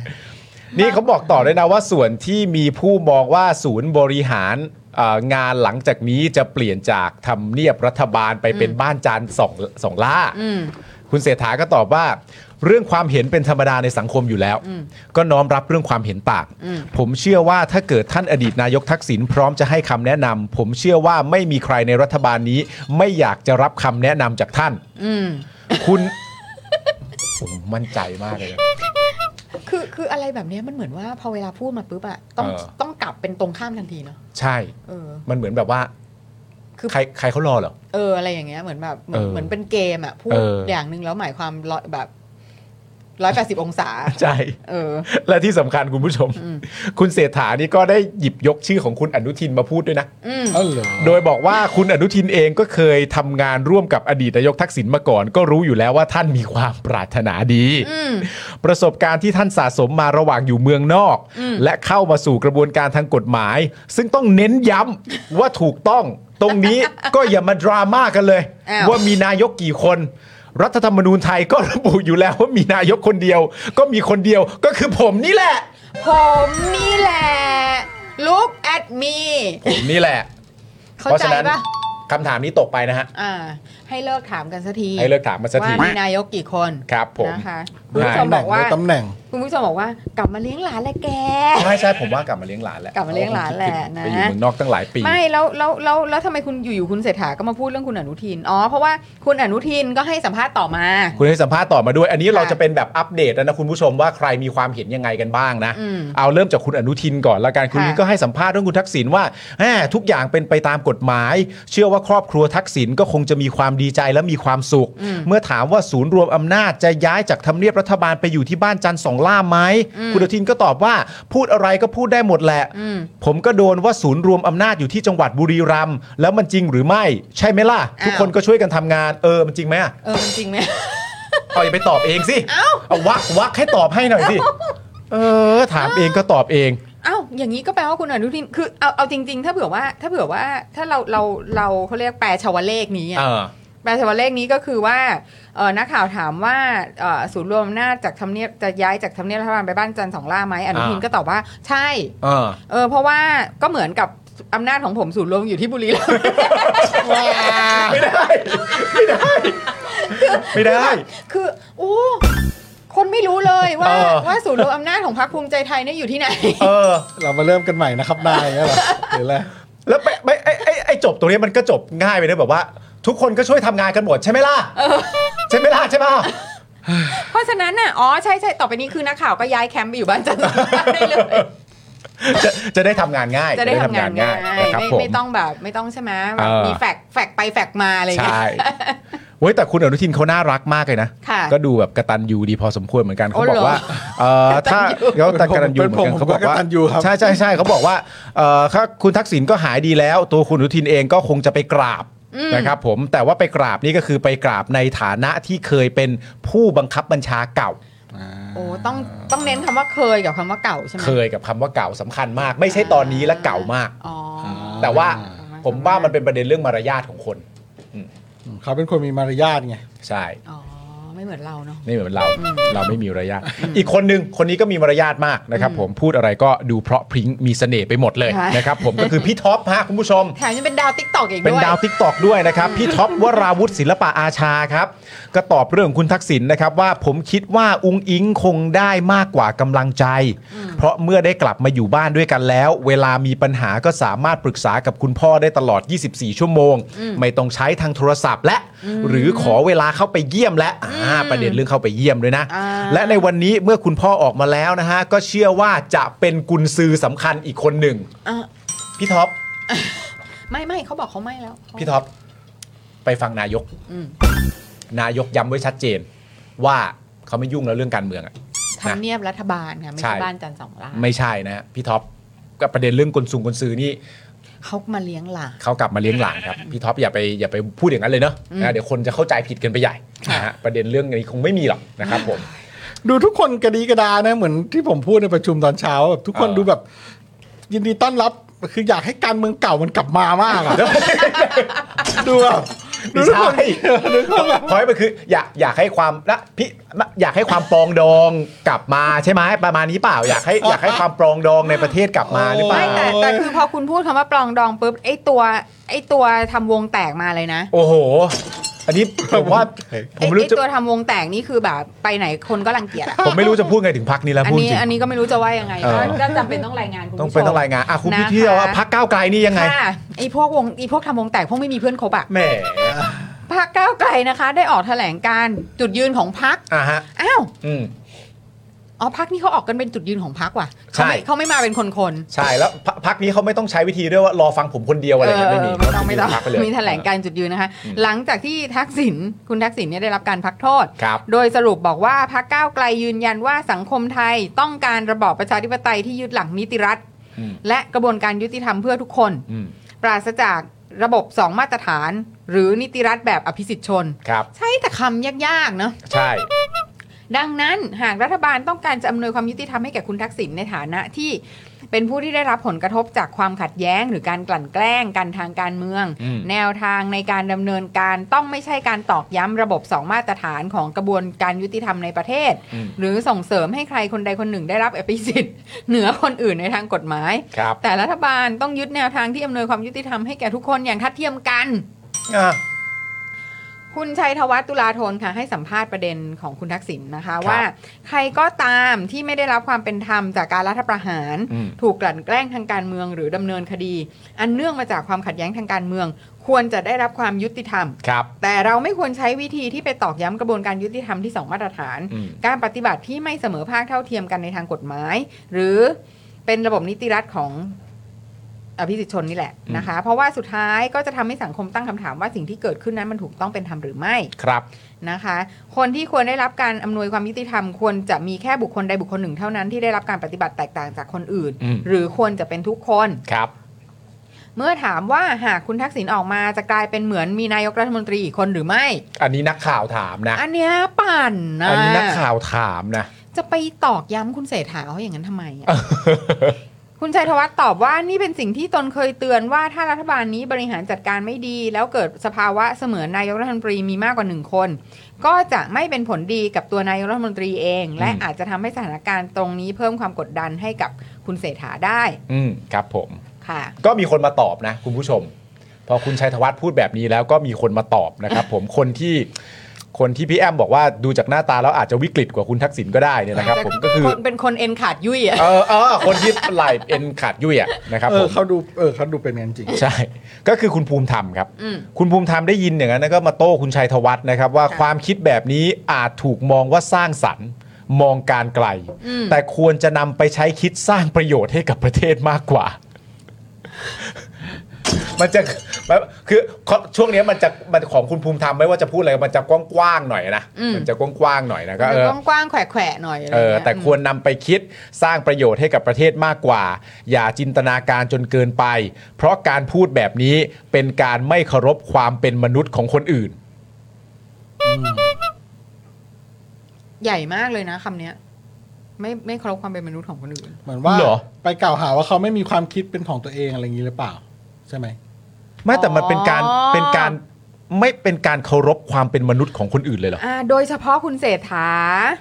นี่เขาบอกต่อด้วยนะว่าส่วนที่มีผู้มองว่าศูนย์บริหารเอ่องานหลังจากนี้จะเปลี่ยนจากทำเนียบรัฐบาลไปเป็นบ้านจานสองสองล่า อืม คุณเศรษฐาก็ตอบว่า เรื่องความเห็นเป็นธรรมดาในสังคมอยู่แล้ว ก็น้อมรับเรื่องความเห็นต่าง อืม ผมเชื่อว่าถ้าเกิดท่านอดีตนายกทักษิณพร้อมจะให้คำแนะนำผมเชื่อว่าไม่มีใครในรัฐบาลนี้ ไม่อยากจะรับคำแนะนำจากท่าน อืม คุณ ผมมั่นใจมากเลยนะ คือคืออะไรแบบเนี้ยมันเหมือนว่าพอเวลาพูดมาปุ๊บอะต้อง เออ ต้องกลับเป็นตรงข้ามทันทีเนาะ ใช่ เออ มันเหมือนแบบว่า คือ ใครใครเขารอเหรอ เอออะไรอย่างเงี้ยเหมือนแบบเหมือน เออ เหมือนเป็นเกมอ่ะพูด เอออ อย่างหนึ่งแล้วหมายความร้อยแบบร้อยแปดสิบองศา ใช่ เออ และที่สำคัญคุณผู้ชม คุณเศรษฐานี่ก็ได้หยิบยกชื่อของคุณอนุทินมาพูดด้วยนะ อืม เออเหรอ โดยบอกว่าคุณอนุทินเองก็เคยทำงานร่วมกับอดีตนายกทักษิณมาก่อน ก็รู้อยู่แล้วว่าท่านมีความปรารถนาดี อืม ประสบการณ์ที่ท่านสะสมมาระหว่างอยู่เมืองนอก อืม และเข้ามาสู่กระบวนการทางกฎหมาย ซึ่งต้องเน้นย้ำว่าถูกต้อง ตรงนี้ ก็อย่ามาดราม่ากันเลย อ้าว ว่ามีนายกกี่คน รัฐธรรมนูญไทยก็ระบุอยู่แล้วว่ามีนายกคนเดียว ก็มีคนเดียวก็คือผมนี่แหละ ผมนี่แหละ look at me ผมนี่แหละ เข้า เพราะ ใจ ฉะนั้น ปะ คำถามนี้ตกไปนะฮะ อ่า ให้เลิกถามกันสักที ให้เลิกถามมาสัก ว่า ที มีนายกกี่คน ครับผม นะคะคุณได้ผู้ชมบอกว่า ตำแหน่ง คุณผู้ชมบอกว่ากลับมาเลี้ยงหลานแหละแก ใช่ใช่ผมว่ากลับมาเลี้ยงหลานแหละ กลับมาเลี้ยงหลานแหละนะ ไปอยู่เมืองนอกตั้งหลายปี ไม่แล้วแล้วแล้วแล้วทำไมคุณอยู่ๆคุณเศรษฐาก็มาพูดเรื่องคุณอนุทินอ๋อเพราะว่าคุณอนุทินก็ให้สัมภาษณ์ต่อมา คุณให้สัมภาษณ์ต่อมาด้วย อันนี้เรา ค่ะ จะเป็นแบบอัปเดตแล้วนะคุณผู้ชมว่าใครมีความเห็นยังไงกันบ้างนะ อืม เอาเริ่มจากคุณอนุทินก่อนละกันคุณ ค่ะ นี้ก็ให้สัมภาษณ์เรื่องคุณทักษิณว่าแหมทุกอย่างเป็นไปตามกฎหมาย เชื่อว่าครอบครัวทักษิณก็คงจะมีความดีใจและมีความสุข เมื่อถามว่าศูนย์รวมอำนาจจะย้ายจากทำเนียบรัฐบาลไปอยู่ที่บ้านจันทร์สองล่ามไหมคุณอนุทินก็ตอบว่าพูดอะไรก็พูดได้หมดแหละ ผมก็โดนว่าศูนย์รวมอำนาจอยู่ที่จังหวัดบุรีรัมย์แล้วมันจริงหรือไม่ ใช่ไหมล่ะ ทุกคนก็ช่วยกันทำงานเออมันจริงไหมอะ เออมันจริงไหม เอาอย่าไปตอบเองสิ เอาวักวักให้ตอบให้หน่อยสิ เออ ถามเองก็ตอบเอง อ้าวอย่างนี้ก็แปลว่าคุณอนุทินคือเอาเอาจริง ๆ ถ้าเผื่อว่าถ้าเผื่อว่าถ้าเราเราเราเขาเรียกแปลชาวเลขนี้อะ เออ แปลชาวเลขนี้ก็คือว่าเอ่อนักข่าวถามว่าเอ่อศูนย์รวมอำนาจจากทำเนียบจะย้ายจากทำเนียบรัฐบาลไปบ้านจันทร์สองล่าไหมอนุทิน อ่า ก็ตอบว่าใช่ เออ เออเพราะว่าก็เหมือนกับอำนาจของผมศูนย์รวมอยู่ที่บุรีรัมย์ ไม่ได้ ไม่ได้ ไม่ได้ คือโอ้คนไม่รู้เลยว่า เออ ว่าศูนย์รวมอำนาจของพรรคภูมิใจไทยเนี่ยอยู่ที่ไหน เออ เรามาเริ่มกันใหม่นะครับนายเงี้ยเหรอหรืออะไร แล้วไปไปไอ้ไอ้ไอ้จบตรงนี้มันก็จบง่ายไปนะแบบว่า ทุกคนก็ช่วยทำงานกันหมดใช่ไหมล่ะ ใช่ไหมล่ะใช่ป่ะ เพราะฉะนั้นน่ะอ๋อใช่ใช่ต่อไปนี้คือนักข่าวก็ย้ายแคมป์ไปอยู่บ้านจันทร์ ได้เลย จะจะได้ทำงานง่าย จะได้ทำงานง่าย นะครับ ไม่ ผม ไม่ต้องแบบไม่ต้องใช่ไหมแบบ เออ มีแฟกแฟกไปแฟกมาอะไรอย่างเงี้ย ใช่เว้ยแต่คุณอนุทินเขาน่ารักมากเลยนะ ค่ะ ก็ดูแบบกระตันยูดีพอสมควรเหมือนกัน โอ้ เขา เหรอ บอกว่าเอ่อถ้าเขาตันกระตันยูเหมือน เป็นผม กันเขาบอผกมก็ก ว่า ตัญญูครับ ใช่ใช่ใช่เขาบอกว่าเอ่อถ้าคุณทักษิณก็หายดีแล้ว ตัวคุณอนุทินเองก็คงจะไปกราบนะครับผมแต่ว่าไปกราบนี่ก็คือไปกราบในฐานะที่เคยเป็นผู้บังคับบัญชาเก่า โอ้ต้องต้องเน้นคำว่าเคยกับคำว่าเก่าใช่ไหม เคยกับคำว่าเก่าสำคัญมาก ไม่ใช่ตอนนี้และเก่ามาก อ๋อ แต่ว่าผมว่ามันเป็นประเด็นเรื่องมารยาทของคน เขาเป็นคนมีมารยาทไง ใช่ อ๋อไม่เหมือนเราเนาะ นี่เหมือนเรา เราไม่มีมารยาท อีกคนนึง คนนี้ก็มีมารยาทมากนะครับผม พูดอะไรก็ดูเพราะพริ้ง มีเสน่ห์ไปหมดเลย ค่ะ นะครับผม ก็คือพี่ท็อปฮะคุณผู้ชม แถมยังเป็นดาวติ๊กตอกอีก เป็น ด้วย ดาวทิกตอกด้วยนะครับ พี่ท็อปวราวุฒิศิลปะอาชาครับ ก็ตอบเรื่องคุณทักษิณนะครับ ว่าผมคิดว่าอุงอิงคงได้มากกว่ากำลังใจ เพราะเมื่อได้กลับมาอยู่บ้านด้วยกันแล้ว เวลามีปัญหาก็สามารถปรึกษากับคุณพ่อได้ตลอด 24 ชั่วโมง ไม่ต้องใช้ทางโทรศัพท์และ หรือขอเวลาเข้าไปเยี่ยมและอ่าประเด็นเรื่องเข้าไปเยี่ยมด้วยนะ อ่า และในวันนี้เมื่อคุณพ่อออกมาแล้วนะฮะก็เชื่อว่าจะเป็นกุญซือสำคัญอีกคนหนึ่ง อ่ะ พี่ท็อป ไม่ไม่เขาบอกเขาไม่แล้ว พี่ท็อปไปฟังนายก อืม นายกย้ำไว้ชัดเจน ว่าเขาไม่ยุ่งแล้วเรื่องการเมืองอะ ทำเนียบรัฐบาลค่ะไม่ ใช่ ใช่บ้านจันทร์สองล้าน ไม่ใช่นะฮะพี่ท็อปกับประเด็นเรื่องกลซุงกลซื้อนี่ เขามาเลี้ยงหลาน เขากลับมาเลี้ยงหลานครับ พี่ท็อปอย่าไปอย่าไปพูดอย่างนั้นเลยเนอะนะเดี๋ยวคนจะเข้าใจผิดกันไปใหญ่นะฮะประเด็นเรื่องนี้คงไม่มีหรอกนะครับผม ดูทุกคนกระดีกระดานะเหมือนที่ผมพูดในประชุมตอนเช้าแบบทุกคน เออ ดูแบบ ยินดีต้อนรับคืออยากให้การเมืองเก่ามันกลับมามากอะ ดูแบบดู ไม่ ทุก ใช่ คนดูทุกคนแบบ พอยมันคืออยากอยากให้ความนะพี่อยากให้ความปรองดองกลับมาใช่ไหมประมาณนี้เปล่าอยากให้อยากให้ความปรองดองในประเทศกลับมาหรือเปล่า ไม่แต่แต่คือพอคุณพูดคำว่าปลองดองปุ๊บไอตัวไอตัวทำวงแตกมาเลยนะ โอ้โห อันนี้ผมว่าผ ไอ้ มไม่รู้ ไอ้ จะ ตัวทำวงแตกนี่คือแบบไปไหนคนก็รังเกียจอะ ผมไม่รู้จะพูดไงถึงพักนี้แล้ว อัน พูดจ นี้ ริง อันนี้ก็ไม่รู้จะว่ายังไง เออ ก็ก็จำเป็นต้องรายงานคุณผู้ชม ต้องเป็นต้องรายงานอ่ะคุณ นะคะ พี่เที่ยวว่าพักก้าวไกลนี่ยังไง ค่ะไอ้พวกวงไอ้พวกทำวงแตกพวกไม่มีเพื่อนคบอะ แหม พรรคก้าวไกลนะคะ ได้ออกแถลงการณ์จุดยืนของพรรค อ่ะฮะ อ้าว อืม อ๋อพรรคนี่เขาออกกันเป็นจุดยืนของพรรคว่ะ ใช่ เขาไม่เขาไม่มาเป็นคนคน ใช่แล้วพรรพักนี้เขาไม่ต้องใช้วิธีด้วยว่ารอฟังผมคนเดียว ๆ อะไรเงี้ย เอ ไม่มี อไม่ต้องไม่ต้อง เขาจะยืนพักปเลย มีแถลงการณ์จุดยืนนะคะ หลังจากที่ทักษิณคุณทักษิณเนี่ยได้รับการพักโทษ ครับ โดยสรุปบอกว่าพรรคก้าวไกลยืนยันว่าสังคมไทยต้องการระบอบประชาธิปไตยที่ยึดหลักนิติรัฐ อืม และกระบวนการยุติธรรมเพื่อทุกคน อืม ปราศจากระบบสองมาตรฐาน หรือนิติรัฐแบบอภิสิทธิชน ครับ ใช่แต่คำยากๆเนาะ ใช่ ดังนั้นหากรัฐบาลต้องการจะอำนวยความยุติธรรมให้แก่คุณทักษิณในฐานะที่เป็นผู้ที่ได้รับผลกระทบจากความขัดแย้ง หรือการกลั่นแกล้งกันทางการเมือง อืม แนวทางในการดำเนินการต้องไม่ใช่การตอกย้ำระบบสองมาตรฐานของกระบวนการยุติธรรมในประเทศ อืม หรือส่งเสริมให้ใครคนใดคนหนึ่งได้รับอภิสิทธิ์ เหนือคนอื่นในทางกฎหมาย ครับ แต่รัฐบาลต้องยึดแนวทางที่อำนวยความยุติธรรมให้แก่ทุกคนอย่างทัดเทียมกัน อ่ะ คุณชัยธวัฒน์ตุลาธนค่ะ ให้สัมภาษณ์ประเด็นของคุณทักษิณนะคะว่า ใครก็ตามที่ไม่ได้รับความเป็นธรรมจากการรัฐประหาร อืม ถูกกลั่นแกล้งทางการเมืองหรือดำเนินคดี อันเนื่องมาจากความขัดแย้งทางการเมือง ควรจะได้รับความยุติธรรม ครับ แต่เราไม่ควรใช้วิธีที่ไปตอกย้ำกระบวนการยุติธรรมที่สองมาตรฐาน อืม การปฏิบัติที่ไม่เสมอภาคเท่าเทียมกันในทางกฎหมาย หรือเป็นระบบนิติรัฐของอภิสิทธิชนนี่แหละนะคะ เพราะว่าสุดท้ายก็จะทำให้สังคมตั้งคำถามว่าสิ่งที่เกิดขึ้นนั้นมันถูกต้องเป็นธรรมหรือไม่ ครับ นะคะ คนที่ควรได้รับการอำนวยความยุติธรรม ควรจะมีแค่บุคคลใดบุคคลหนึ่งเท่านั้นที่ได้รับการปฏิบัติแตกต่างจากคนอื่น อืม หรือควรจะเป็นทุกคน ครับ เมื่อถามว่าหากคุณทักษิณออกมาจะกลายเป็นเหมือนมีนายกรัฐมนตรีอีกคนหรือไม่ อันนี้นักข่าวถามนะ อันเนี้ยปั่นนะ อันนี้นักข่าวถามนะ จะไปตอกย้ำคุณเศรษฐาเขาอย่างนั้นทำไมอะ คุณชัยธวัฒน์ตอบว่านี่เป็นสิ่งที่ตนเคยเตือนว่าถ้ารัฐบาลนี้บริหารจัดการไม่ดี แล้วเกิดสภาวะเสมือนนายกรัฐมนตรีมีมากกว่าหนึ่งคน ก็จะไม่เป็นผลดีกับตัวนายกรัฐมนตรีเอง และอาจจะทำให้สถานการณ์ตรงนี้เพิ่มความกดดันให้กับคุณเศรษฐาได้ อืมครับผม ค่ะ ก็มีคนมาตอบนะ คุณผู้ชม พอคุณชัยธวัฒน์พูดแบบนี้แล้วก็มีคนมาตอบนะครับ ผมคนที่คนที่พี่แอมบอกว่าดูจากหน้าตาแล้วอาจจะวิกฤตกว่าคุณทักษิณก็ได้เนี่ยนะครับผมก็คือ นเป็นคนเอ็นขาดยุ่ยอะ เออเออคนที่ไหลเอ็นขาดยุ่ยอะนะครับ เอ ผ อ ม เขาดูเออเขาดูเป็นอย่างนั้นจริง ใช่ ก็คือคุณภูมิธรรมครับ อืม คุณภูมิธรรมได้ยินอย่างนั้นนะก็มาโต้คุณชัยธวัฒน์นะครับ ว่า ค่ะ ความคิดแบบนี้อาจถูกมองว่าสร้างสรรค์มองการไกล อืม แต่ควรจะนำไปใช้คิดสร้างประโยชน์ให้กับประเทศมากกว่า มันจะมันคือช่วงนี้มันจะมันของคุณภูมิธรรมไม่ว่าจะพูดอะไรมันจะกว้างๆหน่อยนะ อืม มันจะกว้างๆหน่อยนะก็ แต่ เออ กว้างๆแขวะๆหน่อยอะไร เออ เงี้ย แต่ควรนำไปคิดสร้างประโยชน์ให้กับประเทศมากกว่า อย่าจินตนาการจนเกินไป เพราะการพูดแบบนี้เป็นการไม่เคารพความเป็นมนุษย์ของคนอื่น ใหญ่มากเลยนะคำเนี้ย ไม่ไม่เคารพความเป็นมนุษย์ของคนอื่น เหมือนว่า เหรอ ไปกล่าวหาว่าเขาไม่มีความคิดเป็นของตัวเองอะไรอย่างนี้หรือเปล่า ใช่ไหม ไม่แต่มันเป็นการ อ๋อ เป็นการไม่เป็นการเคารพความเป็นมนุษย์ของคนอื่นเลยเหรอ อ่าโดยเฉพาะคุณเศรษฐา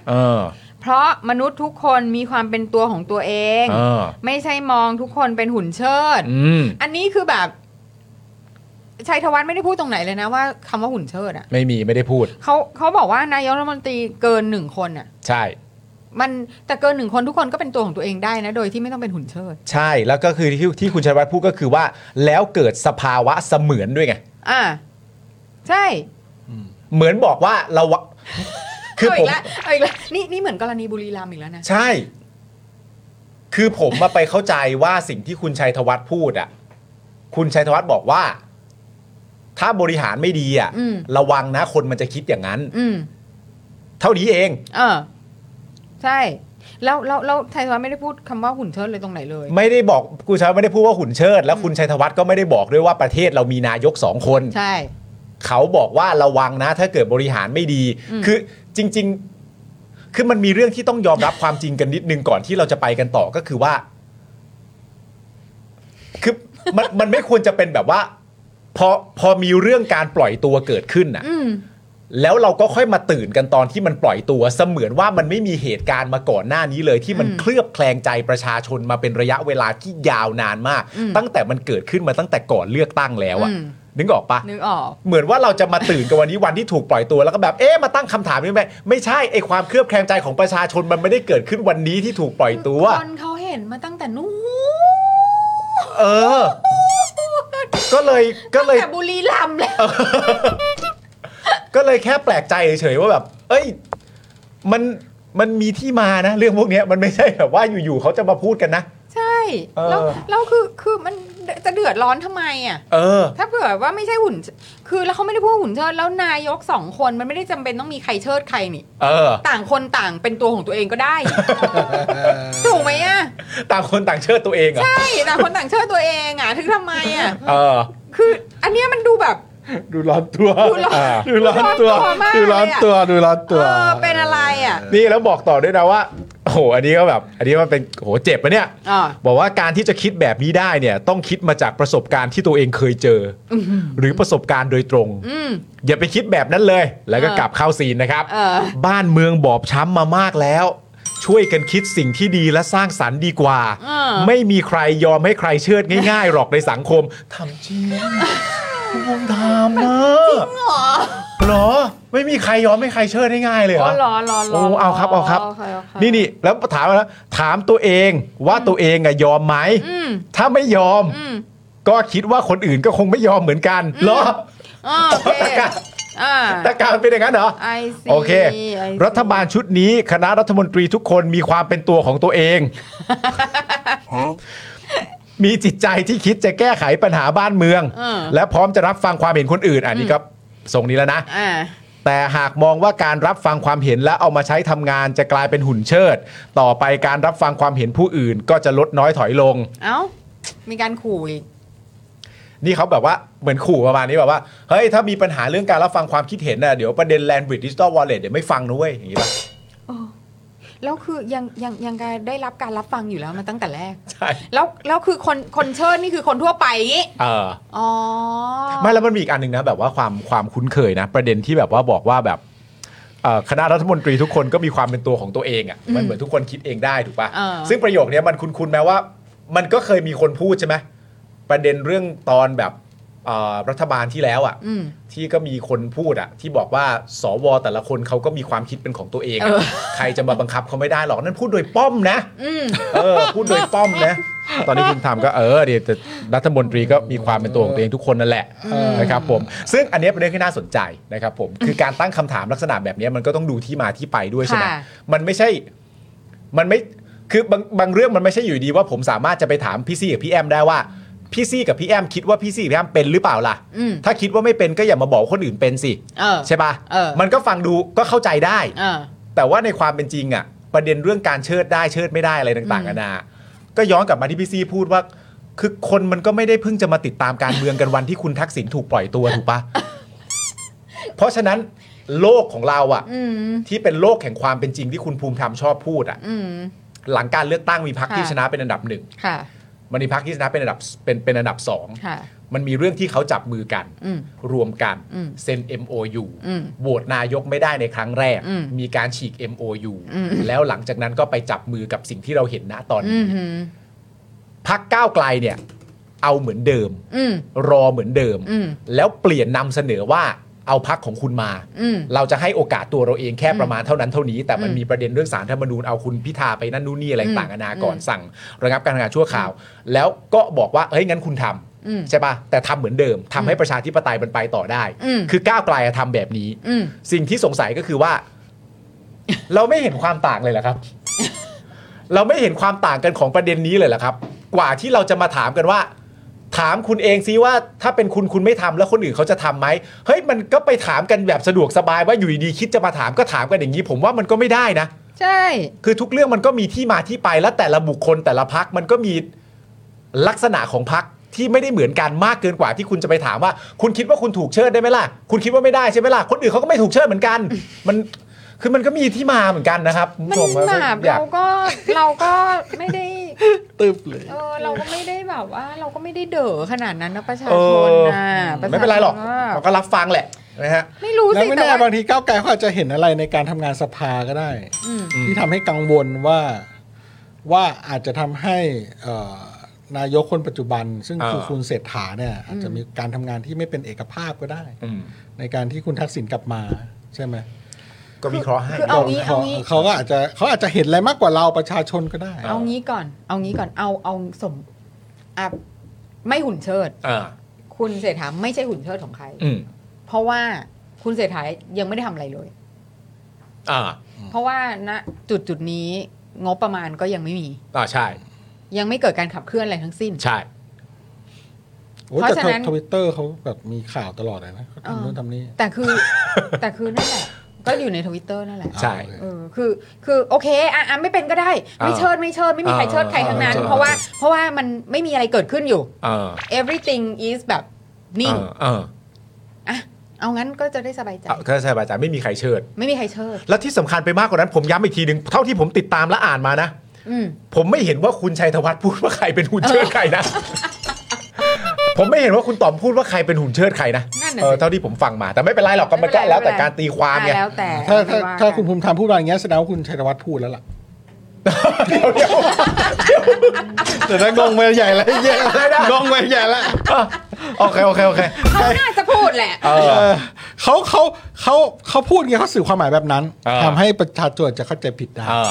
เออ เพราะมนุษย์ทุกคนมีความเป็นตัวของตัวเอง เออ ไม่ใช่มองทุกคนเป็นหุ่นเชิด อืม อันนี้คือแบบชัยธวัฒน์ไม่ได้พูดตรงไหนเลยนะว่าคำว่าหุ่นเชิดอ่ะ ไม่มีไม่ได้พูด เขาเขาบอกว่านายกรัฐมนตรีเกินหนึ่งคนอ่ะ ใช่ มันแต่เกินหนึ่งคนทุกคนก็เป็นตัวของตัวเองได้นะ โดยที่ไม่ต้องเป็นหุ่นเชิด ใช่แล้วก็คือที่ที่คุณชัยวัฒน์พูดก็คือว่า แล้วเกิดสภาวะเสมือนด้วยไง อ่า ใช่ เหมือนบอกว่าเราวะคือ เอา ผ อี ม กแล้วเอาอีกแล้วนี่นี่เหมือนกรณีบุรีรัมย์อีกแล้วนะ ใช่ คือผมมาไปเข้าใจว่าสิ่งที่คุณชัยธวัฒน์พูดอ่ะ คุณชัยธวัฒน์บอกว่า ถ้าบริหารไม่ดีอ่ะ อืม ระวังนะคนมันจะคิดอย่างนั้น อืม เท่านี้เอง เออ ใช่ แล้วแล้วแล้วไทยวัฒน์ไม่ได้พูดคำว่าหุ่นเชิดเลยตรงไหนเลย ไม่ได้บอกคุณชัยธวัฒน์ไม่ได้พูดว่าหุ่นเชิด แล้วคุณชัยธวัฒน์ก็ไม่ได้บอกด้วยว่าประเทศเรามีนายกสองคน ใช่ เขาบอกว่าระวังนะ ถ้าเกิดบริหารไม่ดี อืม คือจริง ๆ คือมันมีเรื่องที่ต้องยอมรับความจริงกันนิดนึงก่อนที่เราจะไปกันต่อก็คือว่า คือมันมันไม่ควรจะเป็นแบบว่า พอพอมีเรื่องการปล่อยตัวเกิดขึ้นน่ะ อืม แล้วเราก็ค่อยมาตื่นกันตอนที่มันปล่อยตัว เสมือนว่ามันไม่มีเหตุการณ์มาก่อนหน้านี้เลย ที่มัน อืม เคลือบแคลงใจประชาชนมาเป็นระยะเวลาที่ยาวนานมาก อืม ตั้งแต่มันเกิดขึ้นมาตั้งแต่ก่อนเลือกตั้งแล้วอะ อืม นึกออกปะ นึกออก เหมือนว่าเราจะมาตื่นกันวันนี้วันที่ถูกปล่อยตัวแล้วก็แบบเอ๊ะมาตั้งคำถามนี่ไหมไม่ใช่ไอความเคลือบแคลงใจของประชาชนมันไม่ได้เกิดขึ้นวันนี้ที่ถูกปล่อยตัว คนเขาเห็นมาตั้งแต่นู้ เออ ก็เลยก็ น เลย แต่บุรีรัมย์แล้ว ก็เลยแค่แปลกใจเฉยๆว่าแบบ เอ้ย มันมันมีที่มานะ เรื่องพวกเนี้ยมันไม่ใช่แบบว่าอยู่ๆเขาจะมาพูดกันนะ ใช่ เออ แล้วแล้วคือคือมันจะเดือดร้อนทำไมอ่ะ เออ ถ้าเผื่อว่าไม่ใช่หุ่น คือแล้วเขาไม่ได้พูดว่าหุ่นเชิด แล้วนายกสองคนมันไม่ได้จำเป็นต้องมีใครเชิดใครนี่ เออ ต่างคนต่างเป็นตัวของตัวเองก็ได้ ถูกไหมอ่ะ ต่างคนต่างเชิดตัวเองเหรอ่ะ ใช่ต่างคนต่างเชิดตัวเองอ่ะ ถึงทำไมอ่ะ เออ คืออันเนี้ยมันดูแบบ ดูร้อนตัว ดูร้อน ดูร้อนตัว ดูร้อนตัวมาก ดูร้อนตัวดูร้อน เอ ตัว อเป็นอะไรอ่ะ นี่แล้วบอกต่อด้วยนะว่าโอ้โหอันนี้ก็แบบ อันนี้มันเป็นโอ้โหเจ็บปะเนี่ย อ่า บอกว่าการที่จะคิดแบบนี้ได้เนี่ย ต้องคิดมาจากประสบการณ์ที่ตัวเองเคยเจออหรือประสบการณ์โดยตรง อืม อย่าไปคิดแบบนั้นเลย แล้วก็ เออก ลับเข้าซีนนะครับ เออ บ้านเมืองบอบช้ำมามากแล้ว ช่วยกันคิดสิ่งที่ดีและสร้างสรรค์ดีกว่า เออ ไม่มีใครยอมให้ใครเชิดง่ายๆหรอกในสังคมทำจริงคุณทำนะ หรอ เอ หรอ ไม่มีใครยอมให้ใครเชิดได้ง่ายเลยเหรอ อ๋อเหรอเหรอหร โอ้เอาครับเอาครับ โเโอเค นี่นี่แล้วถามมาแล้วถามตัวเองว่าตัวเองอะยอมไหม อืม ถ้าไม่ยอม อืม ก็คิดว่าคนอื่นก็คงไม่ยอมเหมือนกันเหรอ อ๋อโอเค ตะการ อ่า ตะการเป็นอย่างนั้นเหรอ I see โอเค I see รัฐบาลชุดนี้คณะรัฐมนตรีทุกคนมีความเป็นตัวของตัวเอง มีจิตใจที่คิดจะแก้ไขปัญหาบ้านเมือง เออ และพร้อมจะรับฟังความเห็นคนอื่น อันนี้ก็ทรงนี้แล้วนะ อ่า แต่หากมองว่าการรับฟังความเห็นและเอามาใช้ทำงานจะกลายเป็นหุ่นเชิด ต่อไปการรับฟังความเห็นผู้อื่น ก็จะลดน้อยถอยลง เอ้า มีการขู่อีก นี่เขาแบบว่าเหมือนขู่ประมาณนี้แบบว่า เฮ้ย ถ้ามีปัญหาเรื่องการรับฟังความคิดเห็นน่ะเดี๋ยวประเด็นแลนด์บริดดิจิตอลวอลเล็ตเดี๋ยวไม่ฟังนะเว้ยอย่างนี้ป่ะ แล้วคือยังยังยังการได้รับการรับฟังอยู่แล้วมาตั้งแต่แรก ใช่ แล้วแล้วคือคนคนเชิดนี่คือคนทั่วไปอย่างงี้ เออ อ๋อ ไม่แล้วมันมีอีกอันหนึ่งนะแบบว่าความความคุ้นเคยนะ ประเด็นที่แบบว่าบอกว่าแบบเอ่อคณะรัฐมนตรีทุกคนก็มีความเป็นตัวของตัวเองอ่ะมันเหมือนทุกคนคิดเองได้ถูกเออปะ่ะซึ่งประโยคเนี้ยมันคุ้นๆแม้ว่า มันก็เคยมีคนพูดใช่ไหมประเด็นเรื่องตอนแบบเอ่อรัฐบาลที่แล้วอ่ะ อืม ที่ก็มีคนพูดอะที่บอกว่าสวแต่ละคนเขาก็มีความคิดเป็นของตัวเองอะ เออ ใครจะมาบังคับเขาไม่ได้หรอกนั่นพูดโดยป้อมนะ อืม เออ พูดโดยป้อมนะ ตอนนี้คุณทำก็เออเดี๋ยวแต่รัฐมนตรีก็มีความเป็นตัวของตัวเองทุกคนนั่นแหละนะครับผม ซึ่งอันเนี้ยเป็นเรื่องที่น่าสนใจนะครับผมคือการตั้งคำถามลักษณะแบบเนี้ยมันก็ต้องดูที่มาที่ไปด้วยใช่ไหม ค่ะ มันไม่ใช่มันไม่คือบางบางเรื่องมันไม่ใช่อยู่ดีว่าผมสามารถจะไปถามพี่ซี่กับพี่แอมได้ว่าพี่ซี่กับพี่แอมคิดว่าพี่ซี่กับพี่แอมเป็นหรือเปล่าล่ะ อืม ถ้าคิดว่าไม่เป็นก็อย่ามาบอกว่าคนอื่นเป็นสิ เออ ใช่ปะ เออ มันก็ฟังดูก็เข้าใจได้ เออ แต่ว่าในความเป็นจริงอะประเด็นเรื่องการเชิดได้เชิดไม่ได้อะไรต่างๆนานาก็ย้อนกลับมาที่พี่ซีพูดว่า คือคนมันก็ไม่ได้เพิ่งจะมาติดตามการเมืองกันวันที่คุณทักษิณถูกปล่อยตัวถูกปะเพราะฉะนั้นโลกของเราอะ อืม ที่เป็นโลกแห่งความเป็นจริงที่คุณภูมิธรรมชอบพูดอะ อืม หลังการเลือกตั้งมีพรรคที่ ค่ะ ชนะเป็นอันดับหนึ่ง ค่ะ มันมีพรรคที่ชนะเป็นอันดับเป็นเป็นอันดับสอง ค่ะ มันมีเรื่องที่เขาจับมือกัน อืม รวมกัน อืม เซ็น MOU อืม โหวตนายกไม่ได้ในครั้งแรก อืม มีการฉีก MOU อืม แล้วหลังจากนั้นก็ไปจับมือกับสิ่งที่เราเห็นณตอน อื นี้ ม พักก้าวไกลเนี่ย เอาเหมือนเดิม อืม รอเหมือนเดิม อืม แล้วเปลี่ยนนำเสนอว่าเอาพักของคุณมา อืม เราจะให้โอกาสตัวเราเองแค่ประมาณเท่านั้นเท่านี้ แต่มัน อืม มีประเด็นเรื่องสารธรรมนูญเอาคุณพิธาไปนั่นนู่นนี่อะไรต่างกันานาก่อน อืม สั่งระงับการทำงานชั่วคราว แล้วก็บอกว่าเฮ้ยงั้นคุณทำ อืม ใช่ปะแต่ทำเหมือนเดิมทำให้ประชาธิปไตยมันไปต่อได้ อืม คือก้าวไกลอะทำแบบนี้ อืม สิ่งที่สงสัยก็คือว่า เราไม่เห็นความต่างเลยเหรอครับ เราไม่เห็นความต่างกันของประเด็นนี้เลยเหรอครับ กว่าที่เราจะมาถามกันว่า ถามคุณเองซิว่าถ้าเป็นคุณคุณไม่ทำแล้วคนอื่นเขาจะทำไหมเฮ้ยมันก็ไปถามกันแบบสะดวกสบายว่าอยู่ดีๆคิดจะมาถามก็ถามกันอย่างนี้ ผมว่ามันก็ไม่ได้นะ ใช่ คือทุกเรื่องมันก็มีที่มาที่ไปและแต่ละบุคคลแต่ละพักมันก็มีลักษณะของพักที่ไม่ได้เหมือนกันมากเกินกว่าที่คุณจะไปถามว่า คุณคิดว่าคุณถูกเชิดได้ไหมล่ะ คุณคิดว่าไม่ได้ใช่ไหมล่ะคนอื่นเขาก็ไม่ถูกเชิดเหมือนกัน มันคือมันก็มีที่มาเหมือนกันนะครับคุณ มัน ผู้ช หมาบ อยา เรา ก ก็เราก็ไม่ได้ ตึบเลย เออเราก็ไม่ได้แบบว่า เราก็ไม่ได้เด๋อขนาดนั้นนะประชา เอ ชน อ นะะชาช ไม่เป็นไรหรอก ว่า เราก็รับฟังแหละนะฮะ ไม่รู้ แล้ว สิ ไม่ แต่ แน่ ว่า บางทีก้าวไกลเขาอาจจะเห็นอะไรในการทำงานสภาก็ได้ อืม อืม ที่ทำให้กังวลว่าว่าอาจจะทำให้เอ่อนายกคนปัจจุบัน ซึ่งคือ เออ คุณเศรษฐาเนี่ย อาจจะมีการทำงานที่ไม่เป็นเอกภาพก็ได้ อืม ในการที่คุณทักษิณกลับมาใช่ไหม ก็วิเคราะห์ให้ คือเอางี้เอางี้ เขาก็อาจจะเขาอาจจะเห็นอะไรมากกว่าเราประชาชนก็ได้ เอางี้ก่อน เอางี้ก่อน เอาเอาสมอ่ะไม่หุ่นเชิด อ่า คุณเศรษฐาไม่ใช่หุ่นเชิดของใคร อืม เพราะว่าคุณเศรษฐายังไม่ได้ทำอะไรเลย อ่า เพราะว่าณจุดจุดนี้งบประมาณก็ยังไม่มี อ่าใช่ ยังไม่เกิดการขับเคลื่อนอะไรทั้งสิ้น ใช่ โอ้ย เพราะ แต่ ฉะนั้น ทวิตเตอร์เขาแบบมีข่าวตลอดเลยนะเขา เออ ทำนู่นทำนี่ แต่คือ แต่คือนั่นแหละ ก็อยู่ในทวิตเตอร์นั่นแหละ ใช่ เอาเลย เออคือคือโอเคอ่ะอ่ะไม่เป็นก็ได้ ไม่เชิดไม่เชิดไม่มีใครเชิดใครทั้งนั้น เออเออ เพราะว่าเพราะว่ามันไม่มีอะไรเกิดขึ้นอยู่ เออ everything is แบบนิ่ง เออเออ เอางั้นก็จะได้สบายใจ ก็ใช่ป่ะอาจารย์ไม่มีใครเชิด ไม่มีใครเชิด แล้วที่สำคัญไปมากกว่านั้นผมย้ำอีกทีหนึ่งเท่าที่ผมติดตามและอ่านมานะ อืม ผมไม่เห็นว่าคุณชัยธวัฒน์พูดว่าใครเป็นหุ่นเชิดใครนะ ผมไม่เห็นว่าคุณต๋อมพูดว่าใครเป็นหุ่นเชิดใครนะ นั่นน่ะสิ เออเท่าที่ผมฟังมา แต่ไม่เป็นไรหรอกก็มันก็ ไม่เป็นไร แล้วแต่ ไม่เป็นไร การตีความไง อ่ะแล้วแต่ ถ้าถ้า ว่กัน ถ้าคุณภูมิธรรมพูดมาอย่างเงี้ยแสดงว่าคุณชัยธวัฒน์พูดแล้วล่ะ เดี๋ยวเดี๋ยว แต่ถ้างงไปใหญ่แล้วเยอะ อะไรนะ งงไปใหญ่แล้ว โอเคโอเคโอเค เขาน่าจะพูดแหละ เออ เออเขาเขา เขาเขาพูดไงเขาสื่อความหมายแบบนั้น เออ ทำให้ประชาชนจะเข้าใจผิดได้ เออ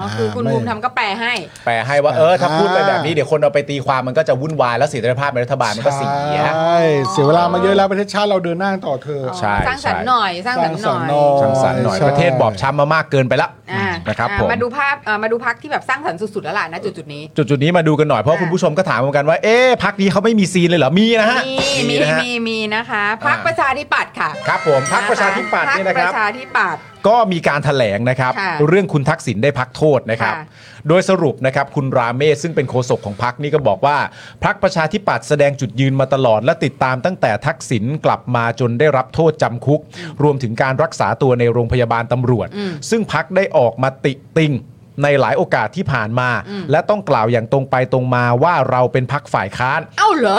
อ๋อ คือคุณภูมิทำก็แปลให้ แปลให้ว่าเออถ้าพูดไป อ่า แบบนี้เดี๋ยวคนเอาไปตีความมันก็จะวุ่นวายแล้วเสถียรภาพในรัฐบาลมันก็เสีย ใช่เสียเวลามาเยอะแล้วประเทศชาติเราเดินหน้าต่อเธอ ใช่ สร้างสรร ใช่ ค์หน่อย สร้างสรรค์ห สร้า น่ ง อ สรรค์ ย หน่อย สร้างสรรค์หน่อย ใช่ ประเทศบอบช้ำมามากเกินไปละ อ่า นะครับ อ่า ผม มาดูภาพเอ่อมาดูพักที่แบบสร้างสรรค์สุดๆแล้วล่ะนะจุดๆนี้ จุดจุดนี้มาดูกันหน่อยเพราะ อ่ะ คุณผู้ชมก็ถามเหมือนกันว่าเอ๊ะพักนี้เขาไม่มีซีนเลยเหรอมีนะฮะ มีมี นะฮะ มีมีนะคะพัก อ่า ประชาธิปัตย์ค่ะ ครับผมพัก นค ประชาธิปัตย์เนี่ยนะค พ รั ป บ ระชาธิปัตย์ ก็มีการถแถลงนะครับ ค่ะ เรื่องคุณทักษิณได้พักโทษนะครับ ค่ะ โดยสรุปนะครับคุณราเมศซึ่งเป็นโฆษกของพักนี่ก็บอกว่าพักประชาธิปัตย์แสดงจุดยืนมาตลอด และติดตามตั้งแต่ทักษิณกลับมาจนได้รับโทษจำคุก รวมถึงการรักษาตัวในโรงพยาบาลตำรวจ อืม ซึ่งพักได้ออกมาติติงในหลายโอกาสที่ผ่านมา และต้องกล่าวอย่างตรงไปตรงมาว่าเราเป็นพักฝ่ายค้าน เอ้าเหรอ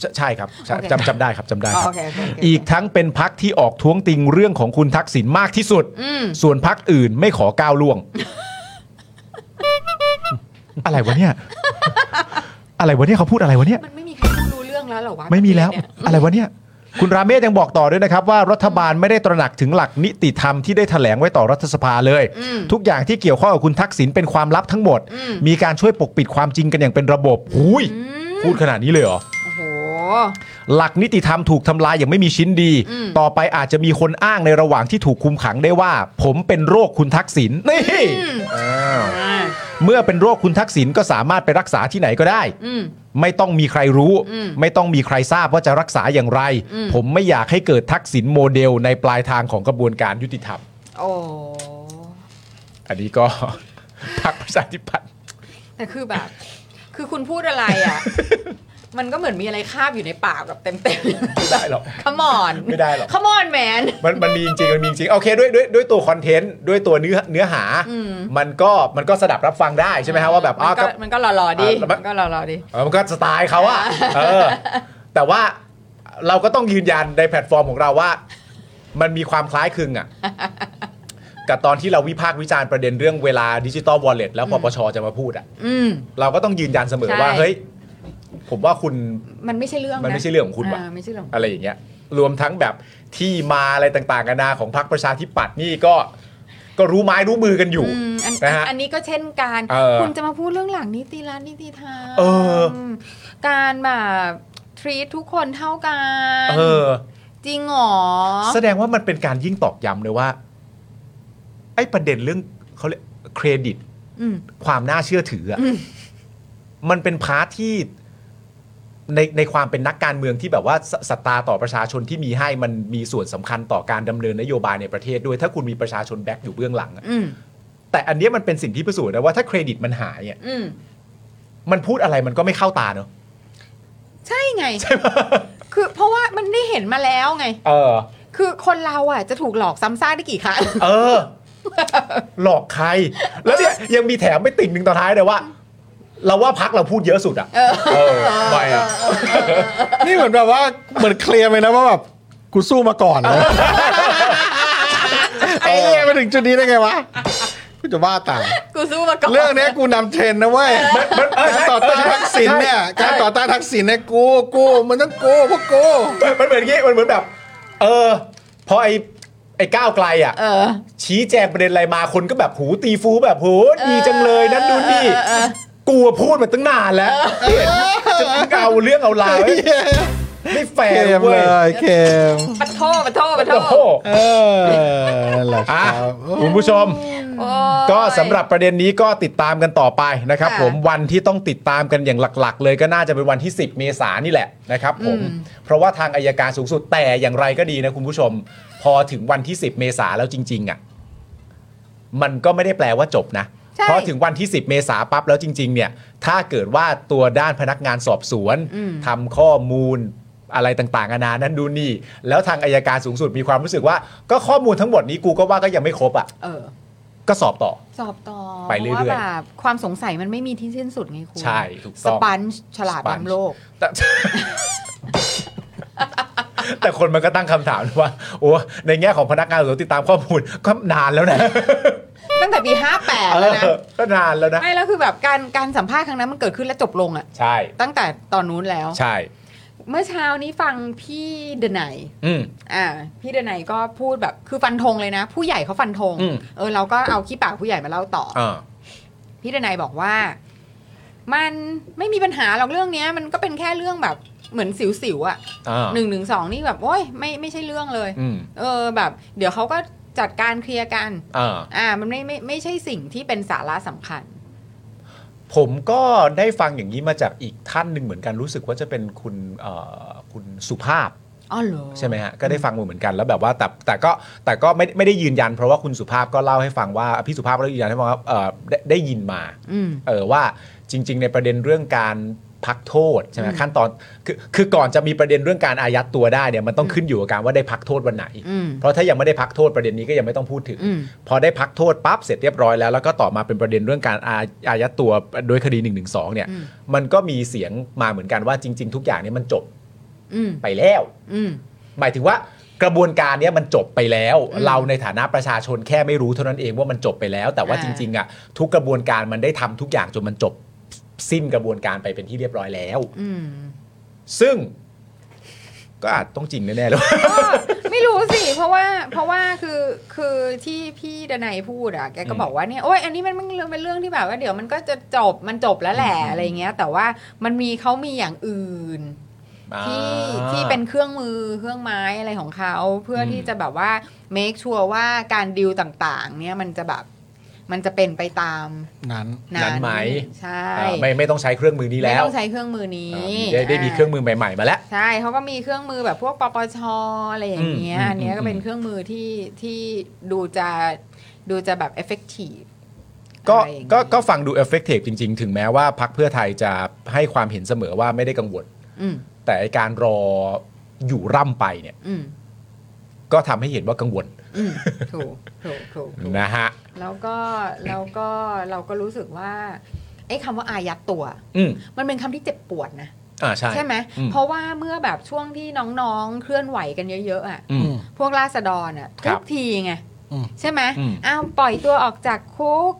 ใช่ใช่ครับใช่ โอเค จำจำได้ครับจำได้ครัโอบเคโอเคโอเค อีกทั้งเป็นพักที่ออกท้วงติงเรื่องของคุณทักษิณมากที่สุด อืม ส่วนพักอื่นไม่ขอก้าวล่วง อะไรวะเนี่ย อะไรวะเนี่ยเขาพูดอะไรวะเนี่ย มันไม่มีใครรู้เรื่องแล้วเหรอวะ ไม่มีแล้ว เนี่ย อะไรวะเนี่ย คุณราเมศยังบอกต่อด้วยนะครับ ว่ารัฐบาลไม่ได้ตระหนักถึงหลักนิติธรรมที่ได้แถลงไว้ต่อรัฐสภาเลย อืม ทุกอย่างที่เกี่ยวข้องกับคุณทักษิณเป็นความลับทั้งหมด อืม มีการช่วยปกปิดความจริงกันอย่างเป็นระบบหุยพูดขนาดนี้เลยเหรอ โอ้โห หลักนิติธรรมถูกทำลายอย่างไม่มีชิ้นดี อืม ต่อไปอาจจะมีคนอ้างในระหว่างที่ถูกคุมขังได้ว่า ผมเป็นโรคคุณทักษิณนี่อ้าว อ่า เมื่อเป็นโรคคุณทักษิณก็สามารถไปรักษาที่ไหนก็ได้ อืม ไม่ต้องมีใครรู้ อืม ไม่ต้องมีใครทราบว่าจะรักษาอย่างไร อืม ผมไม่อยากให้เกิดทักษิณโมเดลในปลายทางของกระบวนการยุติธรรม โอ้ อันนี้ก็ พรรคประชาธิปัตย์ แต่คือแบบ คือคุณพูดอะไรอ่ะ มันก็เหมือนมีอะไรคาบอยู่ในปากแบบเต็ม ไม่ได้หรอก ๆ ขมอน ไม่ได้หรอก ขมอนแมน มันมันมีจริงๆมันมีจริงโอเคด้วยด้วยด้วยตัวคอนเทนต์ด้วยตัวเนื้อเนื้อหา อืม มันก็มันก็สดับรับฟังได้ใช่ไหมฮะว่าแบบ มั อ้าวน ก็ ก็ มันก็หล่อๆดี อ่าแล้วมัน มันก็หล่อๆดี เออมันก็สไตล์เขาอะเออ แต่ว่าเราก็ต้องยืนยันในแพลตฟอร์มของเราว่า มันมีความคล้ายคลึงอะกับตอนที่เราวิพากษ์วิจารณ์ประเด็นเรื่องเวลาดิจิตอลวอลเล็ตแล้วปปชจะมาพูดอะ อืม เราก็ต้องยืนยันเสมอ ใช่ ว่าเฮ้ย ผมว่าคุณ มันไม่ใช่เรื่อง มันไม่ใช่เรื่องของคุณว่ะ าไม่ใช่เรื่องของ อะไรอย่างเงี้ย รวมทั้งแบบที่มาอะไรต่างๆกันานาของพรรคประชาธิปัตย์นี่ก็ก็รู้ไม้รู้มือกันอยู่ อืมอัน นะฮะ อันนี้ก็เช่นกัน เออ คุณจะมาพูดเรื่องหลังนิติรัฐนิติธรรม เออ การแบบทรีทุกคนเท่ากัน เออ จริงเหรอ แสดงว่ามันเป็นการยิ่งตอกย้ำเลยว่า ไอ้ประเด็นเรื่องเขาเรียกเครดิต อืม ความน่าเชื่อถืออะมันเป็นพาร์ทที่ในในความเป็นนักการเมืองที่แบบว่าสศรัทธาต่อประชาชนที่มีให้มันมีส่วนสำคัญต่อการดำเนินนโยบายในประเทศด้วย ถ้าคุณมีประชาชนแบ็กอยู่เบื้องหลังอะ อืม แต่อันเนี้ยมันเป็นสิ่งที่พิสูจน์นะว่าถ้าเครดิตมันหายอะ อืม มันพูดอะไรมันก็ไม่เข้าตาเนอะ ใช่ไง คือเพราะว่ามันได้เห็นมาแล้วไง เออ คือคนเราอ่ะจะถูกหลอกซ้ำซากได้กี่ครั้ง เออ หลอกใคร แล้วเนี่ยยังมีแถมไปติ่งหนึ่งต่อท้ายเลยว่า เราว่าพักเราพูดเยอะสุดอะ เออ เออไปอะ นี่เหมือนแบบว่าเหมือนเคลียร์ไปนะว่าแบบกูสู้มาก่อนนะไอ้เหี้ยมาถึงจุดนี้ได้ไงวะกูจะว่าตาม กูสู้มาก่อน เรื่องเนี้ยกูนำเทรนด์นะเว้ยการต่อต้านทักษิณเนี่ยการต่อต้านทักษิณเนี่ยกูกูมันต้องกูพวกกู มันเหมือนอย่างงี้มันเหมือนแบบ เออ พอไอไอก้าวไกลอะ เออ ชี้แจงประเด็นอะไรมาคนก็แบบหูตีฟูแบบโหดีจังเลยนั่นนู่นนี่ เออเออ กูอะพูดมาตั้งนานแล้วจะเอาเรื่องเอาราวไว้ไม่แฟ เก ร์ ม เว้ เลย ยเกม ปะโทปะโทปะโท โอ้โห เออนั่นแหละค อ่ะ รับ คุณผู้ชม โอ้ย ก็สำหรับประเด็นนี้ก็ติดตามกันต่อไปนะครับ ค่ะ ผมวันที่ต้องติดตามกันอย่างหลัก ๆ เลยก็น่าจะเป็นวันที่ 10 เมษายนนี่แหละนะครับผม อืม เพราะว่าทางอายการสูงสุดแต่อย่างไรก็ดีนะคุณผู้ชม พอถึงวันที่ 10 เมษายนแล้วจริง ๆ อ่ะ มันก็ไม่ได้แปลว่าจบนะ ใช่ เพราะถึงวันที่ 10 เมษาปั๊บแล้วจริง ๆ เนี่ย ถ้าเกิดว่าตัวด้านพนักงานสอบสวน อืม ทำข้อมูลอะไรต่างๆนานานั้นดูนี่ แล้วทางอายการสูงสุดมีความรู้สึกว่า ก็ข้อมูลทั้งหมดนี้กูก็ว่าก็ยังไม่ครบอ่ะ เออ ก็สอบต่อ สอบต่อ ไปเรื่อยๆ พาะว่าแบบความสงสัยมันไม่มีที่สิ้นสุดไงคุณ ใช่ถูกต้อง สปันช์ฉลาด สปันช์ ล้ำโลก แต่ แต่คนมันก็ตั้งคำถามว่า โอ้ในแง่ของพนักงานสอบสวนติดตามข้อมูลก็นานแล้วนะ ตั้งแต่ปี 58 แล้วนะ เออก็นานแล้วนะ ไม่แล้วคือแบบการการสัมภาษณ์ครั้งนั้นมันเกิดขึ้นและจบลงอะ ใช่ ตั้งแต่ตอนนู้นแล้ว ใช่ เมื่อเช้านี้ฟังพี่เดนัย อืม อ่าพี่เดนัยก็พูดแบบคือฟันธงเลยนะ ผู้ใหญ่เขาฟันธง อืม เออเราก็เอาขี้ปากผู้ใหญ่มาเล่าต่ออ อ่า พี่เดนัยบอกว่า มันไม่มีปัญหาหรอกเรื่องเนี้ย มันก็เป็นแค่เรื่องแบบเหมือนสิวๆอ่ะ อ่า หนึ่งหนึ่งสองนี่แบบโอ้ยไม่ไม่ใช่เรื่องเลย อืม เออแบบ เดี๋ยวเขาก็จัดการเคลียร์กัน อ่า อ่า มันไม่ไม่ไม่ใช่สิ่งที่เป็นสาระสำคัญ ผมก็ได้ฟังอย่างนี้มาจากอีกท่านหนึ่งเหมือนกันรู้สึกว่าจะเป็นคุณเอ่อคุณสุภาพ อ๋อเหรอ ใช่ไหมฮะก็ได้ฟังมาเหมือนกันแล้วแบบว่าแต่แต่ก็แต่ก็ไม่ไม่ได้ยืนยัน เพราะว่าคุณสุภาพก็เล่าให้ฟังว่าพี่สุภาพก็ได้ยืนยันให้ฟังว่าเอ่อได้ได้ยินมา อืม เออว่าจริง ๆ ในประเด็นเรื่องการพักโทษใช่ไหม อืม ขั้นตอนคือคือก่อนจะมีประเด็นเรื่องการอายัดตัวได้เนี่ยมันต้องขึ้นอยู่กับการว่าได้พักโทษวันไหน อืม เพราะถ้ายังไม่ได้พักโทษประเด็นนี้ก็ยังไม่ต้องพูดถึง อืม พอได้พักโทษปั๊บเสร็จเรียบร้อยแล้ว แล้วก็ต่อมาเป็นประเด็นเรื่องการอาอายัดตัวโดยคดี1นึเนี่ย อืม มันก็มีเสียงมาเหมือนกันว่าจริง ๆ ทุกอย่างเนี่ยมันจบ อืม ไปแล้ว อืม หมายถึงว่ากระบวนการเนี้ยมันจบไปแล้ว อืม เราในฐานะประชาชนแค่ไม่รู้เท่านั้นเองว่ามันจบไปแล้ว แต่ว่า อ่า จริงๆอ่ะทุกกระบวนการมันได้ทำทุกอย่างจนมันจบสิ้นกระบวนการไปเป็นที่เรียบร้อยแล้ว อืม ซึ่งก็อาจต้องจริงแน่ๆเลย ก็ไม่รู้สิ เพราะว่าเพราะว่าคือคือที่พี่ดนัยพูดอะแกก็ อืม บอกว่าเนี่ยโอ้ยอันนี้มันมันเป็นเรื่องที่แบบว่าเดี๋ยวมันก็จะจบมันจบแล้วแหละอะไรเงี้ย แต่ว่ามันมีเขามีอย่างอื่น ที่ที่เป็นเครื่องมือเครื่องไม้อะไรของเขาเพื่ออ ม ที่จะแบบว่า make sure ว่าการดิวต่างๆ เนี่ยมันจะแบบมันจะเป็นไปตาม นั้น นั้นไหม ใช่ อ่าไม่ไม่ต้องใช้เครื่องมือนี้ ไม่ แล้ว ต้องใช้เครื่องมือนี้ อ่ามีได้ได้มีเครื่อง า มือใหม่ๆมาแล้ว ใช่เขาก็มีเครื่องมือแบบพวกปปชอะไรอย่างเงี้ย อืมอืม อันเนี้ยก็เป็น อืม เครื่องมือที่ที่ดูจะดูจะแบบ effective ก็ อะไรอย่างเงี้ย ก็ก็ฟังดูเอฟเฟกเท e จริง ๆ ถึงแม้ว่าพักเพื่อไทยจะให้ความเห็นเสมอว่าไม่ได้กังวล อืม แต่ไอ้การรออยู่ร่ำไปเนี่ย อืม ก็ทำให้เห็นว่ากังวล อืมถูกถูกถูกถูก นะฮะ แล้วก็แล้วก็เราก็รู้สึกว่าไอ้คำว่าอายัดตัว อืม มันเป็นคำที่เจ็บปวดนะ อ่าใช่ ไหม อืม เพราะว่าเมื่อแบบช่วงที่น้องๆเคลื่อนไหวกันเยอะๆอ่ะ อืม พวกราษฎรอ่ะ ครั ทุ บ กทีไง อืม ใช่ไหม อืม อ้าวปล่อยตัวออกจากคุก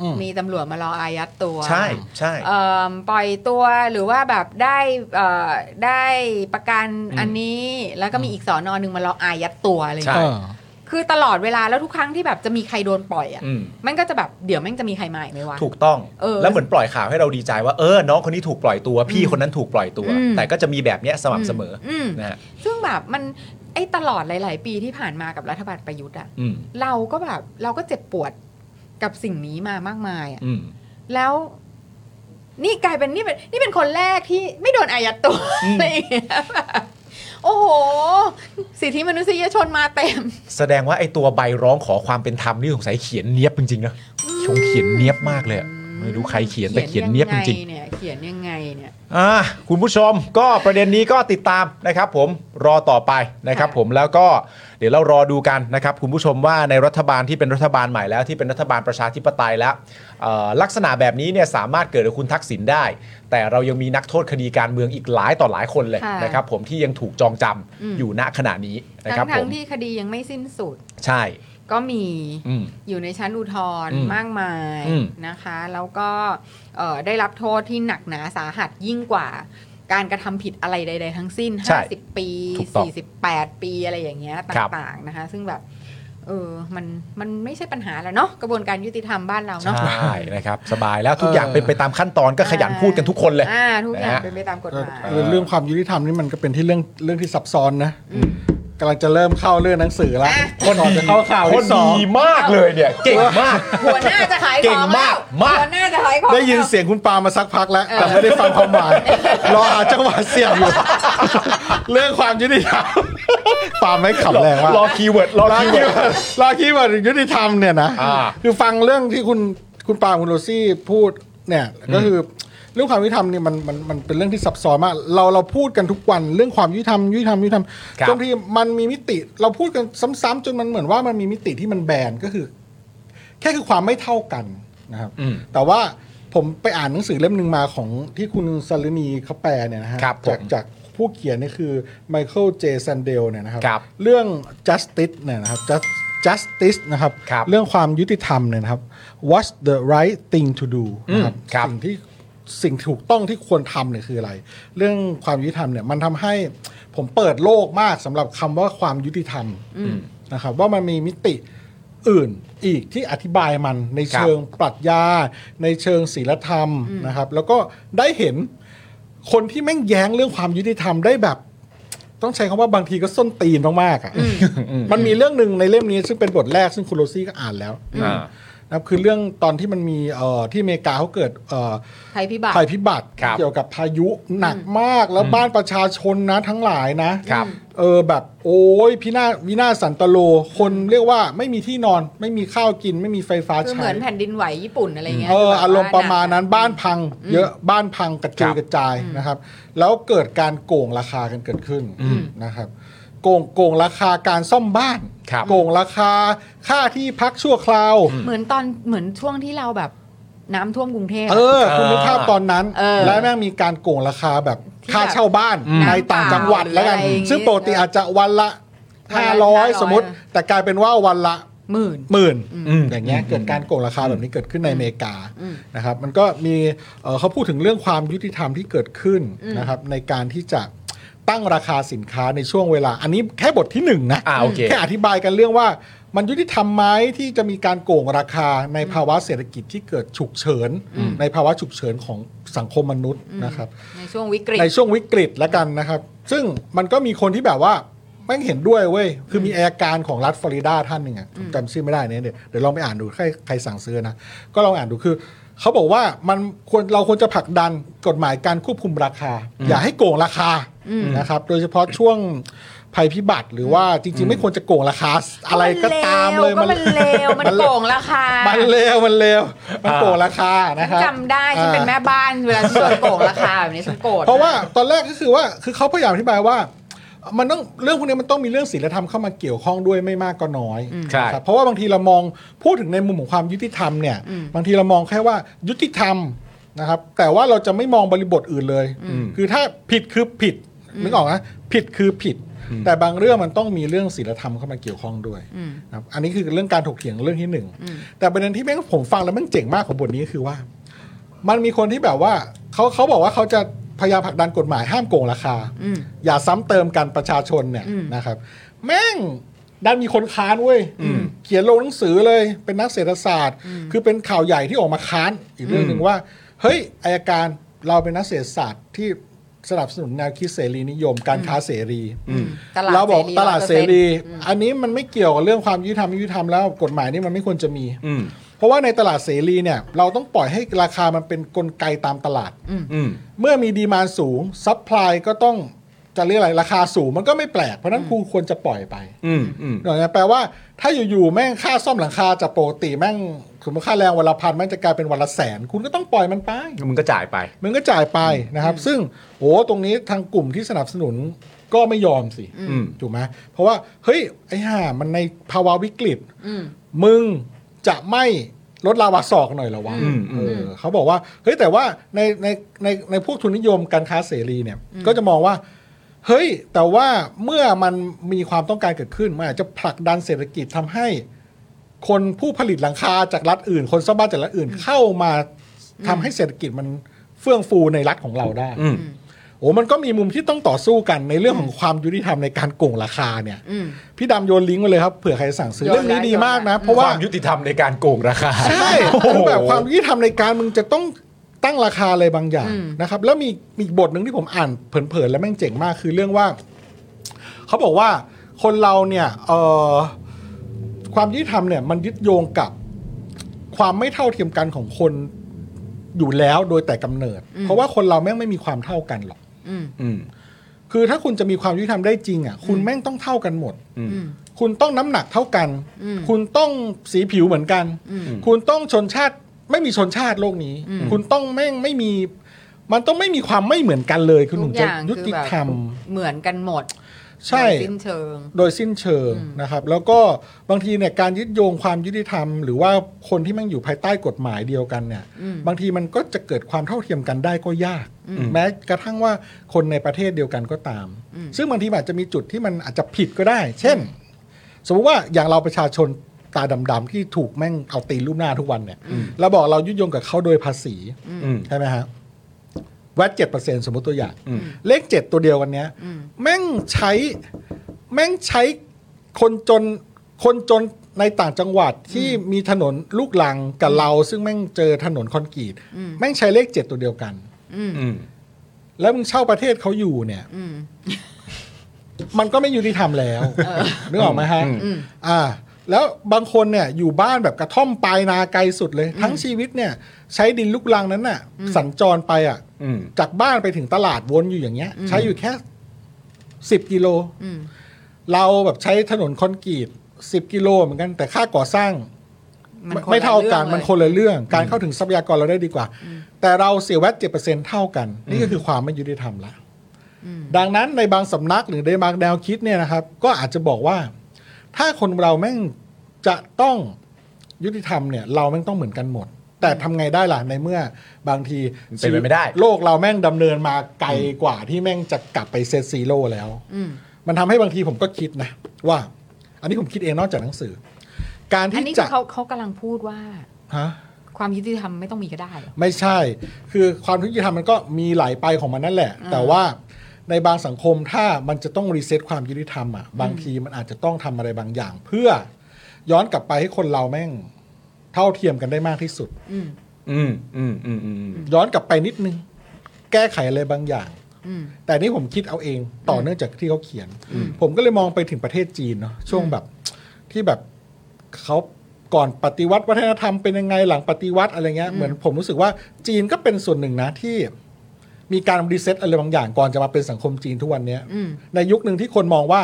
อืม มีตำรวจมารออายัดตัว ใช่ใช่ เอิ่มปล่อยตัวหรือว่าแบบได้เอ่อได้ประกัน อืม อันนี้ แล้วก็มีอีกสอนอหนึ่งมารออายัดตัวอะไรอย่าง ใช่ เลยคือตลอดเวลาแล้วทุกครั้งที่แบบจะมีใครโดนปล่อยอ่ะ อืม มันก็จะแบบเดี๋ยวแม่งจะมีใครมาอีกไหมวะ ถูกต้อง เออ แล้วเหมือนปล่อยข่าวให้เราดีใจว่าเออน้องคนนี้ถูกปล่อยตัว พี่ อืม คนนั้นถูกปล่อยตัว อืม แต่ก็จะมีแบบเนี้ยสม่ำเสมออ อืม นะฮะ ซึ่งแบบมันไอ้ตลอดหลาย ๆ ปีที่ผ่านมากับรัฐบาลประยุทธ์อ่ะ อืม เราก็แบบเราก็เจ็บปวดกับสิ่งนี้มามากมายอ่ะ อืม แล้วนี่กลายเป็นนี่เป็นนี่เป็นคนแรกที่ไม่โดนอายัดตัว อืม อะไรอย่างเงี้ยแบบโอ้โห สิทธิมนุษยชนมาเต็ม แสดงว่าไอ้ตัวใบร้องขอความเป็นธรรมนี่สงสัยเขียนเนี้ยบจริงๆนะชงเขียนเนี้ยบมากเลยอะไม่รู้ใครเขียนแต่เขียนเนี้ยบจริงๆ เขียนยัไเนี่ยเขียนยังไงเนี่ย อ่าคุณผู้ชมก็ประเด็นนี้ก็ติดตามนะครับผมรอต่อไปนะครับ ค่ะ ผมแล้วก็เดี๋ยวเรารอดูกันนะครับคุณผู้ชมว่าในรัฐบาลที่เป็นรัฐบาลใหม่แล้วที่เป็นรัฐบาลประชาธิปไตยแล้วเอ่อลักษณะแบบนี้เนี่ยสามารถเกิดกับคุณทักษิณได้ แต่เรายังมีนักโทษคดีการเมืองอีกหลายต่อหลายคนเลยนะครับผมที่ยังถูกจองจำอยู่ณขณะนี้นะครับผ ทั้ ม งๆที่คดียังไม่สิ้นสุด ใช่ ก็มี อืม อยู่ในชั้นอุทธร อื ณ์ ม มากมาย อืม นะคะ แล้วก็เอ่อได้รับโทษที่หนักหนาสาหัสยิ่งกว่า การกระทำผิดอะไรใด ๆ ทั้งสิ้น ใช่ 50 ปี ถูกต้อง 48 ปีอะไรอย่างเงี้ยต ครับ ่างๆนะคะ ซึ่งแบบเออมันมันไม่ใช่ปัญหาแล้วเนาะกระบวนการยุติธรรมบ้านเรา ใช เนาะ ่นะครับสบายแล้วทุกอย่างเป็นไปตามขั้นตอนก็ขยันพูดกันทุกคนเลย อ่าทุกอย่าง นะฮะ เป็นไปตามกฎหมาย เรื่องเรื่องความยุติธรรมนี่มันก็เป็นที่เรื่องเรื่องที่ซับซ้อนนะ อืม กำลังจะเริ่มเข้าเรื่องหนังสือแล้ว อ่ะ คนจะเข้าข่าว ค ที่ น สอ ดี ง มากเลยเนี่ยเก่งมาก หัวหน้าจะขายของ เก่งมาก แล้ว มาก หัวหน้าจะขายของ ได้ยิน แล้ว เสียงคุณปามาสักพักแล้ว แต่ไม่ได้ฟังความหมายรอหาจังหวะเสียงอยู่ เรื่องความยุติธรรมปาไม่ขำแรงว่าร อคีย์เวิร์ดรอ รอ คีย์ คี เวิ ย์ ร์ด เวิร์ดรอคีย์เวิร์ดยุติธรรมเนี่ยนะ อ่า คือฟังเรื่องที่คุณคุณปาคุณโรซี่พูดเนี่ยก็คือเรื่องความยุติธรรมเนี่ยมันมันมันเป็นเรื่องที่ซับซ้อนมาก เราเราพูดกันทุกวันเรื่องความยุติธรรมยุติธรรมยุติธรรม ครับ จนที่มันมีมิติ เราพูดกันซ้ำๆจนมันเหมือนว่ามันมีมิติที่มันแบนก็คือ แค่คือความไม่เท่ากันนะครับ อืม แต่ว่าผมไปอ่านหนังสือเล่มหนึ่งมาของที่คุณสรณีเขาแปลเนี่ยนะฮะ ครับผม จากจากผู้เขียนนี่คือไมเคิลเจสันเดลเนี่ยนะครับ ครับ เรื่อง justice เนี่ยนะครับ Just- justice นะครับ ครับ เรื่องความยุติธรรมเนี่ยนะครับ what's the right thing to do นะครับ อืมครับ สิ่งที่ สิ่งถูกต้องที่ควรทำเนี่ยคืออะไร เรื่องความยุติธรรมเนี่ยมันทำให้ผมเปิดโลกมากสำหรับคำว่าความยุติธรรมนะครับว่ามันมีมิติอื่นอีกที่อธิบายมันในเชิงปรัชญา ในเชิงศีลธรรมนะครับ แล้วก็ได้เห็นคนที่แม่งแย้งเรื่องความยุติธรรมได้แบบ ต้องใช้คำว่าบางทีก็ส้นตีนมากๆอ่ะมันมีเรื่องหนึ่งในเล่มนี้ซึ่งเป็นบทแรกซึ่งคุณโรซี่ก็อ่านแล้ว อ่า นะครับคือเรื่องตอนที่มันมีเอ่อที่อเมริกาเขาเกิดเอ่อ ภัยพิบัติ ภัยพิบัติ ครับ เกี่ยวกับพายุหนักมากแล้วบ้านประชาชนนะทั้งหลายนะครับ เออแบบโอ้ยพินาศวินาศสันตโล คนเรียกว่าไม่มีที่นอนไม่มีข้าวกิน ไม่มีไฟฟ้า คือ ใช้ เหมือนแผ่นดินไหวญี่ปุ่นอะไรเงี้ย เออ แบบว่ อารมณ์ประมาณนั้น หก บ้านพัง เยอะบ้านพังกระจุยกระจายนะครับ แล้วเกิดการโกงราคากันเกิดขึ้นนะครับโกงโกงราคาการซ่อมบ้าน ครับ โกงราคาค่าที่พักชั่วคราว เหมือนตอนเหมือนช่วงที่เราแบบน้ำท่วมกรุงเทพ เออ คุณนึก อ่า ภาพตอนนั้น เออ และแม่งมีการโกงราคาแบบ ที่ ค่าเช่าบ้านในต่างจังหวัดแล้วกัน หรืออะไรอย่างงี้ ซึ่งปกติอาจจะวันละ วันละ 500 สมมติ ห้าร้อย แต่กลายเป็นว่าวันละ หมื่น หมื่น อืม อย่างเงี้ยเกิดการโกงราคาแบบนี้เกิดขึ้นในอเมริกานะครับ มันก็มีเอ่อเขาพูดถึงเรื่องความยุติธรรมที่เกิดขึ้นนะครับในการที่จะตั้งราคาสินค้าในช่วงเวลา อันนี้แค่บทที่หนึ่งนะ อ่าโอเค แค่อธิบายกันเรื่องว่ามันยุติธรรมไหมที่จะมีการโกงราคาในภาวะเศรษฐกิจที่เกิดฉุกเฉิน ในภาวะฉุกเฉินของสังคมมนุษย์นะครับ ในช่วงวิกฤต ในช่วงวิกฤตแล้วกันนะครับ ซึ่งมันก็มีคนที่แบบว่าไม่งเห็นด้วยเว้ย คือมีอายการของรัฐฟลอริดาท่านหนึ่งอะผมจำชื่อไม่ได้เนี่ยเดี๋ยวเดี๋ยวลองไปอ่านดูใครใครสั่งซื้อนะ ก็ลองอ่านดูคือ เขาบอกว่ามันควรเราควรจะผลักดันกฎหมายการควบคุมราคา อย่าให้โกงราคานะครับ โดยเฉพาะช่วงภัยพิบัติหรือว่าจริง ๆ ไม่ควรจะโกงราคาอะไรก็ตามเลย ก็มันเลวมันโกงราคา มันเลวมันเลวมันโกงราคา ฉั นะ น ครับ จำได้ฉันเป็นแม่บ้านเวลาฉันโดนโกงราคาแบบนี้ฉันโกรธ เพราะว่าตอนแรกก็คือว่าคือเขาพยายามอธิบายว่า มันต้องเรื่องพวกนี้มันต้องมีเรื่องศีลธรรมเข้ามาเกี่ยวข้องด้วยไม่มากก็น้อย ครับ นะครับเพราะว่าบางทีเรามองพูดถึงในมุมของความยุติธรรมเนี่ยบางทีเรามองแค่ว่ายุติธรรมนะครับแต่ว่าเราจะไม่มองบริบทอื่นเลย คือถ้าผิดคือผิดนึกออกนะผิดคือผิด แต่บางเรื่องมันต้องมีเรื่องศีลธรรมเข้ามาเกี่ยวข้องด้วยนะครับอันนี้คือเรื่องการถกเถียงเรื่องที่หนึ่งแต่ประเด็นที่แม่งผมฟังแล้วแมันเจ๋งมากของบทนี้ก็คือว่า มันมีคนที่แบบว่าเขาเขาบอกว่าเขาจะพยายามผลักดันกฎหมายห้ามโกงราคา อย่าซ้ำเติมกันประชาชนเนี่ยนะครับ แม่งดันมีคนค้านเว้ยเขียนลงหนังสือเลยเป็นนักเศรษฐศาสตร์ คือเป็นข่าวใหญ่ที่ออกมาค้านอีกเรื่องหนึ่งว่า เฮ้ยอายการเราเป็นนักเศรษฐศาสตร์ที่สนับสนุนแนวคิดเสรีนิยม การค้าเสรี ตลาด เราบอกตลาดเสรี 100% อันนี้มันไม่เกี่ยวกับเรื่องความยุติธรรมไม่ยุติธรรมแล้วกฎหมายนี่มันไม่ควรจะมี เพราะว่าในตลาดเสรีเนี่ยเราต้องปล่อยให้ราคามันเป็นกลไกตามตลาด อืม เมื่อมีดีมานสูงซัพพลายก็ต้องจะเรียกอะไรราคาสูงมันก็ไม่แปลก เพราะฉะนั้นครูควรจะปล่อยไป อืมอืม หน่อยนะแปลว่าถ้าอยู่ๆแม่งค่าซ่อมหลังคาจากปกติแม่งสมมติค่าแรงวันละพันแม่งจะกลายเป็นวันละแสน คุณก็ต้องปล่อยมันไป มึงก็จ่ายไป มันก็จ่ายไปนะครับ ซึ่งโอ้ตรงนี้ทางกลุ่มที่สนับสนุนก็ไม่ยอมสิ อืม ถูกไหมเพราะว่า เฮ้ย ไอ้ห่ามันในภาวะวิกฤตมึงจะไม่ลดลาวาศอกหน่อยเหรอวะเออเขาบอกว่า เฮ้ย แต่ว่าในในในในพวกทุนนิยมการค้าเสรีเนี่ย ก็จะมองว่า เฮ้ย แต่ว่าเมื่อมันมีความต้องการเกิดขึ้นมันอาจจะผลักดันเศรษฐกิจทำให้ คนผู้ผลิตหลังคาจากรัฐอื่น คนซ่อมบ้านจากรัฐอื่นเข้ามาทำให้เศรษฐกิจมันเฟื่องฟูในรัฐของเราได้ อืม โอ้มันก็มีมุมที่ต้องต่อสู้กันในเรื่องของความยุติธรรมในการโกงราคาเนี่ย อืม พี่ดำโยนลิงก์มาเลยครับเผื่อใครสั่งซื้อ โยน เรื่องนี้ ได้ ดี โยน มากนะ เพราะว่าวคามยุติธรรมในการโกงราคา ใช่คือแบบความยุติธรรมในการมึงจะต้องตั้งราคาอะไรบางอย่างนะครับ แล้วมีมีอีกบทหนึ่งที่ผมอ่านเผินๆแล้วแม่งเจ๋งมากคือเรื่องว่า เขาบอกว่าคนเราเนี่ยเอ่อความยุติธรรมเนี่ย มันยึดโยงกับความไม่เท่าเทียมกันของคนอยู่แล้วโดยแต่กำเนิด เพราะว่าคนเราแม่งไม่มีความเท่ากันหรอก อืม อืม คือถ้าคุณจะมีความยุติธรรมได้จริงอ่ะคุณแม่งต้องเท่ากันหมด อืม คุณต้องน้ำหนักเท่ากัน อืม คุณต้องสีผิวเหมือนกัน คุณต้องชนชาติไม่มีชนชาติโลกนี้ อืม คุณต้องแม่งไม่มี มันต้องไม่มีความไม่เหมือนกันเลยคุณถึทุก ง อ จะ ย่าง ยุติ คือแบบ ธรรม เหมือนกันหมด ใช่ โดยสิ้นเชิง โดยสิ้นเชิงนะครับ แล้วก็บางทีเนี่ยการยึดโยงความยุติธรรม หรือว่าคนที่มันอยู่ภายใต้กฎหมายเดียวกันเนี่ย บางทีมันก็จะเกิดความเท่าเทียมกันได้ก็ยาก แม้กระทั่งว่าคนในประเทศเดียวกันก็ตาม ซึ่งบางทีมันอาจจะมีจุดที่มันอาจจะผิดก็ได้ เช่น สมมติว่าอย่างเราประชาชนตาดำๆที่ถูกแม่งเอาตีนรูปหน้าทุกวันเนี่ยเราบอกเรายุยงกับเขาโดยภาษีใช่ไหมฮะ แวดเจ็ดเปอร์เซ็นสมมติตัวอย่าง เลขเจ็ดตัวเดียวกันเนี้ย แม่งใช้แม่งใช้คนจนคนจนในต่างจังหวัดที่มีถนนลูกลังกับเรา ซึ่งแม่งเจอถนนคอนกรีต อืม แม่งใช้เลขเจ็ดตัวเดียวกัน อืม อืม แล้วมึงเช่าประเทศเขาอยู่เนี่ย อืม มันก็ไม่ยุติธรรมแล้วนึกออกไหมฮะ อืม อ่า แล้วบางคนเนี่ยอยู่บ้านแบบกระท่อมปลายนาไกลสุดเลย ทั้งชีวิตเนี่ย ใช้ดินลูกลังนั้นน่ะ สัญจรไปอ่ะ อืม จากบ้านไปถึงตลาดวนอยู่อย่างเงี้ย ใช้อยู่แค่สิบกิโล อืม เราแบบใช้ถนนคอนกรีตสิบกิโลเหมือนกันแต่ค่าก่อสร้าง มัน ไม่ คนละ ไม่เท่ากัน เรื่องเลย มันคนละเรื่อง การเข้าถึงทรัพยากรเราได้ดีกว่า แต่เราเสียแวดเจ็ดเปอร์เซ็นเท่ากัน นี่ก็คือความไม่ยุติธรรมละดังนั้นในบางสำนักหรือในบางแนวคิดเนี่ยนะครับ ก็อาจจะบอกว่า ถ้าคนเราแม่งจะต้องยุติธรรมเนี่ย เราแม่งต้องเหมือนกันหมด แต่ทำไงได้ล่ะในเมื่อบางที เป็นไปไม่ได้ โลกเราแม่งดำเนินมาไกลกว่าที่แม่งจะกลับไปเซตซีโร่แล้ว อืม มันทำให้บางทีผมก็คิดนะ ว่า อันนี้ผมคิดเองนอกจากหนังสือ การ อัน ที่ นี้ จะ คือเขาเขากำลังพูดว่า ฮะ ความยุติธรรมไม่ต้องมีก็ได้เหรอ ไม่ใช่ คือความยุติธรรมมันก็มีหลายไปของมันนั่นแหละ แต่ว่าในบางสังคมถ้ามันจะต้องรีเซ็ตความยุติธรรมอ่ะ บางทีมันอาจจะต้องทำอะไรบางอย่าง เพื่อย้อนกลับไปให้คนเราแม่งเท่าเทียมกันได้มากที่สุด อืม อืมอืมอืมอืม ย้อนกลับไปนิดนึง แก้ไขอะไรบางอย่าง อืม แต่นี่ผมคิดเอาเองต่อเนื่องจากที่เขาเขียน ผมก็เลยมองไปถึงประเทศจีนเนาะช่วงแบบที่แบบเขาก่อนปฏิวัติวัฒนธรรมเป็นยังไงหลังปฏิวัติอะไรเงี้ยเหมือนผมรู้สึกว่าจีนก็เป็นส่วนหนึ่งนะที่มีการรีเซ็ตอะไรบางอย่างก่อนจะมาเป็นสังคมจีนทุกวันเนี้ย อืม ในยุคหนึ่งที่คนมองว่า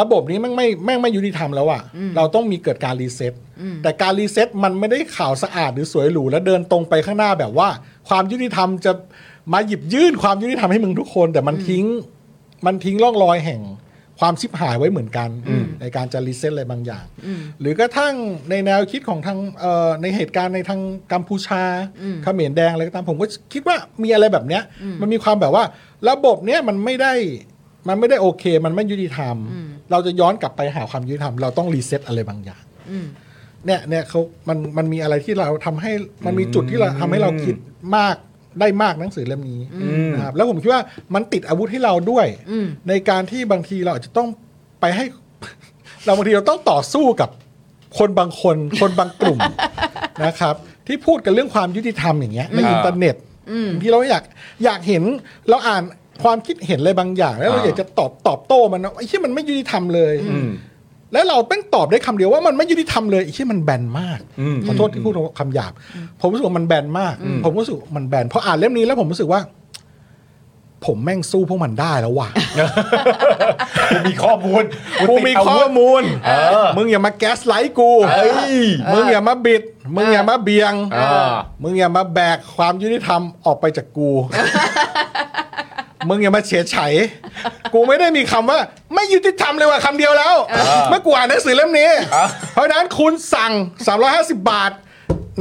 ระบบนี้แม่งไม่แม่งไม่ยุติธรรมแล้วอะ่ะเราต้องมีเกิดการรีเซ็ตแต่การรีเซ็ตมันไม่ได้ข่าวสะอาดหรือสวยหรูและเดินตรงไปข้างหน้าแบบว่า ความยุติธรรมจะมาหยิบยื่นความยุติธรรมให้มึงทุกคน แต่มันทิ้งมันทิ้งร่องรอยแห่งความชิบหายไว้เหมือนกัน ในการจะรีเซ็ตอะไรบางอย่าง หรือกระทั่งในแนวคิดของทางเอ่อในเหตุการณ์ในทางกัมพูชาเขมรแดงอะไรก็ตามผมก็คิดว่ามีอะไรแบบเนี้ย มันมีความแบบว่า ระบบเนี้ยมันไม่ได้ มันไม่ได้โอเค มันไม่ยุติธรรม เราจะย้อนกลับไปหาความยุติธรรม เราต้องรีเซ็ตอะไรบางอย่าง อืม เนี่ยเนี่ยเขามัน มันมีอะไรที่เราทำให้ มันมีจุดที่เราทำให้เราคิดมาก ได้มากหนังสือเล่มนี้นะครับ แล้วผมคิดว่ามันติดอาวุธให้เราด้วย อืม ในการที่บางทีเราอาจจะต้องไปให้ เราบางทีเราต้องต่อสู้กับคนบางคน คนบางกลุ่ม นะครับ ที่พูดกันเรื่องความยุติธรรมอย่างเงี้ยในอินเทอร์เน็ตบางที่เราอยากอยากเห็นเราอ่านความคิดเห็นอะไรบางอย่าง แล้วเราอยากจะตอบตอบโต้มันนะไอ้ที่มันไม่ยุติธรรมเลย แล้วเราเป็นตอบได้คำเดียวว่ามันไม่ยุติธรรมเลยไอ้ที่มันแบนมากขอโทษที่พูดคำหยาบ ผมรู้สึกว่ามันแบนมาก ผมรู้สึกว่ามันแบนพออ่านเล่มนี้แล้วผมรู้สึกว่า ผมแม่งสู้พวกมันได้แล้วว่ะ กูมีข้อมูล กู ติด มี เา ข้อ วุธ มูล มึงอย่ามาแก๊สไลท์กู เอ้ย มึงอย่ามาบิด มึงอย่ามาเบียง อ่า มึงอย่ามาแบกความยุติธรรมออกไปจากกู มึงอย่ามาเฉยไฉกูไม่ได้มีคำว่า ไม่ยุติธรรมเลยว่ะคำเดียวแล้ว เมื่อกูอ่านหนังสือเล่มนี้ เพราะฉะนั้นคุณสั่ง 350 บาท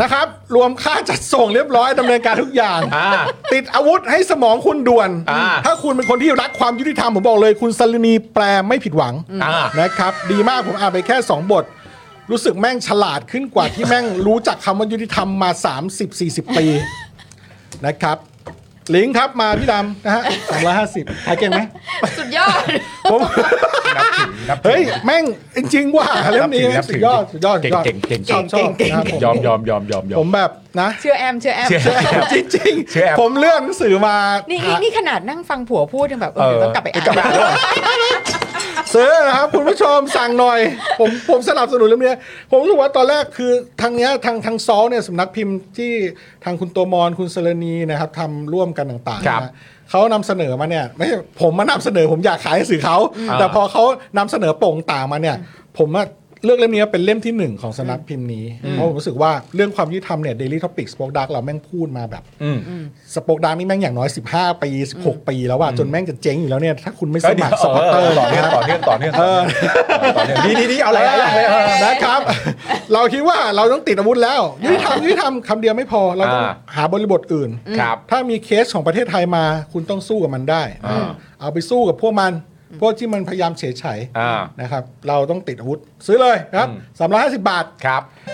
นะครับ รวมค่าจัดส่งเรียบร้อยดำเนินการทุกอย่าง อ่า ติดอาวุธให้สมองคุณด่วน อ่า ถ้าคุณเป็นคนที่รักความยุติธรรมผมบอกเลย คุณสลินีแปลไม่ผิดหวัง อ่า นะครับดีมากผมอ่านไปแค่ 2 บท รู้สึกแม่งฉลาดขึ้นกว่าที่แม่งรู้จักคำว่ายุติธรรมมา 30-40 ปี นะครับ ลิงก์ครับมาพี่ดำนะฮะสองร้อยห้าสิบขายเก่งไหม สุดยอด ผม นับถือนับถือ เฮ้ย แม่งจริงๆว่าเล่มนี้ นับ สุ ถื ด อย อดสุดยอดสุดยอด เก่งเก่งชเก่อบ ง ชอบนะครับผม ยอมยอมยอมยอมยอ ผม มแบบนะ เชื่อแอม เชื่อแอม จริง เชื่อแอป ๆผมเลือกหนังสือมา นี่ หา นี่นี่ขนาดนั่งฟังผัวพูดยังแบบ เออเดี๋ยวต้องกลับไปอ่าน ซื้อนะครับ คุณผู้ชมสั่งหน่อย ผมผมสนับสนุนเรื่องนี้ผมรู้สึกว่าตอนแรกคือทางเนี้ยทางทางซอลเนี่ยสำนักพิมพ์ที่ทางคุณโตมอนคุณเซเลนีนะครับทำร่วมกันต่างๆ ครับ นะเขานำเสนอมาเนี่ยไม่ใช่ผมมานำเสนอผมอยากขายหนังสื่อเขา แต่พอเขานำเสนอโป่งต่างมาเนี่ย ผมว่าเลือกเล่มนี้เป็นเล่มที่หนึ่งของสำนักพิมพ์นี้เพราะผมรู้สึกว่าเรื่องความยุติธรรมเนี่ย Daily Topic Spoke Dark เราแม่งพูดมาแบบ อืม สปอคดังนี่แม่งอย่างน้อย 15 ปี 16 ปีแล้วว่าจนแม่งจะเจ๊งอยู่แล้วเนี่ย ถ้าคุณไม่ส เดี๋ มั ย คว รสปอคเตอร์หรอก เออ นะ ต่อเนื่องต่อเนื่องต่อเนื่องต่อเนื่องดีดีดีอะเอาอะไร ไรอะไรอะไรอะไร นะครับ เราคิดว่าเราต้องติดอาวุธแล้วยุติธรรมยุติธรรมคำเดียวไม่พอ เราต้อง อ่า หาบริบทอื่น ครับ ถ้ามีเคสของประเทศไทยมาคุณต้องสู้กับมันได้ อ่า เอาไปสู้กับพวกมัน พวกที่มันพยายามเฉยเฉย อ่า นะครับ เราต้องติดอาวุธ ซื้อเลยนะครับ350 บาท ครับ ข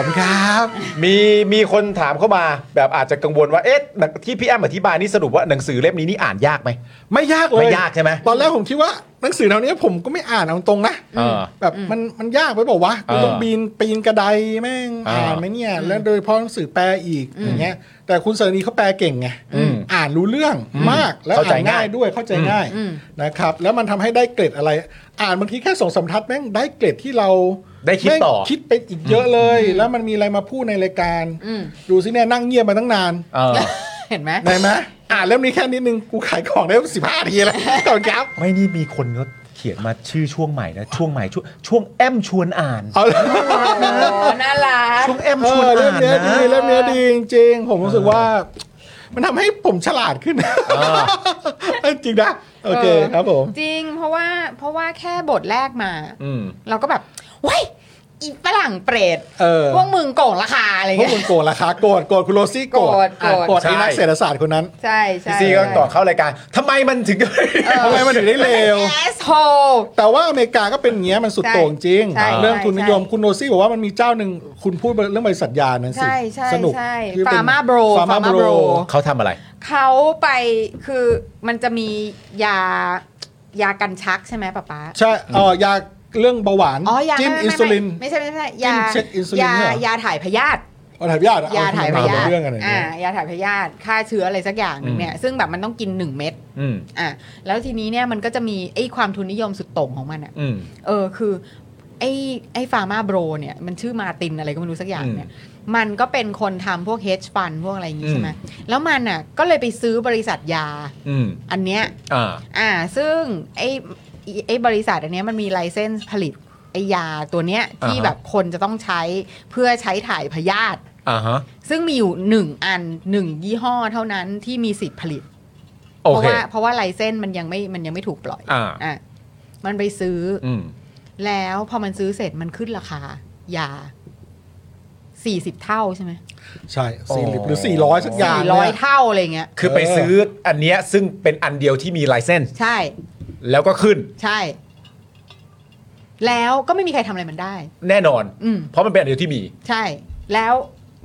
ขอบคุณครับ มีมีคนถามเข้ามาแบบอาจจะกังวลว่าเอ๊ะหนังที่พี่แอมอธิบายนี่สรุปว่าหนังสือเล่มนี้นี่อ่านยากไหม ไม่ยากเลย ไม่ยากใช่ไหม ตอนแรกผมคิดว่าหนังสือแนวเนี้ยผมก็ไม่อ่านเอาตรงนะ เออ แบบมันมันยากไปบอกว่าวะกูต้อง เออ ปีนปีนกระไดแม่ง เอออ่ อ่านไหมเนี่ยแล้วโดยเฉพาะหนังสือแปลอีกอย่างเงี้ย แต่คุณเสรีเขาแปลเก่งไง อืม อ่านรู้เรื่องมากและ เข้าใจ อ่านง่าย ง่าย ด้วยเข้าใจง่ายนะครับ แล้วมันทำให้ได้เกรดอะไร อ่านบางทีแค่สองสามทัดแม่งได้เกรดที่เรา ได้คิด แม่ง ต่อ คิดไปอีกเยอะเลย แล้วมันมีอะไรมาพูดในรายการ อืม ดูสิเนี่ยนั่งเงียบมาตั้งนาน เออ เห็นไหม ได้ไหมอ่านเล่มนี้แค่นิดนึง กูขายของได้สิบห้าทีแล้วก่อนครับ ไม่นี่มีคนเขาเขียนมาชื่อช่วงใหม่นะ ช่วงใหม่ช่วงช่วงแอมชวนอ่าน เอาเลย น่ารัก ช่วงแอม เอ ชวน อเล่ม อ่าน เนี้ย นะ ดีเล่มเนี้ยดีจริงๆผมรู้สึกว่า มันทำให้ผมฉลาดขึ้นจริงนะโอเค เออ ครับผม จริง เพราะว่าเพราะว่าแค่บทแรกมา อืม เราก็แบบเว้ยอีฝรั่งเปรต เออ พวกมึงโก่งราคาอะไร พวก เงี้ย คุณโกรธเหรอคะโกรธโกรธคุณโรซี่โกรธ โกรธ อ่ะ โกรธ โกรธไอ้นัก ใช่ เศรษฐศาสตร์คนนั้น ใช่ใช่ พี่ซีก็ก่อนเข้ารายการทำไมมันถึง ทำไมมันถึงได้เลว แอสโฮ แต่ว่าอเมริกาก็เป็นอย่างเงี้ยมันสุดโต่งจริง ใช่ใช่ เรื่องทุนนิยม ใช่ คุณโนซี่บอกว่ามันมีเจ้าหนึ่งคุณพูดเรื่องบริษัทยานั่นสิ ใช่ใช่ สนุก ใช่ ที่เป็น Pharma Bro Pharma Pharma Bro Bro เขาทำอะไร เขาไปคือมันจะมียายากันชักใช่ไหมป๊าป๊า ใช่เออยาเรื่องเบาหวาน อ๋อยา จิ้ม ไม่ อิน ไม่ ซูลิน ไม่ใช่ไม่ใช่ไม่ใช่ จิ้ ยาม เช็คอินซูลิน ยา เหรอ ยาถ่ายพยาธิ เอาถ่ายพยาธิอะ ยาถ่ายพยา เอ ธิ เรื่องกันหน่อย อ่า เนี่ย ยาถ่ายพยาธิฆ่าเชื้ออะไรสักอย่างหนึ่งเนี่ย ซึ่งแบบมันต้องกิน 1 เม็ด อืม อ่ะแล้วทีนี้เนี่ยมันก็จะมีไอ้ความทุนนิยมสุดโต่งของมันอ่ะ อืม เออคือไอ้ไอ้ฟาร์มาโบรเนี่ย มันชื่อมาตินอะไรก็ไม่รู้สักอย่างเนี่ย มันก็เป็นคนทำพวกเฮดฟันพวกอะไรอย่างงี้ใช่ไหมแล้วมันอ่ะก็เลยไปซื้อบริษัทยา อืม อันเนี้ย อ่า อ่าซึ่งไอ้ไอ้บริษัทอันเนี้ยมันมีไลเซนส์ผลิตไอ้ยาตัวเนี้ยที่ อ่าฮะ แบบคนจะต้องใช้เพื่อใช้ถ่ายพยาธิ อ่าฮะ ซึ่งมีอยู่หนึ่งอันหนึ่งยี่ห้อเท่านั้นที่มีสิทธิ์ผลิต โอ เพราะ เค ว่าเพราะว่าไลเซนส์มันยังไม่มันยังไม่ถูกปล่อย อ่า อ่ะมันไปซื้ออ อืม แล้วพอมันซื้อเสร็จมันขึ้นราคายาสี่สิบเท่าใช่ไหม ใช่สี่หรือสี่ร้อยสักอย่าง สี่ เนี่ ร้อย ย เท่าอะไรเงี้ย คือไปซื้ออันเนี้ยซึ่งเป็นอันเดียวที่มีไลเซนส์ ใช่ แล้วก็ขึ้น ใช่ แล้วก็ไม่มีใครทำอะไรมันได้ แน่นอน อืม เพราะมันเป็นอันเดียวที่มี ใช่ แล้ว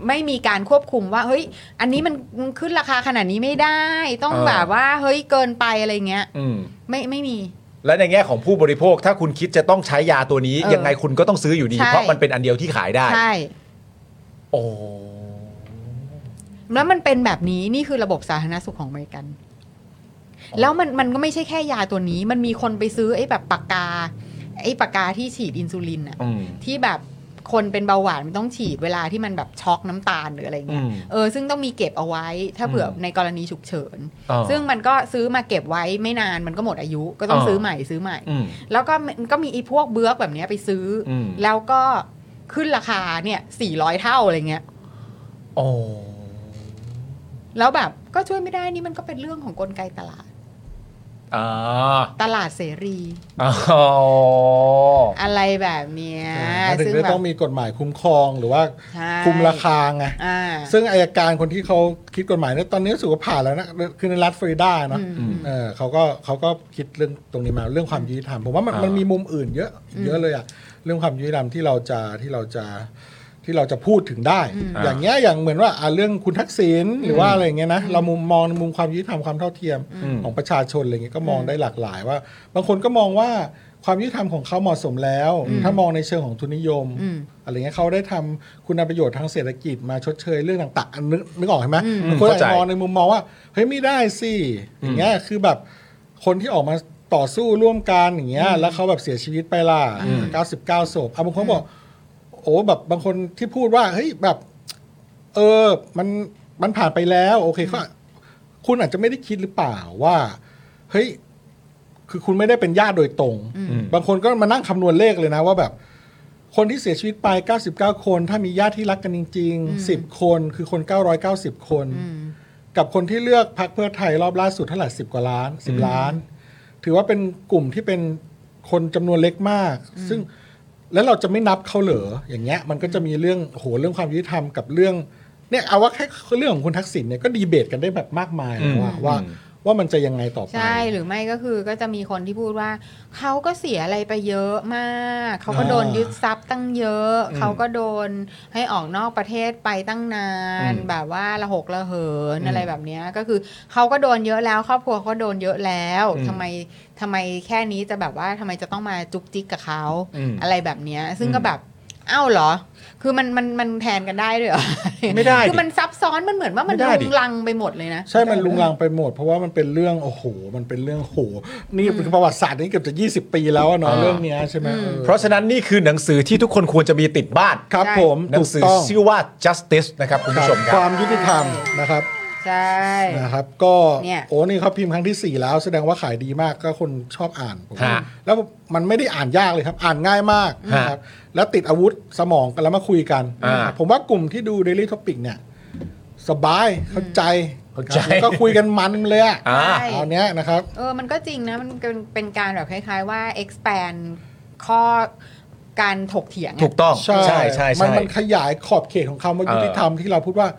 ไม่มีการควบคุมว่าเฮ้ย อันนี้มันมันขึ้นราคาขนาดนี้ไม่ได้ ต้อง เออ แบบว่าเฮ้ยเกินไปอะไรเงี้ย อืม ไม่ไม่มี และในแง่ของผู้บริโภคถ้าคุณคิดจะต้องใช้ยาตัวนี้ เออ ยังไงคุณก็ต้องซื้ออยู่ดี ใช่ เพราะมันเป็นอันเดียวที่ขายได้ ใช่ โอ้ แล้วมันเป็นแบบนี้นี่คือระบบสาธารณสุขของอเมริกัน แล้วมันมันก็ไม่ใช่แค่ยาตัวนี้ มันมีคนไปซื้อไอ้แบบปากกา ไอ้ปากกาที่ฉีดอินซูลินอะ อืม ที่แบบคนเป็นเบาหวานมันต้องฉีดเวลาที่มันแบบช็อกน้ำตาลหรืออะไรเงี้ย อืม เออซึ่งต้องมีเก็บเอาไว้ถ้าเผื่ออในกรณีฉุกเฉิน เออ ซึ่งมันก็ซื้อมาเก็บไว้ไม่นานมันก็หมดอายุก็ต้อง อ่า ซื้อใหม่ซื้อใหม่ อืม แล้วก็มันก็มีไอีพวกเบื้อกแบบเนี้ยไปซื้ออ ม แล้วก็ขึ้นราคาเนี่ยสี่ร้อยเท่าอะไรเงี้ย โอ้ แล้วแบบก็ช่วยไม่ได้นี่มันก็เป็นเรื่องของกลไกตลาด อ่า ตลาดเสรี อ๋อ อะไรแบบเนี้ย มันถึง ซึ่ง ได้ แบบ ต้องมีกฎหมายคุ้มครองหรือว่า ใช่ คุมราคาไง อ่า ซึ่งอายการคนที่เขาคิดกฎหมายเนี่ยตอนนี้รู้สึกว่าผ่านแล้วนะคือในรัฐฟลอริดาเนาะ อืม เออเขาก็เขาก็คิดเรื่องตรงนี้มาเรื่องความยุติธรรมผมว่ามัน อ่ามั มันมีมุมอื่นเยอะอีกเยอะเลยอะเรื่องความยุติธรรมที่เราจะที่เราจะที่เราจะพูดถึงได้ อย่างเงี้ยอย่างเหมือนว่าอ่ะเรื่องคุณทักษิณหรือว่าอะไรอย่างเงี้ยนะเรามุมมองในมุมความยุติธรรมความเท่าเทียมของประชาชนอะไรเงี้ยก็มองได้หลากหลายว่า บางคนก็มองว่าความยุติธรรมของเขาเหมาะสมแล้ว ถ้ามองในเชิงของทุนนิยม อืม อะไรเงี้ยเขาได้ทำคุณประโยชน์ทางเศรษฐกิจมาชดเชยเรื่องต่างๆอันนึกนึกออกใช่ไหมคนอาจ เข้าใจ จะมองในมุมมองว่าเฮ้ยไม่ได้สิอย่างเงี้ยคือแบบคนที่ออกมาต่อสู้ร่วมกันอย่างเงี้ยแล้วเขาแบบเสียชีวิตไปล่ะ99ศพอ่ะบางคนบอกโอ้แบบบางคนที่พูดว่าเฮ้ยแบบ เออมันมันผ่านไปแล้ว โอเคก็คุณอาจจะไม่ได้คิดหรือเปล่าว่าเฮ้ยคือคุณไม่ได้เป็นญาติโดยตรง บางคนก็มานั่งคำนวณเลขเลยนะว่าแบบ คนที่เสียชีวิตไป 99 คน ถ้ามีญาติที่รักกันจริง ๆ 10 คนคือคน 990 คน กับคนที่เลือกพักเพื่อไทยรอบล่าสุดเท่าไหร่10 กว่าล้าน 10 ล้าน ถือว่าเป็นกลุ่มที่เป็นคนจำนวนเล็กมาก ซึ่งแล้วเราจะไม่นับเขาเหรออย่างเงี้ย มันก็จะมีเรื่องโหเรื่องความยุติธรรมกับเรื่องเนี่ยเอาว่าแค่เรื่องของคุณทักษิณเนี่ยก็ดีเบตกันได้แบบมากมายแล้วว่าว่า ว่ามันจะยังไงต่อไป ใช่หรือไม่ก็คือก็จะมีคนที่พูดว่า เขาก็เสียอะไรไปเยอะมาก เขาก็ อ่า โดนยึดทรัพย์ตั้งเยอะ อืม เขาก็โดนให้ออกนอกประเทศไปตั้งนาน แบบว่าละหกละเหินอะไรแบบเนี้ยก็คือเขาก็โดนเยอะแล้ว ครอบครัวก็โดนเยอะแล้วทำไมทำไมแค่นี้จะแบบว่าทำไมจะต้องมาจุกจิกกับเขาอะไรแบบเนี้ยซึ่งก็แบบอ้าวเหรอ คือมันมันมันแทนกันได้ด้วยเหรอ ไม่ได้ดิ คือมันซับซ้อนมันเหมือนว่ามัน ไม่ได้ดิ ลุงลังไปหมดเลยนะ ใช่ มันลุงลังไปหมด เพราะว่ามันเป็นเรื่องโอ้โห มันเป็นเรื่องโห นี่เป็นประวัติศาสตร์นี่เกือบจะ 20 ปีแล้วอะเนาะเรื่องเนี้ยใช่ไหมออ เพราะฉะนั้นนี่คือหนังสือที่ทุกคนควรจะมีติดบ้าน ครับ ใช่ ผม หนั ถู ง ก สือ ต้อง ชื่อว่า justice นะครับคุณผู้ชมค ครับ วามยุติธรรมนะครับ ใช่ นะครับ ก็ เนี่ย โอ้นี่เขาพิมพ์ครั้งทีสี่ 4 แล้ว แสดงว่าขายดีมากก็คนชอบอ่านผม ฮะ แล้วมันไม่ได้อ่านยากเลยครับ อ่านง่ายมาก ฮะ นะครับแล้วติดอาวุธสมองกันแล้วมาคุยกัน อ่า ผมว่ากลุ่มที่ดู Daily Topic เนี่ย สบายเข้าใจ เข้าใจ แล้วก็คุยกันมันเลยอะ อ่า ใช่ ตอนเนี้ยนะครับ เออ มันก็จริงนะ มันเป็นเป็นการแบบคล้าย ๆ ว่า expand ข้อการถกเถียงอะ ถูกต้อง ใช่ ใช่ใช่ มัน ใช่ มันขยายขอบเขตของคำว่า เออ ยุติธรรมที่เราพูดว่า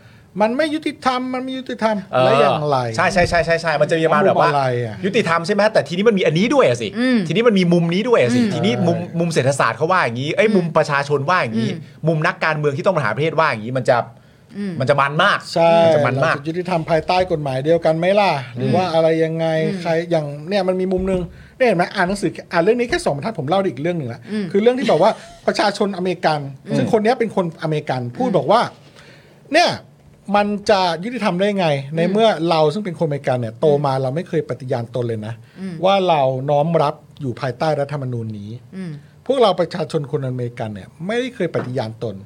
มันไม่ยุติธรรม มันไม่ยุติธรรม เออ และอย่างไร ใช่ใช่ใช่ใช่ใช่มันจะมีประมาณแบบว่า มุมอะไรอะ ยุติธรรมใช่ไหมแต่ทีนี้มันมีอันนี้ด้วยอะสิทีนี้มันมีมุมนี้ด้วยอะสิทีนี้มุมมุมเศรษฐศาสตร์เขาว่าอย่างนี้เอ้ยมุมประชาชนว่าอย่างนี้ มุมนักการเมืองที่ต้องบริหารประเทศว่าอย่างนี้มันจะมันจะมันมาก ใช่ มันจะมันมาก เรจะยุติธรรมภายใต้กฎหมายเดียวกันไหมล่ะ หรือว่าอะไรยังไงใครอย่างเนี่ยมันมีมุมหนึงเนี่ยเห็นไหมอ่านหนังสืออ่านเรื่องนี้แค่สองบรรทัดผมเล่าได้อีกเรื่องหนึ่งละคือเรื่องที่บอกว่าประชาชนอเมริกัน ซึ่งคนเนี้ยเป็นคนอเมริกันพูดบอกว่า เนี่ยมันจะยุติธรรมได้ไง ในเมื่อเราซึ่งเป็นคนอเมริกันเนี่ยโตมาเราไม่เคยปฏิญาณตนเลยนะ ว่าเราน้อมรับอยู่ภายใต้รัฐธรรมนูญนี้ อืม พวกเราประชาชนคนอเมริกันเนี่ยไม่ได้เคยปฏิญาณตน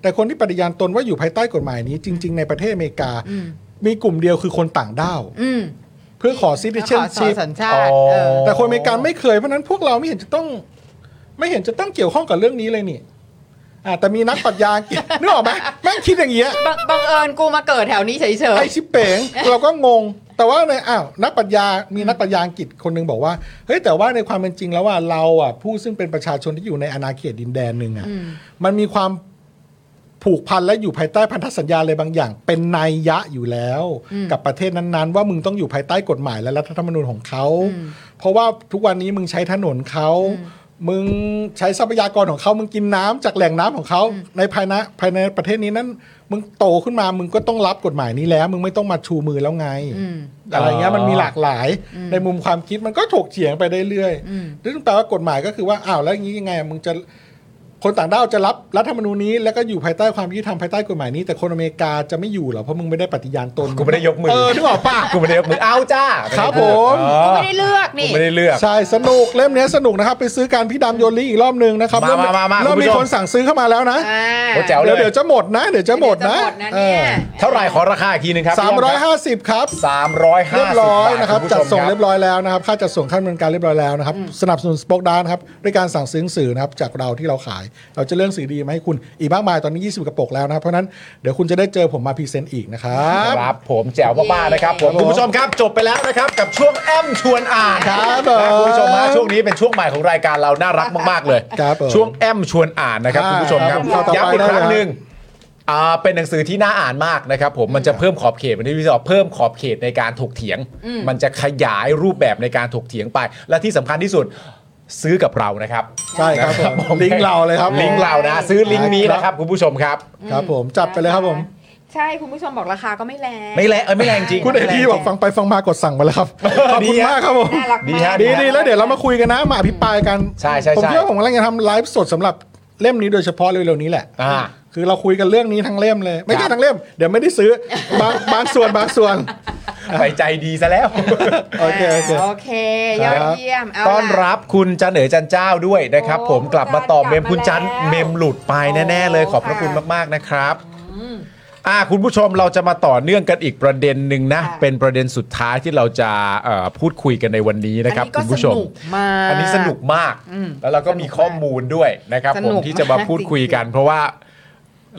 แต่คนที่ปฏิญาณตนว่าอยู่ภายใต้กฎหมายนี้ จริง ๆ ในประเทศอเมริกา อืม มีกลุ่มเดียวคือคนต่างด้าว อืม เพื่อขอซิติ แล้ว เช ข น อสอ ชิพ สัญชาติ อ๋อ เออ แต่คนอเมริกันไม่เคยเพราะฉะนั้นพวกเราไม่เห็นจะต้อง ไม่เห็นจะต้องเกี่ยวข้องกับเรื่องนี้เลยนี่อ่าแต่มีนักปรัชญาเกี่ยว นึกออกไหมแม่งคิดอย่างเงี้ย บังบังเอิญกูมาเกิดแถวนี้เฉย ไอชิเป๋ง เราก็งง แต่ว่าในอ้าวนักปรัชญา มีนักปรัชญาอังกฤษคนหนึงบอกว่าเฮ้ยแต่ว่าในความเป็นจริงแล้วว่าเราอ่ะผู้ซึ่งเป็นประชาชนที่อยู่ในอาณาเขตดินแดนหนึ่งอ่ะมันมีความผูกพันและอยู่ภายใต้พันธสัญญาอะไรบางอย่าง เป็นนัยยะอยู่แล้ว กับประเทศนั้นๆ ว่ามึงต้องอยู่ภายใต้กฎหมายและรัฐธรรมนูญของเขา เพราะว่าทุกวันนี้มึงใช้ถนนเขา มึงใช้ทรัพยากรของเขา มึงกินน้ำจากแหล่งน้ำของเขา ในภายในภายในประเทศนี้นั้น มึงโตขึ้นมา มึงก็ต้องรับกฎหมายนี้แล้ว มึงไม่ต้องมาชูมือแล้วไง ๆอืม อะไรเงี้ยมันมีหลากหลาย ในมุมความคิดมันก็ถกเถียงไปได้เรื่อย อืม นั่นแปลว่ากฎหมายก็คือว่า อ้าวแล้วอย่างนี้ยังไงมึงจะคนต่างด้าวจะรับรัฐธรรมนูญนี้ แล้วก็อยู่ภายใต้ความยุติธรรมภายใต้กฎหมายนี้ แต่คนอเมริกาจะไม่อยู่เหรอ เพราะมึงไม่ได้ปฏิญาณตน กูไม่ได้ยกมือ เออนึกออกปะ กูไม่ได้ยกมือเอาจ้า ครับผม เอ กู อ ไม่ได้เลือก กู นี่ ไม่ได้เลือก ใช่ สนุกเล่มเนี้ยสนุกนะครับ ไปซื้อการพี่ดำโยนลิงก์อีกรอบหนึ่งนะครับ มา เริ่ม มามามา เริ่ม คุณผู้ มี ชม คนสั่งซื้อเข้ามาแล้วนะ อ่า โอ้แจ๋วเล เดี๋ยวย เดี๋ยวจะหมดนะ เดี๋ยวจะหมดนะ เยวจหมดนะเนี่ย เท่าไหร่ขอราคาอีกทีหนึงครับ สามร้อยห้าสิบครับ สามร้อยห้า เรียบ สิบ ร้อย บาท นะครับ คุณผู้ จัด ชม ส่ง ครับ เรียบร้อยแล้วนะครับค่าจัดส่งขั้นดำเนินการเรียบร้อยแล้วนะครับสนับสนุนสป็อกดานะครับด้วยการสั่งซื้อหนังสือนะครับจากเราที่เราขาย เราจะเลื่อนสื่อดีมาให้คุณอีกมากมายตอนนี้ 20 กระปุกแล้วนะครับเพราะฉะนั้นเดี๋ยวคุณจะได้เจอผมมาพรีเซนต์อีกนะครับ ครับผมแจ๋วมากๆนะครับผม ครับผม คุณผู้ชมครับจบไปแล้วนะครับกับช่วงแอมชวนอ่าน ครับ นะ ผม คุณผู้ชมฮะช่วงนี้เป็นช่วงใหม่ของรายการเราน่ารักมากๆเลย ครับผม ช่วงแอมชวนอ่านนะครับ อ่า คุณผู้ชมครับ ครับผมต่อไป ย้ำอีกครั้ง ได้เลย หนึ่งอ่าเป็นหนังสือที่น่าอ่านมากนะครับผมมันจะเพิ่มขอบเขตมันที่พี่สอบเพิ่มขอบเขตในการถกเถียง มันจะขยายรูปแบบในการถกเถียงไป และที่สำคัญที่สุดซื้อกับเรานะครับ ใช่ครับผมลิงก์เราเลยครับ ลิงก์เรานะซื้อลิงก์นี้นะครับคุณผู้ชมครับ ครับผมจัดไปเลยครับผม ใช่ คุณผู้ชมบอกราคาก็ไม่แรง ไม่แรงเอ้ยไม่แรงจริง คุณเอทีบอกฟังไปฟังมากดสั่งมาแล้วค รับขอบคุณมากครับผม น่ารัก ดี มา ฮะ ก ดีดีแล้วเดี๋ยวเรามาคุยกันนะมาอภิปรายกัน ใช่ใช่ ผม ใช่ คิดว่าผมกำลังจะทำไลฟ์สดสำหรับเล่มนี้โดยเฉพาะเร็วๆนี้แหละ อ่า คือเราคุยกันเรื่องนี้ทั้งเล่มเลย ไม่ ครั ใช่ บ ทั้งเล่ม เดี๋ยวไม่ได้ซื้อ บางบางส่วนบางส่วน ไปใจดีซะ แล้ว โอเคโอเค โอเคยอดเยี่ยมเาล่ะ ต้อนรับคุณจันเหนือจันเจ้าด้วยนะครับ โอ้ ผมกลับมาตอบเมม คุ คุณ ณจั จั น น กลับมาแล้ว เมมหลุดไปแน่ ๆ เลย โอ้ ขอบพระ ค่ะ คุณมากๆนะครับอ่าคุณผู้ชมเราจะมาต่อเนื่องกันอีกประเด็นหนึ่งนะ ค่ะ เป็นประเด็นสุดท้ายที่เราจะเอ่อพูดคุยกันในวันนี้นะครับ อั คุณผู้ชม ก็สนุกมาก อันนี้สนุกมาก อืม แล้วเราก็มีข้อมูลด้วยนะครับ ส ผ นุ ม ก ที่จะมา จริงๆ พูดคุยกัน เพราะว่า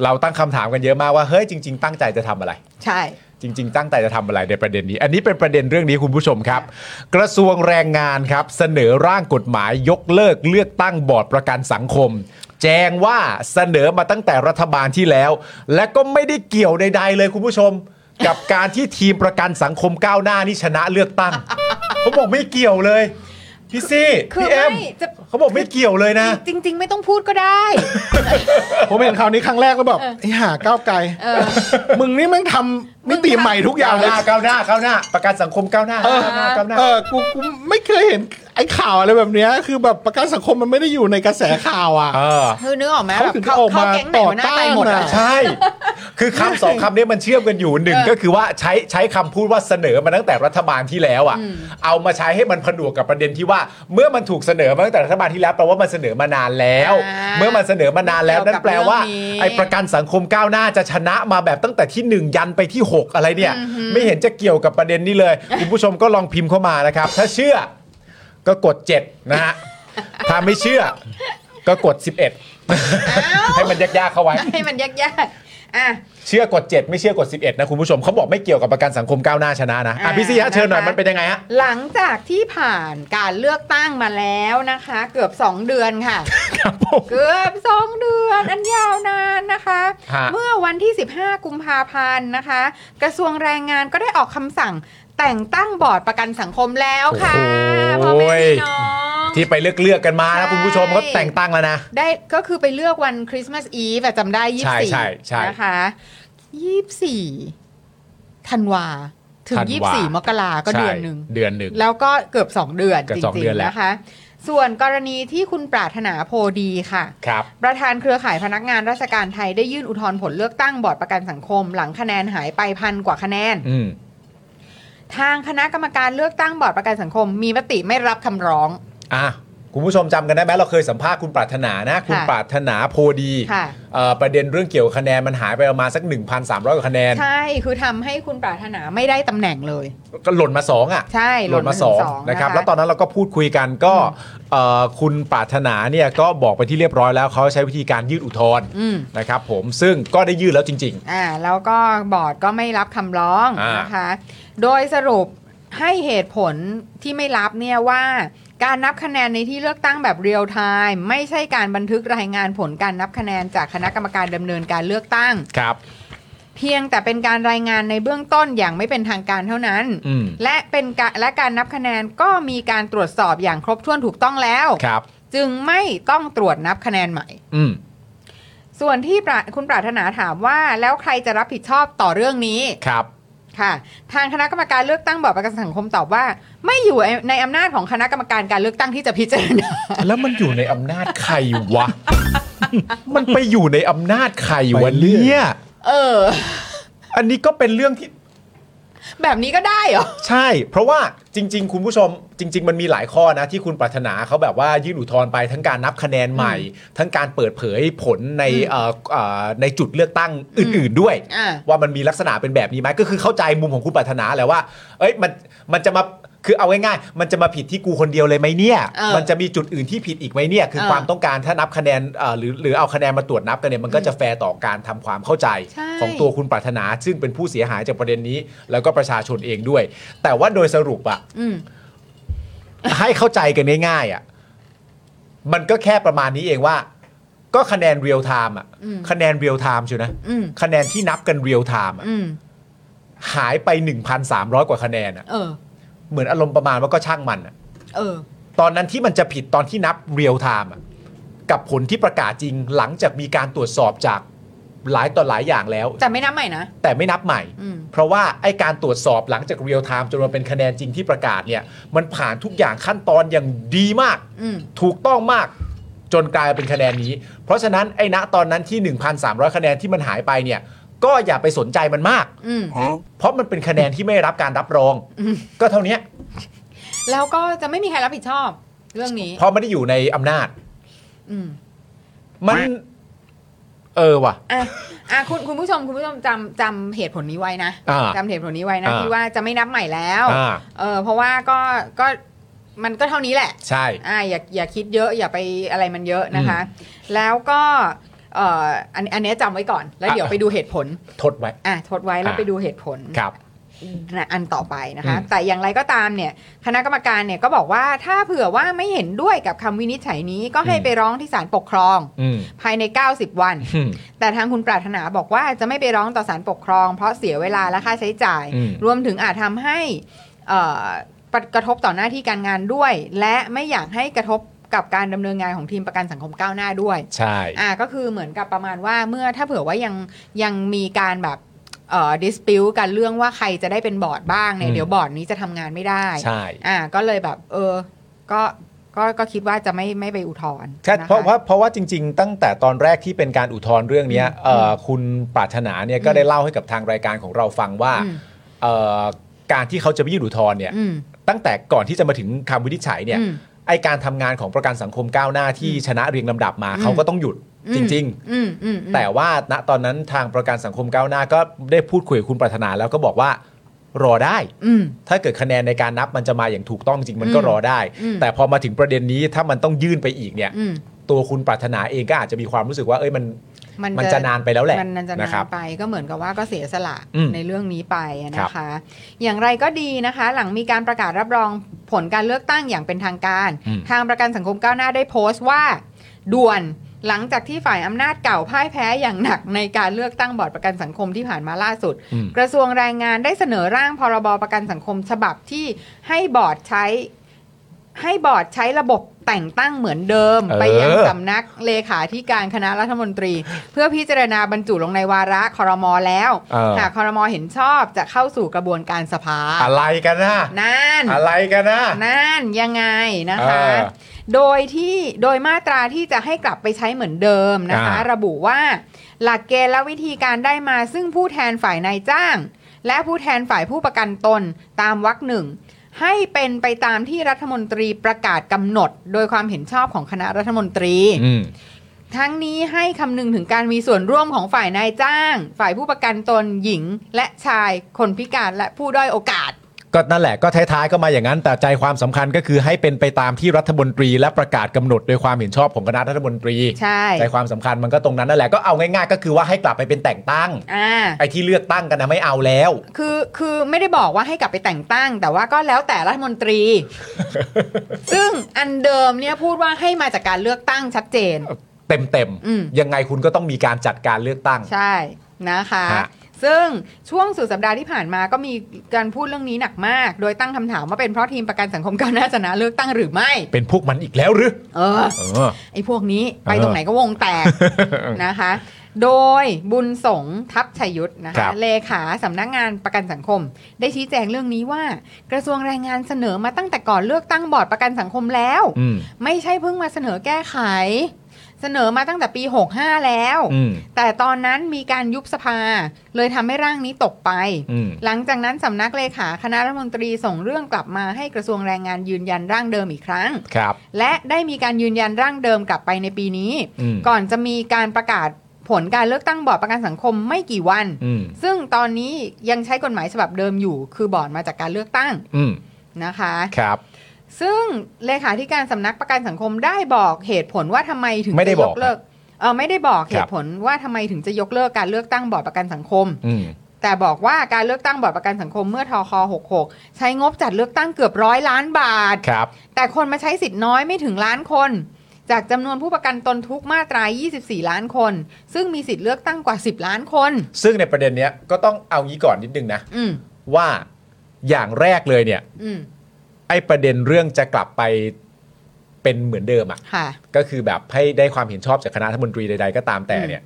เราตั้งคำถามกันเยอะมากว่าเฮ้ยจริง ๆ ตั้งใจจะทำอะไร ใช่ จริง ๆ ตั้งใจจะทำอะไรในประเด็นนี้ อันนี้เป็นประเด็นเรื่องนี้คุณผู้ชมครับ กระทรวงแรงงานครับ เสนอร่างกฎหมายยกเลิกเลือกตั้งบอร์ดประกันสังคม แจ้งว่าเสนอมาตั้งแต่รัฐบาลที่แล้ว และก็ไม่ได้เกี่ยวใดๆเลยคุณผู้ชม กับการที่ทีมประกันสังคมก้าวหน้านี่ชนะเลือกตั้ง เขาบอกไม่เกี่ยวเลย พี่ซี่ คือ พี่เอ็ม ไม่จะ เขาบอกไม่เกี่ยวเลยนะ จริง ๆ ไม่ต้องพูดก็ได้ ผมเห็นคราวนี้ครั้งแรกแล้วแบบไอ้ห่าก้าวไกล เออ มึงนี่แม่งทำมิติใหม่ทุกอย่างเลย ก้าวหน้าก้าวหน้า ประกันสังคมก้าวหน้า เออ ก้าวหน้าก้าวหน้า เออกูกูไม่เคยเห็นไอ้ข่าวอะไรแบบเนี้ยคือแบบประกันสังคมมันไม่ได้อยู่ในกระแสข่าวอ่ะ เออ คือนึกออกไหม เขา แบบ ถึง เขา ออก เขา มา แก๊งไหน ต่อ หัวหน้า ต้า ไป น หมดอะ อะ ใช่ คือคำสองคำนี้มันเชื่อมกันอยู่หนึ่ง เออ ก็คือว่าใช้ใช้คำพูดว่าเสนอมาตั้งแต่รัฐบาลที่แล้วอ่ะ เอามาใช้ให้มันผนวกกับประเด็นที่ว่า เมื่อมันถูกเสนอมาตั้งแต่รัฐบาลที่แล้วแปลว่ามันเสนอมานานแล้ว อ่า เมื่อมันเสนอมานานแล้วนั่นแปลว่า เกี่ยวกับเรื่องนี้ ไอ้ประกันสังคมก้าวหน้าจะชนะมาแบบตั้งแต่ที่หนึ่งยันไปที่หกอะไรเนี่ย ไม่เห็นจะเกี่ยวกับประเด็นนี้เลย คุณผู้ชมก็ลองพิมพ์เข้ามานะครับ ถ้าเชื่อก็กด7นะฮะ ถ้าไม่เชื่อก็กด ว 11 ให้มันยากๆเข้าไว้ ให้มันยากๆอ่ะ เชื่อกด 7 ไม่เชื่อกด 11 นะคุณผู้ชมเขาบอกไม่เกี่ยวกับประกันสังคมก้าวหน้าชนะนะอ่ะ อ่า พี่ซีฮะเชิญหน่อย นะคะ มันเป็นยังไงฮะ หลังจากที่ผ่านการเลือกตั้งมาแล้วนะคะ เกือบ 2 เดือนค่ะ ครับผม เกือบ 2 เดือน อันยาวนานนะคะ ฮะ เมื่อวันที่ 15 กุมภาพันธ์นะคะ กระทรวงแรงงานก็ได้ออกคำสั่งแต่งตั้งบอร์ดประกันสังคมแล้วค่ะพ่อแม่พี่น้อง ที่ไปเลือกเลือกๆกันมานะคุณผู้ชมก็แต่งตั้งแล้วนะ ได้ก็คือไปเลือกวันคริสต์มาสอีฟอะจำได้ยี่ ใช่ สี่ ใช่ใช่ นะคะยี่สี่ธันวา ถึง ธันวา ยี่สี่มกราก็เดือนหนึ่ง ใช่เดือนหนึ่ง แล้วก็เกือบ 2 เดือน เกือ จ บสอง ริ เดื ง อนๆแล้ว นะคะ ส่วนกรณีที่คุณปรารถนาโพดีค่ะ ครับ ประธานเครือข่ายพนักงานราชการไทยได้ยื่นอุทธรณ์ผลเลือกตั้งบอร์ดประกันสังคม หลังคะแนนหายไปพันกว่าคะแนน อืม ทางคณะกรรมการเลือกตั้งบอร์ดประกันสังคม มีมติไม่รับคำร้อง อ่ะคุณผู้ชมจำกันได้ไหมเราเคยสัมภาษณ์คุณปรารถนานะ คุณปรารถนาโพดี ค่ะ เอ่อประเด็นเรื่องเกี่ยวกับคะแนนมันหายไปประมาณสัก 1,300กว่าคะแนน ใช่คือทำให้คุณปรารถนาไม่ได้ตำแหน่งเลย ก็หล่นมาสองอ่ะ ใช่ หล่นมา ถึ สอง ง นะครับแล้วตอนนั้นเราก็พูดคุยกันก็เอ่อคุณปรารถนาเนี่ยก็บอกไปที่เรียบร้อยแล้วเขาใช้วิธีการยื่นอุทธรณ์ อืม นะครับผมซึ่งก็ได้ยื่นแล้วจริง อ่าแล้วก็บอร์ดก็ไม่รับคำร้อง อ่าน นะคะ โดยสรุปให้เหตุผลที่ไม่รับเนี่ยว่า การนับคะแนนในที่เลือกตั้งแบบเรียลไทม์ไม่ใช่การบันทึกรายงานผลการนับคะแนนจากคณะกรรมการดำเนินการเลือกตั้ง ๆ ครับ เพียงแต่เป็นการรายงานในเบื้องต้นอย่างไม่เป็นทางการเท่านั้น อืม และเป็นกะและการนับคะแนนก็มีการตรวจสอบอย่างครบถ้วนถูกต้องแล้ว ครับ จึงไม่ต้องตรวจนับคะแนนใหม่ อืม ส่วนที่ปราคุณปรารถนาถามว่าแล้วใครจะรับผิดชอบต่อเรื่องนี้ ครับ ค่ะ ทางคณะกรรมการเลือกตั้งบอร์ดประกันสังคมตอบว่า ไม่อยู่ในอำนาจของคณะกรรมการการเลือกตั้งที่จะพิจารณา แล้วมันอยู่ในอำนาจใครวะ มันไปอยู่ในอำนาจใครวะ ไปเรื่อย เนี่ย เออ อันนี้ก็เป็นเรื่องที่ แบบนี้ก็ได้เหรอ ใช่ เพราะว่าจริง ๆ คุณผู้ชม จริง ๆ มันมีหลายข้อนะที่คุณปรารถนาเขาแบบว่ายื่นอุทธรณ์ไปทั้งการนับคะแนนใหม่ ทั้งการเปิดเผยผลในเอ่อเอ่อในจุดเลือกตั้งอื่น ๆ ด้วย อ่า ว่ามันมีลักษณะเป็นแบบนี้ไหมก็คือเข้าใจมุมของคุณปรารถนาแหละว่า เอ้ยมันมันจะมาคือเอาง่ายๆมันจะมาผิดที่กูคนเดียวเลยไหมเนี่ย เออ มันจะมีจุดอื่นที่ผิดอีกไหมเนี่ย คือ เออ ความต้องการถ้านับคะแนนเอ่อหรือหรือเอาคะแนนมาตรวจนับกันเนี่ยมันก็จะแฟร์ต่อการทำความเข้าใจ ใช่ ของตัวคุณปรารถนาซึ่งเป็นผู้เสียหายจากประเด็นนี้ แล้วก็ประชาชนเองด้วย แต่ว่าโดยสรุปอะ อืม ให้เข้าใจกันง่ายๆอ่ะ มันก็แค่ประมาณนี้เองว่า ก็คะแนนเรียลไทม์อ่ะ อืม คะแนนเรียลไทม์ชัวนะ อืม คะแนนที่นับกันเรียลไทม์อะ อืม หายไป 1,300 กว่าคะแนนอ่ะ เออ เหมือนอารมณ์ประมาณว่าก็ช่างมันอ่ะ เออ ตอนนั้นที่มันจะผิดตอนที่นับเรียลไทม์อ่ะ กับผลที่ประกาศจริงหลังจากมีการตรวจสอบจากหลายต่อหลายอย่างแล้ว แต่ไม่นับใหม่นะ แต่ไม่นับใหม่ อืม เพราะว่าไอการตรวจสอบหลังจากเรียลไทม์จนมันเป็นคะแนนจริงที่ประกาศเนี่ย มันผ่านทุกอย่างขั้นตอนอย่างดีมาก อืม ถูกต้องมากจนกลายเป็นคะแนนนี้ เพราะฉะนั้นไอ้ณตอนนั้นที่ 1,300 คะแนนที่มันหายไปเนี่ย ก็อย่าไปสนใจมันมาก อืม เพราะมันเป็นคะแนนที่ไม่รับการรับรอง ก็เท่านี้ แล้วก็จะไม่มีใครรับผิดชอบ เรื่องนี้ เพราะไม่ได้อยู่ในอำนาจ อืม มัน เออว่ะ อ่ะอ่ะคุณคุณผู้ชมคุณผู้ชมจำจำเหตุผลนี้ไว้นะ อ่า จำเหตุผลนี้ไว้นะ อ่า ที่ว่าจะไม่นับใหม่แล้ว อ่า เออเพราะว่าก็ก็มันก็เท่านี้แหละ ใช่ อ่าอย่าอย่าคิดเยอะอย่าไปอะไรมันเยอะนะคะ แล้วก็เอ่ออันอันเนี้ยจำไว้ก่อน แล้ว อ่ะ เดี๋ยวไปดูเหตุผล ทดไว้ อ่ะทดไว้แล้ว อ่ะ ไปดูเหตุผล ครับ อันต่อไปนะคะ อืม แต่อย่างไรก็ตามเนี่ยคณะกรรมการเนี่ยก็บอกว่าถ้าเผื่อว่าไม่เห็นด้วยกับคำวินิจฉัยนี้ก็ให้ไปร้องที่ศาลปกครอง อืม ภายใน 90 วัน อืม แต่ทางคุณปรารถนาบอกว่าจะไม่ไปร้องต่อศาลปกครอง เพราะเสียเวลาและค่าใช้จ่าย อืม รวมถึงอาจทำให้เอ่อปะกระทบต่อหน้าที่การงานด้วย และไม่อยากให้กระทบกับการดำเนินงานของทีมประกันสังคมก้าวหน้าด้วย ใช่ อ่าก็คือเหมือนกับประมาณว่าเมื่อถ้าเผื่อว่ายังยังมีการแบบเอ่อดิสพิวกันเรื่องว่าใครจะได้เป็นบอร์ดบ้างเนี่ อื ย ม เดี๋ยวบอร์ดนี้จะทำงานไม่ได้ ใช่ อ่าก็เลยแบบเออก็ก็ก็คิดว่าจะไม่ไม่ไปอุทธรณ์ แค่ นค เพราะว่าเพราะว่าจริง ๆ ตั้งแต่ตอนแรกที่เป็นการอุทธรณ์เรื่องเนี้ยเอ่อคุณปรารถนาเนี่ยก็ได้เล่าให้กับทางรายการของเราฟังว่า อืม เอ่อการที่เขาจะไปยื่นอุทธรณ์เนี่ย อืม ตั้งแต่ก่อนที่จะมาถึงคำวินิจฉัยเนี่ย อืม ไอการทำงานของประกันสังคมก้าวหน้าที่ อืม ชนะเรียงลำดับมา อืม เขาก็ต้องหยุดจริง อืมอืมอื ๆ ม แต่ว่าณตอนนั้นทางประกันสังคมก้าวหน้าก็ได้พูดคุยกับคุณปรารถนาแล้วก็บอกว่า รอได้ อืม ถ้าเกิดคะแนนในการนับมันจะมาอย่างถูกต้องจริงมันก็ อืม รอได้ อืม แต่พอมาถึงประเด็นนี้ถ้ามันต้องยื่นไปอีกเนี่ย อืม ตัวคุณปรารถนาเองก็อาจจะมีความรู้สึกว่าเอ้ยมันมันจะนานไปแล้วแหละ มันจะ นะครั นา บ นไปก็เหมือนกับว่าก็เสียสละ อืม ในเรื่องนี้ไปอะ ครั นะ บ คะ อย่างไรก็ดีนะคะ หลังมีการประกาศรับรองผลการเลือกตั้งอย่างเป็นทางการ อืม ทางประกันสังคมก้าวหน้าได้โพสต์ว่า ด่วนหลังจากที่ฝ่ายอำนาจเก่าพ่ายแพ้อย่างหนักในการเลือกตั้งบอร์ดประกันสังคมที่ผ่านมาล่าสุด อืม กระทรวงแรงงานได้เสนอร่างพรบประกันสังคมฉบับที่ให้บอร์ดใช้ ให้บอร์ดใช้ระบบแต่งตั้งเหมือนเดิม เออ ไปยังสำนักเลขาธิการคณะรัฐมนตรี เพื่อพิจารณาบรรจุลงในวาระคอรมอแล้ว เออ หากคอรมอเห็นชอบจะเข้าสู่กระบวนการสภา อะไรกันนะ นั่น อะไรกันนะ นั่นยังไงนะคะ เออ โดยที่โดยมาตราที่จะให้กลับไปใช้เหมือนเดิมนะคะ อ่า ระบุว่า หลักเกณฑ์และวิธีการได้มาซึ่งผู้แทนฝ่ายนายจ้าง และผู้แทนฝ่ายผู้ประกันตนตามวรรคหนึ่ง ให้เป็นไปตามที่รัฐมนตรีประกาศกำหนด โดยความเห็นชอบของคณะรัฐมนตรี อืม ทั้งนี้ให้คำนึงถึงการมีส่วนร่วมของฝ่ายนายจ้าง ฝ่ายผู้ประกันตนหญิง และชายคนพิการและผู้ด้อยโอกาส ก็นั่นแหละก็ท้ายๆก็มาอย่างนั้น แต่ใจความสำคัญก็คือให้เป็นไปตามที่รัฐมนตรีและประกาศกำหนดโดยความเห็นชอบของคณะรัฐมนตรี ใช่ ใจความสำคัญมันก็ตรงนั้นนั่นแหละก็เอาง่ายๆ ก็คือว่าให้กลับไปเป็นแต่งตั้ง อ่า ไอ้ที่เลือกตั้งกันนะไม่เอาแล้ว คือคือไม่ได้บอกว่าให้กลับไปแต่งตั้ง แต่ว่าก็แล้วแต่รัฐมนตรี ซึ่งอันเดิมเนี่ยพูดว่าให้มาจากการเลือกตั้งชัดเจน เต็ม อืม ๆยังไงคุณก็ต้องมีการจัดการเลือกตั้ง ใช่นะคะ ฮะ ซึ่งช่วงสุดสัปดาห์ที่ผ่านมาก็มีการพูดเรื่องนี้หนักมาก โดยตั้งคำถามว่าเป็นเพราะทีมประกันสังคมก้าวหน้าชนะเลือกตั้งหรือไม่ เป็นพวกมันอีกแล้วหรือ เออ เออ ไอ้พวกนี้ไป เออ ตรงไหนก็วงแตก นะคะ โดยบุญสงฆ์ทัพชัยยุทธนะ ครั คะ บ เลขาสำนักงานประกันสังคม ได้ชี้แจงเรื่องนี้ว่า กระทรวงแรงงานเสนอมาตั้งแต่ก่อนเลือกตั้งบอร์ดประกันสังคมแล้ว อืม ไม่ใช่เพิ่งมาเสนอแก้ไข เสนอมาตั้งแต่ปี 65 แล้ว อืม แต่ตอนนั้นมีการยุบสภา เลยทำให้ร่างนี้ตกไป อืม หลังจากนั้นสำนักเลขาคณะรัฐมนตรีส่งเรื่องกลับมาให้กระทรวงแรงงานยืนยันร่างเดิมอีกครั้ง ครับ และได้มีการยืนยันร่างเดิมกลับไปในปีนี้ อืม ก่อนจะมีการประกาศผลการเลือกตั้งบอร์ดประกันสังคมไม่กี่วัน อืม ซึ่งตอนนี้ยังใช้กฎหมายฉบับเดิมอยู่ คือบอร์ดมาจากการเลือกตั้ง อืม นะคะ ครับ ซึ่งเลขาธิการสำนักประกันสังคมได้บอกเหตุผลว่าทำไมถึง ไม่ได้ จะ บ ย อก กเลิกเออไม่ได้บอก ค เห รับ ตุผลว่าทำไมถึงจะยกเลิกการเลือกตั้งบอร์ดประกันสังคม อืม แต่บอกว่าการเลือกตั้งบอร์ดประกันสังคมเมื่อทค66 ใช้งบจัดเลือกตั้งเกือบร้อยล้านบาท ครับ แต่คนมาใช้สิทธิ์น้อยไม่ถึงล้านคน จากจำนวนผู้ประกันตนทุกมาตรา 24 ล้านคน ซึ่งมีสิทธิ์เลือกตั้งกว่า 10 ล้านคน ซึ่งในประเด็นเนี้ยก็ต้องเอางี้ก่อนนิดนึงนะ อืม ว่าอย่างแรกเลยเนี่ย อืม ไอ้ประเด็นเรื่องจะกลับไปเป็นเหมือนเดิมอะ ค่ะ ก็คือแบบให้ได้ความเห็นชอบจากคณะรัฐมนตรีใดๆก็ตามแต่เนี่ย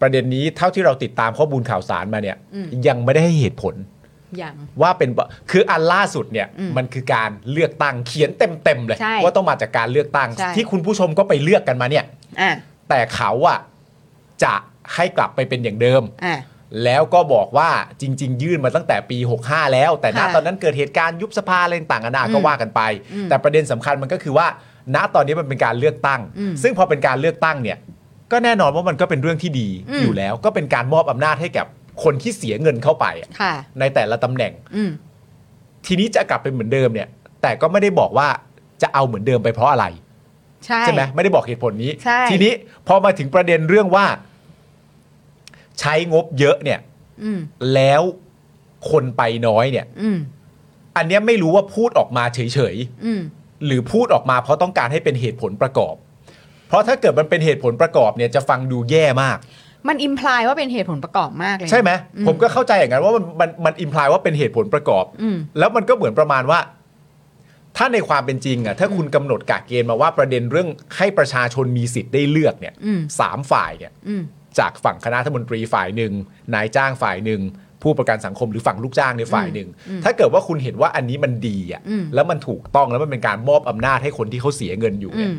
ประเด็นนี้เท่าที่เราติดตามข้อมูลข่าวสารมาเนี่ย อืม ยังไม่ได้ให้เหตุผล อย่าง ว่าเป็นบคืออันล่าสุดเนี่ย อืม มันคือการเลือกตั้งเขียนเต็มๆเลย ใช่ ว่าต้องมาจากการเลือกตั้ง ใช่ ที่คุณผู้ชมก็ไปเลือกกันมาเนี่ย อ่ะ แต่เขาอะจะให้กลับไปเป็นอย่างเดิม อ่ะ แล้วก็บอกว่าจริง ๆ ยื่นมาตั้งแต่ปี 65 แล้ว แต่ณ ค่ะ ตอนนั้นเกิดเหตุการณ์ยุบสภาอะไรต่างๆนานาก็ อืม ว่ากันไป อืม แต่ประเด็นสำคัญมันก็คือว่า ณตอนนี้มันเป็นการเลือกตั้ง อืม ซึ่งพอเป็นการเลือกตั้งเนี่ย ก็แน่นอนว่ามันก็เป็นเรื่องที่ดี อืม อยู่แล้ว ก็เป็นการมอบอำนาจให้กับคนที่เสียเงินเข้าไปอะ ค่ะ ในแต่ละตำแหน่ง อืม ทีนี้จะกลับเป็นเหมือนเดิมเนี่ย แต่ก็ไม่ได้บอกว่าจะเอาเหมือนเดิมไปเพราะอะไร ใช่ ใช่ไหมไม่ได้บอกเหตุผลนี้ ใช่ ทีนี้พอมาถึงประเด็นเรื่องว่า ใช้งบเยอะเนี่ย อืม แล้ว คนไปน้อยเนี่ย อืม อันเนี้ยไม่รู้ว่าพูดออกมาเฉย อืม ๆ หรือพูดออกมาเพราะต้องการให้เป็นเหตุผลประกอบ เพราะถ้าเกิดมันเป็นเหตุผลประกอบเนี่ยจะฟังดูแย่มาก มันอิมพลายว่าเป็นเหตุผลประกอบมากเลยนะ ใช่ไหม อื ผมก็เข้าใจอย่างนั้นว่ามันมันมันอิมพลายว่าเป็นเหตุผลประกอบ อืม แล้วมันก็เหมือนประมาณว่า ถ้าในความเป็นจริงอะถ้าคุณกำหนดกาเกณฑ์มาว่าประเด็นเรื่องให้ประชาชนมีสิทธิ์ได้เลือกเนี่ย อืม สามฝ่ายเนี่ย อืม จากฝั่งคณะรัฐมนตรีฝ่ายหนึ่งนายจ้างฝ่ายหนึ่งผู้ประกันสังคมหรือฝั่งลูกจ้างในยฝ่ายหนึ่งถ้าเกิดว่าคุณเห็นว่าอันนี้มันดีอ่ะ อืม แล้วมันถูกต้องแล้วมันเป็นการมอบอำนาจให้คนที่เขาเสียเงินอยู่ อื เนี่ย ม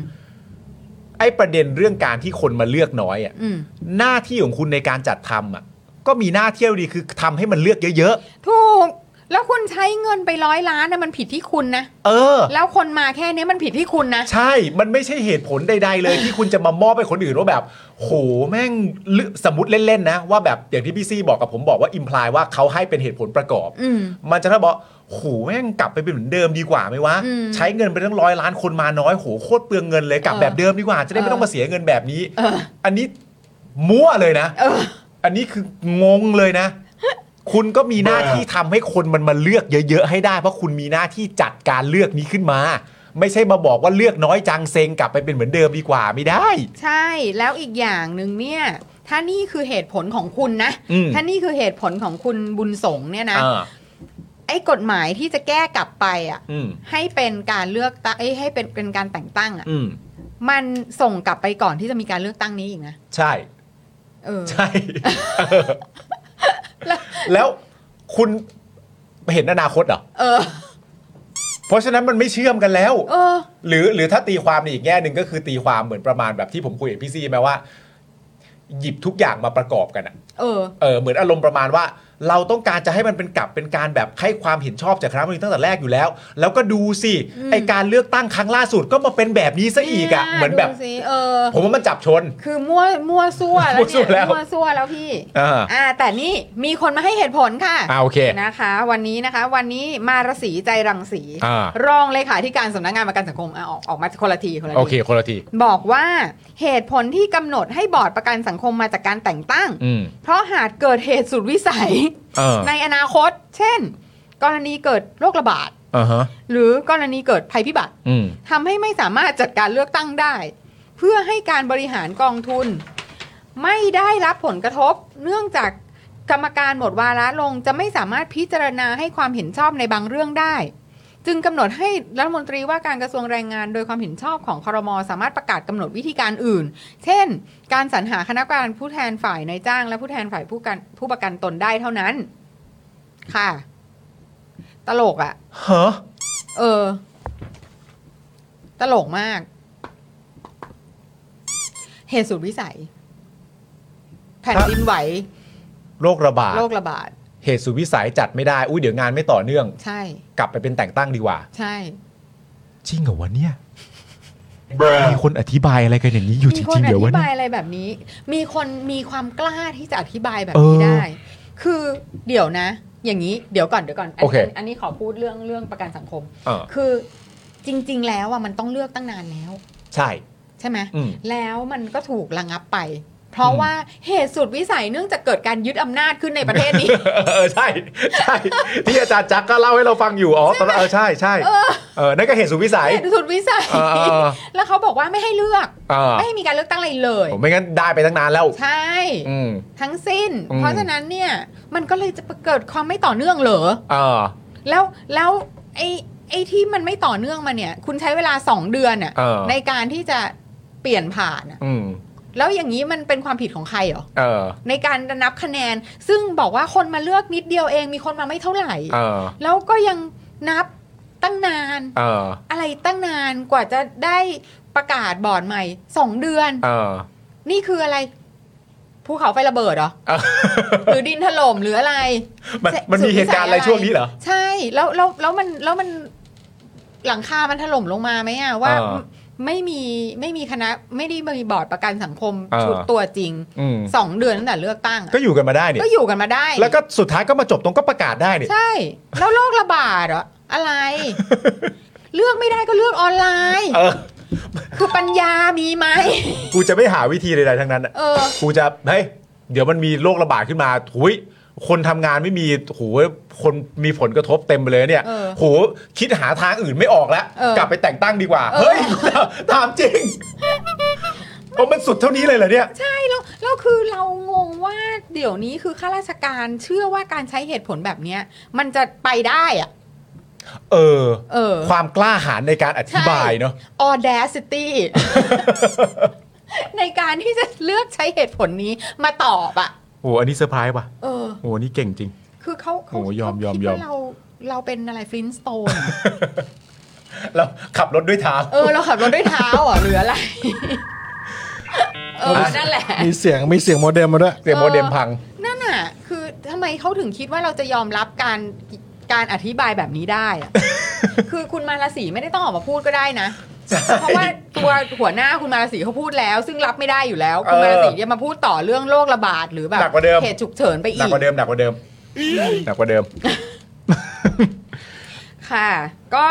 ไอ้ประเด็นเรื่องการที่คนมาเลือกน้อยอ่ะ อืม หน้าที่ของคุณในการจัดทำอ่ะก็มีหน้าเที่ยวดีคือทำให้มันเลือกเยอะ ถูก แล้วคุณใช้เงินไปร้อยล้านนะมันผิดที่คุณนะ ๆ เออ แล้วคนมาแค่เนี้ยมันผิดที่คุณนะ ใช่ มันไม่ใช่เหตุผลใด ๆ เลย ที่คุณจะมามอบให้คนอื่นว่าแบบ โห แม่งลึสมมติเล่น ๆ นะ ว่าแบบอย่างที่พี่ซี่บอกกับผมบอกว่าอิมพลายว่าเขาให้เป็นเหตุผลประกอบ อืม มันจะถ้าบอกโหแม่งกลับไปเป็นเหมือนเดิมดีกว่าไหมวะ อืม ใช้เงินไปตั้งร้อยล้านคนมาน้อยโหโคตรเปลืองเงินเลยกลับ เออ แบบเดิมดีกว่า จะได้ เอ ไม่ อ ต้องมาเสียเงินแบบนี้ เออ อันนี้มั่วเลยนะ เออ อันนี้คืองงเลยนะ คุณก็มีหน้าที่ทำให้คนมันมาเลือกเยอะๆให้ได้ เพราะคุณมีหน้าที่จัดการเลือกนี้ขึ้นมา ไม่ใช่มาบอกว่าเลือกน้อยจังเซงกลับไปเป็นเหมือนเดิมดีกว่าไม่ได้ ใช่แล้วอีกอย่างหนึ่งเนี่ย ถ้านี่คือเหตุผลของคุณนะ อืม ถ้านี่คือเหตุผลของคุณบุญสงฆ์เนี่ยนะ อ่า ไอ้กฎหมายที่จะแก้กลับไปอ่ะ อืม ให้เป็นการเลือกตั้งเอ้ยให้เป็นเป็นการแต่งตั้งอ่ะ อืม มันส่งกลับไปก่อนที่จะมีการเลือกตั้งนี้อีกนะ ใช่ เออ ใช่ แล้วคุณเห็นอนาคตเหรอ เออ เพราะฉะนั้นมันไม่เชื่อมกันแล้ว เออ หรือหรือถ้าตีความในอีกแง่หนึ่งก็คือตีความเหมือนประมาณแบบที่ผมคุยกับพี่ซีไหมว่า หยิบทุกอย่างมาประกอบกันอะ เออ เออเหมือนอารมณ์ประมาณว่า เราต้องการจะให้มันเป็นกลับเป็นการแบบให้ความเห็นชอบจากคณะรัฐมนตรีตั้งแต่แรกอยู่แล้ว แล้วก็ดูสิ อืม ไอการเลือกตั้งครั้งล่าสุดก็มาเป็นแบบนี้ซะอีกอะ่ะเหมือนแบบ ดูสิเออ ผมว่ามันจับชน คือมั่วมั่วซั่วแล้วเนี่ มั่วซั่วย แล้ว มั่วซั่วแล้วพี่ อ่า อ่า แต่นี่มีคนมาให้เหตุผลค่ะ อ่าโอเค นะคะ วันนี้นะคะ วันนี้มารสีใจรังสี อ่า รองเลขาธิการสำนักงานประกันสังคมอ่ะออกออกมาคนละทีคนละ โอ ที เคคนละที บอกว่าเหตุผลที่กำหนดให้บอร์ดประกันสังคมมาจากการแต่งตั้ง อืม เพราะหากเกิดเหตุสุดวิสัย เออ ในอนาคต เช่น กรณีเกิดโรคระบาด อ่าฮะ หรือกรณีเกิดภัยพิบัติ อืม ทำให้ไม่สามารถจัดการเลือกตั้งได้ เพื่อให้การบริหารกองทุน ไม่ได้รับผลกระทบ เนื่องจากกรรมการหมดวาระลงจะไม่สามารถพิจารณาให้ความเห็นชอบในบางเรื่องได้ จึงกำหนดให้รัฐมนตรีว่าการกระทรวงแรงงานโดยความเห็นชอบของครม สามารถประกาศกำหนดวิธีการอื่น เช่น การสรรหาคณะกรรมการผู้แทนฝ่ายนายจ้าง และผู้แทนฝ่ายผู้กันผู้ประกันตนได้เท่านั้น ค่ะ ตลกอะ ฮะ เออ ตลกมาก เหตุสุดวิสัย แผ่นดินไหว โรคระบาด โรคระบาด เหตุสุดวิสัยจัดไม่ได้อุ้ยเดี๋ยวงานไม่ต่อเนื่อง ใช่ กลับไปเป็นแต่งตั้งดีกว่า ใช่ จริงเหรอวะเนี่ยมีคนอธิบายอะไรกันอย่างนี้อยู่จ มีคน ริงอๆเดี๋ยววะ ธิ เนี่ บาย ย อะไรแบบนี้ มีคนมีความกล้าที่จะอธิบายแบบ เอ นี้ อ ได้ คือเดี๋ยวนะ อย่างนี้ เดี๋ยวก่อนเดี๋ยวก่อน อัน โอเค อันนี้ขอพูดเรื่องเรื่องประกันสังคม เออ คือจริง ๆ แล้วอ่ะมันต้องเลือกตั้งนานแล้ว ใช่ ใช่ไหม อืม แล้วมันก็ถูกระงับไป เพราะว่าเหตุสุดวิสัยเนื่องจากเกิดการยึดอำนาจขึ้นในประเทศนี้ เออใช่ใช่ที่อาจารย์จักรก็เล่าให้เราฟังอยู่อ๋อตอนนั้นเออใช่ใช่เออนั่นก็เหตุสุดวิสัย เหตุสุดวิสัย เออเออ แล้วเขาบอกว่าไม่ให้เลือก เออ ไม่ให้มีการเลือกตั้งอะไรเลย ผมไม่งั้นได้ไปตั้งนานแล้ว ใช่ อืม ทั้งสิ้น อืม เพราะฉะนั้นเนี่ย มันก็เลยจะเกิดความไม่ต่อเนื่องเหรอ เออ แล้วแล้วไอ้ไอ้ที่มันไม่ต่อเนื่องมาเนี่ย คุณใช้เวลาสองเดือนน่ะ เออ ในการที่จะเปลี่ยนผ่านน่ะ อืม แล้วอย่างนี้มันเป็นความผิดของใครเหรอ เออ ในการนับคะแนน ซึ่งบอกว่าคนมาเลือกนิดเดียวเอง มีคนมาไม่เท่าไหร่ เออ แล้วก็ยังนับตั้งนาน เออ อะไรตั้งนานกว่าจะได้ประกาศบอร์ดใหม่สองเดือน เออ นี่คืออะไรภูเขาไฟระเบิดเหรอ เออ หรือดินถล่มหรืออะไร มันมันมีเหตุการณ์อะไรช่วงนี้เหรอ ใช่แล้วแล้วแล้วมันแล้วมันหลังคามันถล่มลงมาไหมอะว่า เออ ไม่มีไม่มีคณะไม่ได้มีบอร์ดประกันสังคม เออ ชุดตัวจริง อืม สองเดือนตั้งแต่เลือกตั้งอะ ก็อยู่กันมาได้เนี่ย ก็อยู่กันมาได้ แล้วก็สุดท้ายก็มาจบตรงก็ประกาศได้เนี่ย ใช่ แล้วโรคระบาดเหรออะไร เลือกไม่ได้ก็เลือกออนไลน์ เออ คือปัญญามีไหม กูจะไม่หาวิธีใดๆทั้งนั้นอะ เออ กูจะเฮ้ยเดี๋ยวมันมีโรคระบาดขึ้นมาหุย คนทำงานไม่มีโหคนมีผลกระทบเต็มไปเลยเนี่ย เออ โหคิดหาทางอื่นไม่ออกแล้ว เออก ลับไปแต่งตั้งดีกว่า เออ เฮ้ย ถามจริงเพราะมันสุดเท่านี้เลยเหรอเนี่ย ใช่แล้วแล้วคือเรางงว่าเดี๋ยวนี้คือข้าราชการเชื่อว่าการใช้เหตุผลแบบเนี้ยมันจะไปได้อะ เออ เออ ความกล้าหาญในการอธิบายเนาะ audacity ในการที่จะเลือกใช้เหตุผลนี้มาตอบอ่ะ โหอันนี้เซอร์ไพรส์ป่ะ เออ โหอันนี่เก่งจริง คือเขาเขา โอ้ยอม เขา ยอม คิด ยอม ว่าเราเราเป็นอะไรฟลินสโตน แล้วขับรถด้วยเท้า เออ เราขับรถด้วยเท้าเหรอหรืออะไร เออ นั่นแหละ มีเสียงมีเสียงโมเด็มมาด้วย เตรียมโมเด็มพัง นั่นน่ะ คือทำไมเขาถึงคิดว่าเราจะยอมรับการการอธิบายแบบนี้ได้อะ คือคุณมาราศีไม่ได้ต้องออกมาพูดก็ได้นะ เพราะว่าตัวหัวหน้าคุณมาราศีเขาพูดแล้ว ซึ่งรับไม่ได้อยู่แล้ว คุณมาราศีจะมาพูดต่อเรื่องโรคระบาดหรือแบบ หนักกว่าเดิม ตุฉุกเฉินไป หนั อี ก ก กว่าเดิมหนักกว่าเดิมหนักกว่าเดิม ค่ะ ก็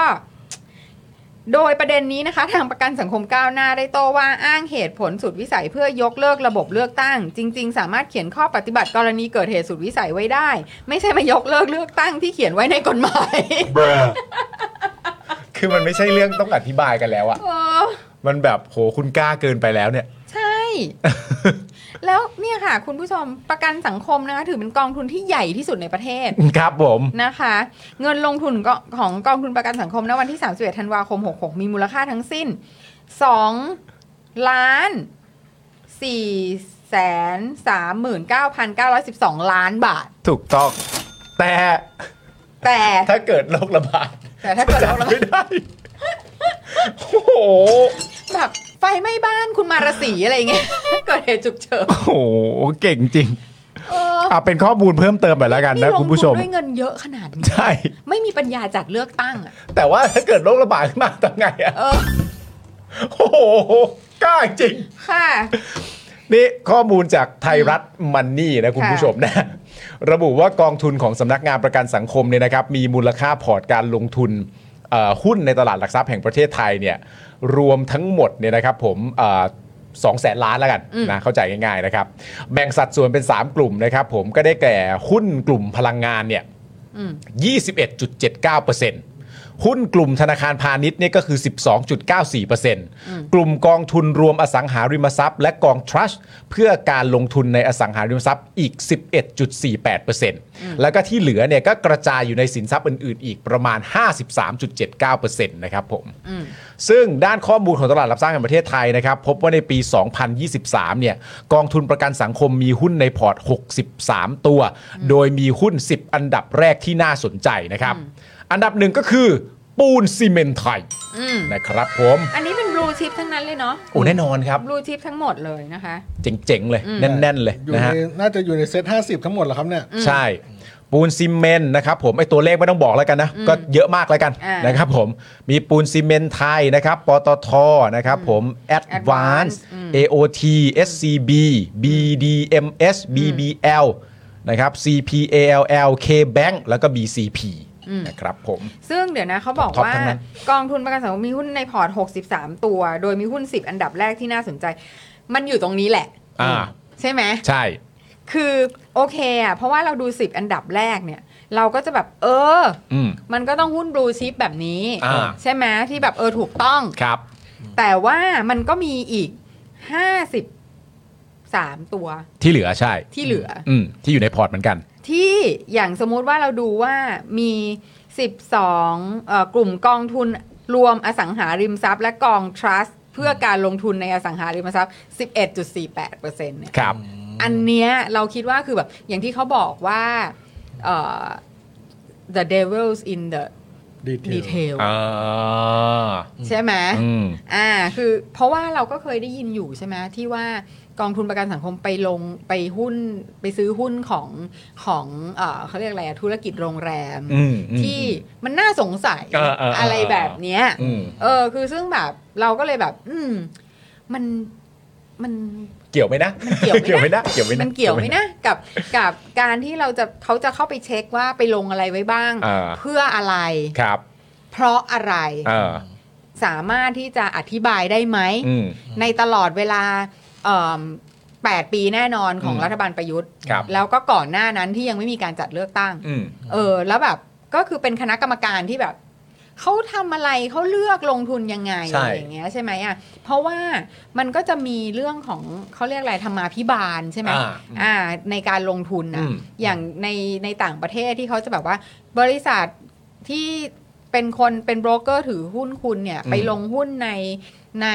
โดยประเด็นนี้นะคะ ทางประกันสังคมก้าวหน้าได้โต้ว่าอ้างเหตุผลสุดวิสัยเพื่อยกเลิกระบบเลือกตั้ง จริง ๆ สามารถเขียนข้อปฏิบัติกรณีเกิดเหตุสุดวิสัยไว้ได้ ไม่ใช่มายกเลิกเลือกตั้งที่เขียนไว้ในกฎหมาย คือมันไม่ใช่เรื่องต้องอธิบายกันแล้วอะ เออ มันแบบโหคุณกล้าเกินไปแล้วเนี่ย ใช่ แล้วเนี่ยค่ะ คุณผู้ชมประกันสังคมนะคะ ถือเป็นกองทุนที่ใหญ่ที่สุดในประเทศ ครับผม นะคะ เงินลงทุนก็ของกองทุนประกันสังคมณวันที่ 31 ธันวาคม 66 มีมูลค่าทั้งสิ้น 2 ล้าน4แสน39,912 ล้านบาท ถูกต้อง แต่ แต่ ถ้าเกิดโรคระบาด แต่ถ้าเกิดเรา จะไม่ได้ โอ้โห แบบไฟไหม้บ้านคุณมารสีอะไรเงี้ย เกิดเหตุฉุกเฉิน โอ้โห เก่งจริง เออ อ่ะเป็นข้อมูลเพิ่มเติมไปแล้วกันนะ นี่ล คุณ ง ผู้ช ทุ ม นด้วยเงินเยอะขนาดนี้ ใช่ ไม่มีปัญญาจัดเลือกตั้งอะ แต่ว่าถ้าเกิดโรคระบาดขึ้นมาทำไงอะ เออ โอ้โห กล้าจริง ค่ะ นี่ข้อมูลจากไทยรัฐมันนี่นะคุณผู้ชมนะ ระบุว่ากองทุนของสำนักงานประกันสังคมเนี่ยนะครับ มีมูลค่าพอร์ตการลงทุนเอ่อหุ้นในตลาดหลักทรัพย์แห่งประเทศไทยเนี่ยรวมทั้งหมดเนี่ยนะครับผมสองแสนล้านแล้วกันนะเข้าใจง่ายๆนะครับ แบ่งสัดส่วนเป็น 3 กลุ่มนะครับผมก็ได้แก่หุ้นกลุ่มพลังงานเนี่ย อืม 21.79%หุ้นกลุ่มธนาคารพาณิชย์เนี่ยก็คือ 12.94%กลุ่มกองทุนรวมอสังหาริมทรัพย์ และกองทรัสต์เพื่อการลงทุนในอสังหาริมทรัพย์อีก 11.48%แล้วก็ที่เหลือเนี่ยก็กระจายอยู่ในสินทรัพย์อื่นๆ อีกประมาณ 53.79%นะครับผม ซึ่งด้านข้อมูลของตลาดหลักทรัพย์แห่งประเทศไทยนะครับ พบว่าในปี 2023 เนี่ยกองทุนประกันสังคมมีหุ้นในพอร์ต 63 ตัว โดยมีหุ้น 10 อันดับแรกที่น่าสนใจนะครับ อันดับหนึ่งก็คือปูนซีเมนต์ไทย อืม นะครับผม อันนี้เป็นบลูชิพทั้งนั้นเลยเนาะ โอ้แน่นอนครับ บลูชิพทั้งหมดเลยนะคะ เจ๋ง ๆ เลย แน่น ๆ เลย อยู่ นะ ใน ฮะ น่าจะอยู่ในเซตห้าสิบทั้งหมดเหรอครับเนี่ย ใช่ ปูนซีเมนต์นะครับผมไอตัวเลขไม่ต้องบอกแล้วกันนะ ก็เยอะมากแล้วกัน อ่าน นะครับผมมีปูนซีเมนต์ไทยนะครับปตทนะครับผมแอดวาน Advance ซ์ อืม AOT SCB BDMS BBL นะครับ CPALL KBank แล้วก็ BCP นะครับผม ซึ่งเดี๋ยวนะเขาบอก ท็อป ว่า ทั้งนั้น กองทุนประกันสังคมมีหุ้นในพอร์ต 63 ตัว โดยมีหุ้น 10 อันดับแรกที่น่าสนใจ มันอยู่ตรงนี้แหละ อ่า ใช่ไหม ใช่ คือโอเคอ่ะ เพราะว่าเราดู 10 อันดับแรกเนี่ย เราก็จะแบบ เออ อืม มันก็ต้องหุ้นบลูชิพแบบนี้ อ่า ใช่ไหมที่แบบเออถูกต้อง ครับ แต่ว่ามันก็มีอีก 53 ตัว ที่เหลือใช่ ที่เหลืออ อืมที่อยู่ในพอร์ตเหมือนกัน ที่อย่างสมมุติว่าเราดูว่ามี 12เอ่อกลุ่มกองทุนรวมอสังหาริมทรัพย์ และกองทรัสต์เพื่อการลงทุนในอสังหาริมทรัพย์ 11.48%เนี่ย ครับ อันเนี้ยเราคิดว่าคือแบบอย่างที่เขาบอกว่าเอ่อ the devils in the Detail detail อ่า ใช่ไหม อืม อ่าคือเพราะว่าเราก็เคยได้ยินอยู่ใช่ไหมที่ว่ากองทุนประกันสังคมไปลงไปหุ้นไปซื้อหุ้นของของเออเขาเรียกอะไรอะธุรกิจโรงแรม อืมอืม ที่มันน่าสงสัย เออเออเอออ อะไรแบบเนี้ย อืม เออคือซึ่งแบบเราก็เลยแบบ อืมมันมัน เกี่ยวไหมนะ มันเกี่ยวไหมนะ ไหมนะเกี่ยวไหมนะ มันเกี่ยวไหมนะกับกับการที่เราจะเขาจะเข้าไปเช็คว่าไปลงอะไรไว้บ้าง อ่า เพื่ออะไร ครับ เพราะอะไร เออ สามารถที่จะอธิบายได้ไหม อืม ในตลอดเวลาเอิ่ม 8 ปีแน่นอนของรัฐบาลประยุทธ์ ครับ แล้วก็ก่อนหน้านั้นที่ยังไม่มีการจัดเลือกตั้ง อืม เออ แล้วแบบก็คือเป็นคณะกรรมการที่แบบเขาทำอะไรเขาเลือกลงทุนยังไง ใช่ อะไรอย่างเงี้ยใช่ไหมอ่ะเพราะว่ามันก็จะมีเรื่องของเขาเรียกอะไรธรรมาภิบาลใช่ไหม อ่า อ่าในการลงทุนนะ อืม อย่างในในต่างประเทศที่เขาจะแบบว่า บริษัทที่เป็นคนเป็นโบรกเกอร์ถือหุ้นคุณเนี่ย อืม ไปลงหุ้นในใน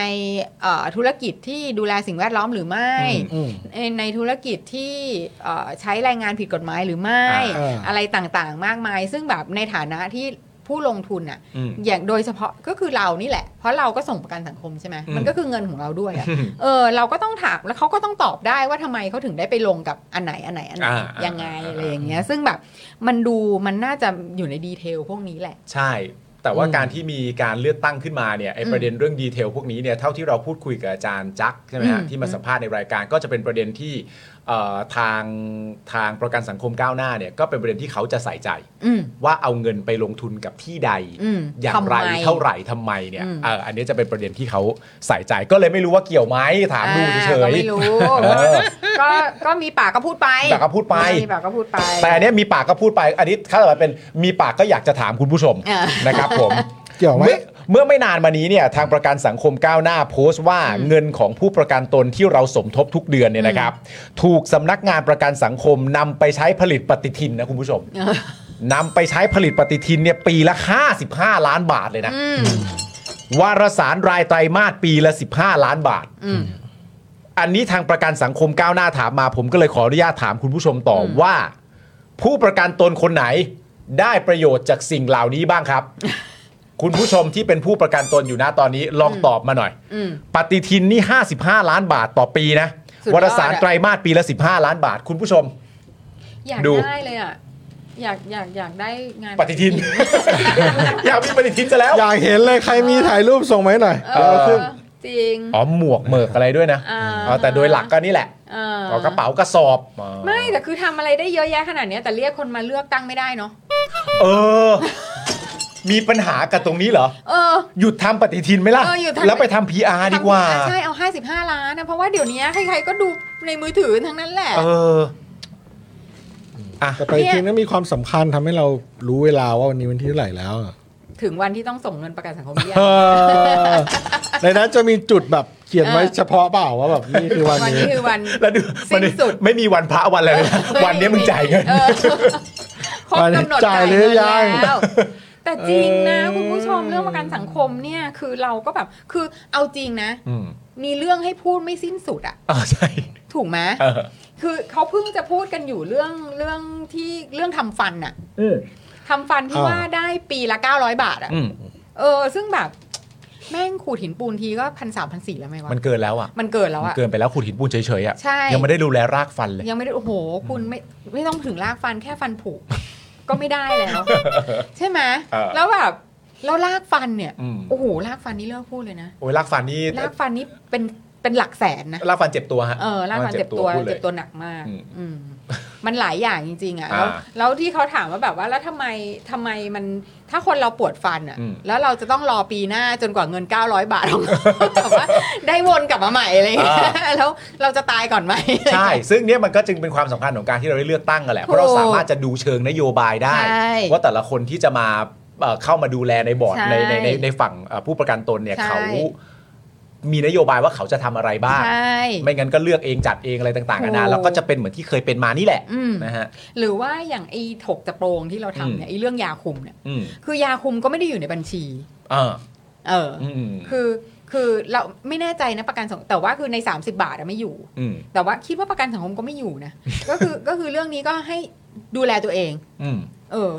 เอ่อธุรกิจที่ดูแลสิ่งแวดล้อมหรือไม่ อืม ในในธุรกิจที่เอ่อใช้แรงงานผิดกฎหมายหรือไม่ อ่า อะไรต่างๆ มากมาย ซึ่งแบบในฐานะที่ผู้ลงทุนอ่ะ อืม อย่างโดยเฉพาะก็คือเรานี่แหละ เพราะเราก็ส่งประกันสังคมใช่ไหม อืม มันก็คือเงินของเราด้วยอะ เออเราก็ต้องถามแล้วเขาก็ต้องตอบได้ว่าทำไมเขาถึงได้ไปลงกับอันไหนอันไหนอันไหน อ่าอ่า ยังไง อ่า อะไรอย่างเงี้ย ซึ่งแบบมันดูมันน่าจะอยู่ในดีเทลพวกนี้แหละ ใช่ แต่ว่าการที่มีการเลือกตั้งขึ้นมาเนี่ยไอประเด็นเรื่องดีเทลพวกนี้เนี่ยเท่าที่เราพูดคุยกับอาจารย์จักรใช่ไหมฮะ อืม ที่มาสัมภาษณ์ในรายการก็จะเป็นประเด็นที่เอ่อทางทางประกันสังคมก้าวหน้าเนี่ยก็เป็นประเด็นที่เขาจะใส่ใจ อืม ว่าเอาเงินไปลงทุนกับที่ใด อืม อย่างไร ทำไม เท่าไหร่ทำไมเนี่ย อืม เอออันนี้จะเป็นประเด็นที่เขาใส่ใจก็เลยไม่รู้ว่าเกี่ยวไหมถามดู อ่ เฉ ก็ ย ไม่รู้ เออ ก็ก็มีปากก็พูดไป ปากก็พูดไป มีปากก็พูดไป แต่อันเนี้ยมีปากก็พูดไปอันนี้ถ้าเกิดเป็นมีปากก็อยากจะถามคุณผู้ชม อ่าน นะครับผม เกี่ยวไหม เมื่อเมื่อไม่นานมานี้เนี่ยทางประกันสังคมก้าวหน้าโพสต์ว่าเงินของผู้ประกันตนที่เราสมทบทุกเดือนเนี่ยนะครับ ถูกสำนักงานประกันสังคมนำไปใช้ผลิตปฏิทินนะคุณผู้ชม เออน ำไปใช้ผลิตปฏิทินเนี่ยปีละ 55 ล้านบาทเลยนะ อืม วารสารรายไตรมาสปีละ 15 ล้านบาท อืม อันนี้ทางประกันสังคมก้าวหน้าถามมา ผมก็เลยขออนุญาตถามคุณผู้ชมต่ออ ม ว่า ผู้ประกันตนคนไหนได้ประโยชน์จากสิ่งเหล่านี้บ้าง ครับ คุณผู้ชมที่เป็นผู้ประกันตนอยู่นะตอนนี้ลองตอบมาหน่อย อืม ปฏิทินนี่ 55 ล้านบาทต่อปีนะ สุดยอด วารสาร อะ ไตรมาสปีละ 15 ล้านบาท คุณผู้ชม อยาก ดู ได้เลยอ่ะอยากอยากอยากได้งาน ปฏิทิน อยากมีปฏิทินจะแล้ว อยากเห็นเลยใครมีถ่ายรูปส่งมาให้หน่อย เอ เดี๋ยวเอาอขึ้น จริง อ๋อหมวกเหมือกอะไรด้วยนะ อ่า อ๋อแต่โดยหลักก็นี่แหละ เออ อ๋อกระเป๋ากระสอบอ๋อ ไม่แต่คือทำอะไรได้เยอะแยะขนาดเนี้ยแต่เรียกคนมาเลือกตั้งไม่ได้เนาะ เออ มีปัญหากับตรงนี้เหรอ เออ หยุดทำปฏิทินไหมล่ะ เออหยุดทำ แล้วไปทำ PR ดีกว่า ทำอ่ะใช่เอา 55 ล้านนะเพราะว่าเดี๋ยวนี้ใครๆก็ดูในมือถือทั้งนั้นแหละ เออ แต่ไปจริงนั้นมีความสำคัญทำให้เรารู้เวลาว่าวันนี้วันที่เท่าไหร่แล้วอะ ถึงวันที่ต้องส่งเงินประกันสังคมเบี้ย เออในนั้นจะมีจุดแบบเขียนไว้เฉพาะเปล่าว่าแบบนี่คือวัน วัน นี้ นี้คือวัน แล้วดู สิ้นสุด มันไม่มีวันพระวันอะไรเลยนะวันนี้มึงจ่ายเงิน เอ อครบกำหนด จ่ายหรื เงิ อน ยัง แล้วแต่จริงนะคุณผู้ชมเรื่องประกันสังคมเนี่ยคือเราก็แบบคือเอาจริงนะ อืม มีเรื่องให้พูดไม่สิ้นสุดอะ อ๋อใช่ ถูกไหม เออ คือเขาเพิ่งจะพูดกันอยู่เรื่องเรื่องที่เรื่องทำฟันอะ อืม ทำฟันที่ อ่า ว่าได้ปีละ 900 บาทอะ อืม เออ ซึ่งแบบ แม่งขูดหินปูนทีก็พันสามพันสี่แล้วไหมวะ มันเกินแล้วอ่ะ มันเกิดแล้ว มัน อะ เกินไปแล้วขูดหินปูนเฉยๆอ่ะ ใช่ ยังไม่ได้ดูแลรากฟันเลย ยังไม่ได้ โอ้โห คุณไม่ไม่ต้องถึงลากฟันแค่ฟันผุ ก็ไม่ได้แล้ว ใช่ไหม เออ แล้วแบบแล้วลากฟันเนี่ย อืม โอ้โหลากฟันนี่เลิกพูดเลยนะ โอ้ยรากฟันนี่ ลากฟันนี่เป็นเป็นหลักแสนนะ รากฟันเจ็บตัวฮะ เออลากฟันเจ็บตัว พูดล เจ็ ย บตัวหนักมาก อืม อืมมันหลายอย่างจริงๆอ่ะแล้ว อ่า แล้วที่เขาถามว่าแบบว่าแล้วทำไมทำไมมันถ้าคนเราปวดฟันอ่ะ อืม แล้วเราจะต้องรอปีหน้าจนกว่าเงิน 900 บาท ของเราแบบว่าได้วนกลับมาใหม่อะไรอย่างเงี้ยแล้วเราจะตายก่อนไหม ใช่ ซึ่งเนี่ยมันก็จึงเป็นความสำคัญของการที่เราได้เลือกตั้งกันแหละ ถูกเพราะเราสามารถจะดูเชิงนโยบายได้ ใช่ ว่าแต่ละคนที่จะมาเอ่อเข้ามาดูแลในบอร์ด ใช่ ในในในในฝั่งเอ่อผู้ประกันตนเนี่ย ใช่ เขามีนโยบายว่าเขาจะทำอะไรบ้าง ใช่ ไม่งั้นก็เลือกเองจัดเองอะไรต่างๆนานา ถูก แล้วก็จะเป็นเหมือนที่เคยเป็นมานี่แหละ อืม นะฮะ หรือว่าอย่างไอ้ถกจะโปรงที่เราทำเนี่ยไอ้เรื่องยาคุมเนี่ย อืม คือยาคุมก็ไม่ได้อยู่ในบัญชี อ่า เอออ อืม คือคือเราไม่แน่ใจนะประกันสังแต่ว่าคือใน 30 บาทอะไม่อยู่ อืม แต่ว่าคิดว่าประกันสังคมก็ไม่อยู่นะ ก็คือก็คือเรื่องนี้ก็ให้ดูแลตัวเอง อืม เออ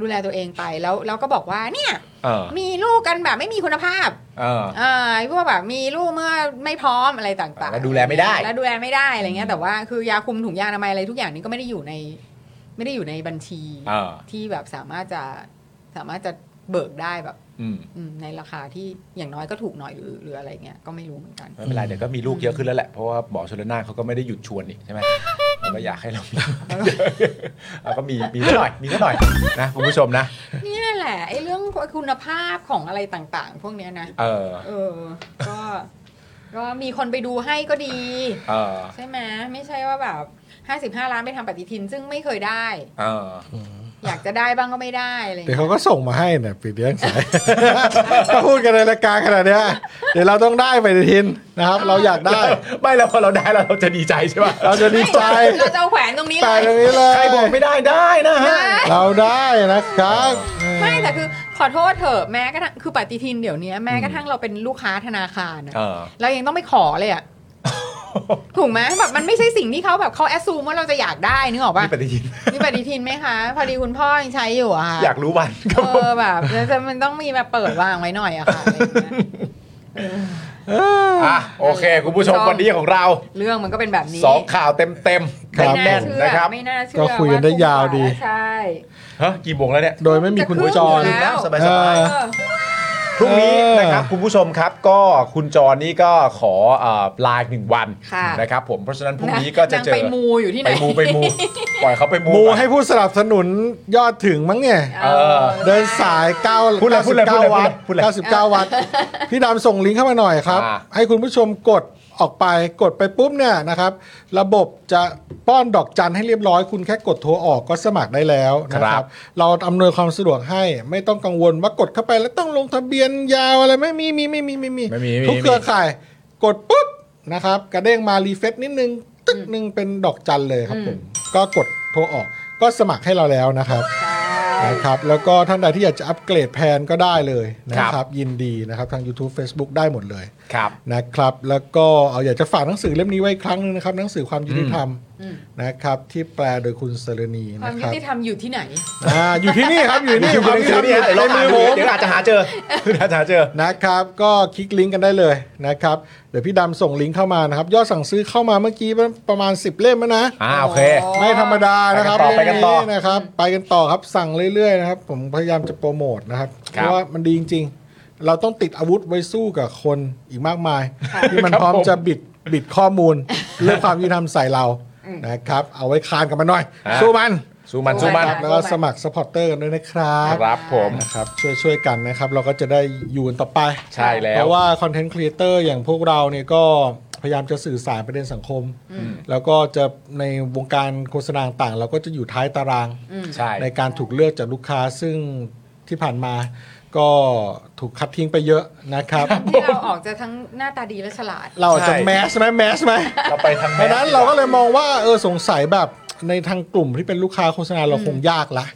ดูแลตัวเองไปแล้วแล้วก็บอกว่าเนี่ย เออ มีลูกกันแบบไม่มีคุณภา พ เออ อ่าไอ้พวกแบบมีลูกเมื่อไม่พร้อมอะไรต่างๆ แล้วดูแลไม่ได้ แล้วดูแลไม่ได้อะไรเงี้ยแต่ว่าคือยาคุมถุงยางอนามัยอะไรทุกอย่างนี้ก็ไม่ได้อยู่ใน ไม่ได้อยู่ในบัญชี เออ ที่แบบสามารถจะสามารถจะเบิกได้แบบ อืม อืมในราคาที่อย่างน้อยก็ถูกหน่อยหรือหรืออะไรเงี้ยก็ไม่รู้เหมือนกัน ไม่เป็นไรเดี๋ยวก็มีลูกเยอะขึ้นแล้วแหละเพราะว่าหมอชลนานเขาก็ไม่ได้หยุดชวนนี่ใช่ไหมเราก็อยากให้เรามีเราก็มีมีนิดหน่อยมีนิดหน่อยนะคุณผู้ชมนะ เนี่ยแหละไอ้เรื่องคุณภาพของอะไรต่างๆ พวกเนี้ยนะ เออ เออ ก็ ก็มีคนไปดูให้ก็ดี เออ ใช่ไหมไม่ใช่ว่าแบบ 55 ล้านไปทำปฏิทินซึ่งไม่เคยได้ เออ อยากจะได้บ้างก็ไม่ได้อะไรอย่าง เดี๋ยว เงี้ย เขาก็ส่งมาให้เนี่ยปิดเรื่องสาย ถ้าพูดกันในรายการขนาดเนี้ยเดี๋ยวเราต้องได้ไปทินนะครับ เราอยากได้ ไม่แล้วพอเราได้แล้วเราจะดีใจใช่ป่ะ เราจะดีใจ เราจะเอาแขวนตรงนี้เล ตาย ย ตรงนี้เลย ใครบอกไม่ได้ได้นะฮะ ได้ เราได้นะครับ ไม่แต่คือขอโทษเถอะแม้กระทั่งคือปฏิทินเดี๋ยวนี้แม้กระทั่งเราเป็นลูกค้าธนาคารอะ เออ เรายังต้องไปขอเลยอะถูกไหมแบบมันไม่ใช่สิ่งที่เขาแบบเขาแอสซูมว่าเราจะอยากได้นึกออกปะ นี่ปฏิทิน มีปฏิทินไหมคะ พอดีคุณพ่อยังใช้อยู่อะค่ะ อยากรู้วันครับผ เออม แบบแล้วจะมันต้องมีแบบเปิดวางไว้หน่อยอะค่ะอะไรอย่างเงี้ย อ่ะโอเค คุณผู้ชม ต้อง วันนี้ของเรา เรื่องมันก็เป็นแบบนี้ สองข่าวเต็มเต็มๆ ครับ ไม่ แน่ น่าน เชื่อไม่น่าเชื่อๆนะครับก็คุยกันได้ยาวดี ใช่ ฮะกี่โมงแล้วเนี่ย โดยไม่มีคุณจร จะครึ่งหนึ่งแล้ว สบายๆเออ เออ พรุ่งนี้นะครับ เออ คุณผู้ชมครับก็คุณจรนี่ก็ขอเอ่อลาหนึ่งวัน ค่ะ นะครับผมเพราะฉะนั้นพรุ่งนี้ก็จะเจอ นางไปมูอยู่ที่ไหน ไปมูไปมู ปล่อยเขาไปมู มู ก่อน ให้ผู้สนับสนุนยอดถึงมั้งเนี่ย เออ เดินสาย9 พูดเลยพูดเลยพูดเลย 99วัต พูดเลย 99 วัตต์พี่ดำส่งลิงก์เข้ามาหน่อยครับ อ่า ให้คุณผู้ชมกดออกไปกดไปปุ๊บเนี่ยนะครับ ระบบจะป้อนดอกจันให้เรียบร้อย คุณแค่กดโทรออกก็สมัครได้แล้วนะครับ เราอำนวยความสะดวกให้ไม่ต้องกังวลว่ากดเข้าไปแล้วต้องลงทะเบียนยาวอะไรไม่มีมีไม่มีไม่มี ไม่มี ทุกเครือข่ายกดปุ๊บนะครับ กระเด้งมารีเฟซนิดนึงตึกหนึ่งเป็นดอกจันเลยครับผมก็กดโทรออกก็สมัครให้เราแล้วนะครับ นะครับแล้วก็ท่านใดที่อยากจะอัปเกรดแพลนก็ได้เลยนะค ครั รับ บยินดีนะครับทาง YouTube Facebook ได้หมดเลย ครับ นะครับแล้วก็เอาอยากจะฝากหนังสือเล่มนี้ไว้อีกครั้งหนึงนะครับหนังสือความยุติธรรม อืม นะครับที่แปลโดยคุณสรณี ควา นะ ม ค ยุ รับ ติธรรมอยู่ที่ไหน อ่าอยู่ที่นี่ครับอยู่ที่นี่ อยู่ ความยุติธรรม นี่ อยู่ เดี๋ยวเรา ใน อ่า มื น อ ดู ผม เดี๋ยวเราอาจจะหาเจอเดี๋ยวอาจจะหาเจอ นะครับก็คลิกลิงก์กันได้เลยนะครับเดี๋ยวพี่ดำส่งลิงก์เข้ามานะครับยอดสั่งซื้อเข้ามาเมื่อกี้ประมาณ 10 เล่มแล้วนะ อ่าโอเค ไม่ธรรมดานะครับ ไปกันต่อ เรื่องนะครับ ไปกันต่อครับสั่งเรื่อยๆนะครับ ผมพยายามจะโปรโมทนะครับ ค เพ รับ ราะว่ามันดีจริงๆ เราต้องติดอาวุธไว้สู้กับคนอีกมากมาย ที่มัน ครับ พร้อม ผม จะบิดบิดข้อมูล เรื่องความยุติธรรมใส่เรานะครับ เอาไว้คานกันมาหน่อย สู้มัน สู้มันสู้มัน ครับแล้วก็สมัครสปอร์เตอร์กันด้วยนะครับ ครับผม นะครับช่วยช่วยๆกันนะครับ เราก็จะได้อยู่กันต่อไป ใช่แล้ เพ ว ราะว่าคอนเทนต์ครีเอเตอร์อย่างพวกเราเนี่ยก็พยายามจะสื่อสารประเด็นสังคม แล้วก็จะในวงการโฆษณาต่างๆ เราก็จะอยู่ท้ายตาราง ใช่ ในการถูกเลือกจากลูกค้าซึ่งที่ผ่านมาก็ถูกคัดทิ้งไปเยอะนะครับ ที่เราออกจะทั้งหน้าตาดีและฉลาด เราอาจจะแมสไหมแมสไหม เราไปทาง เพราะฉะนั้นเราก็เลยมองว่าเออสงสัยแบบในทางกลุ่มที่เป็นลูกค้าโฆษณาเราคงยากละ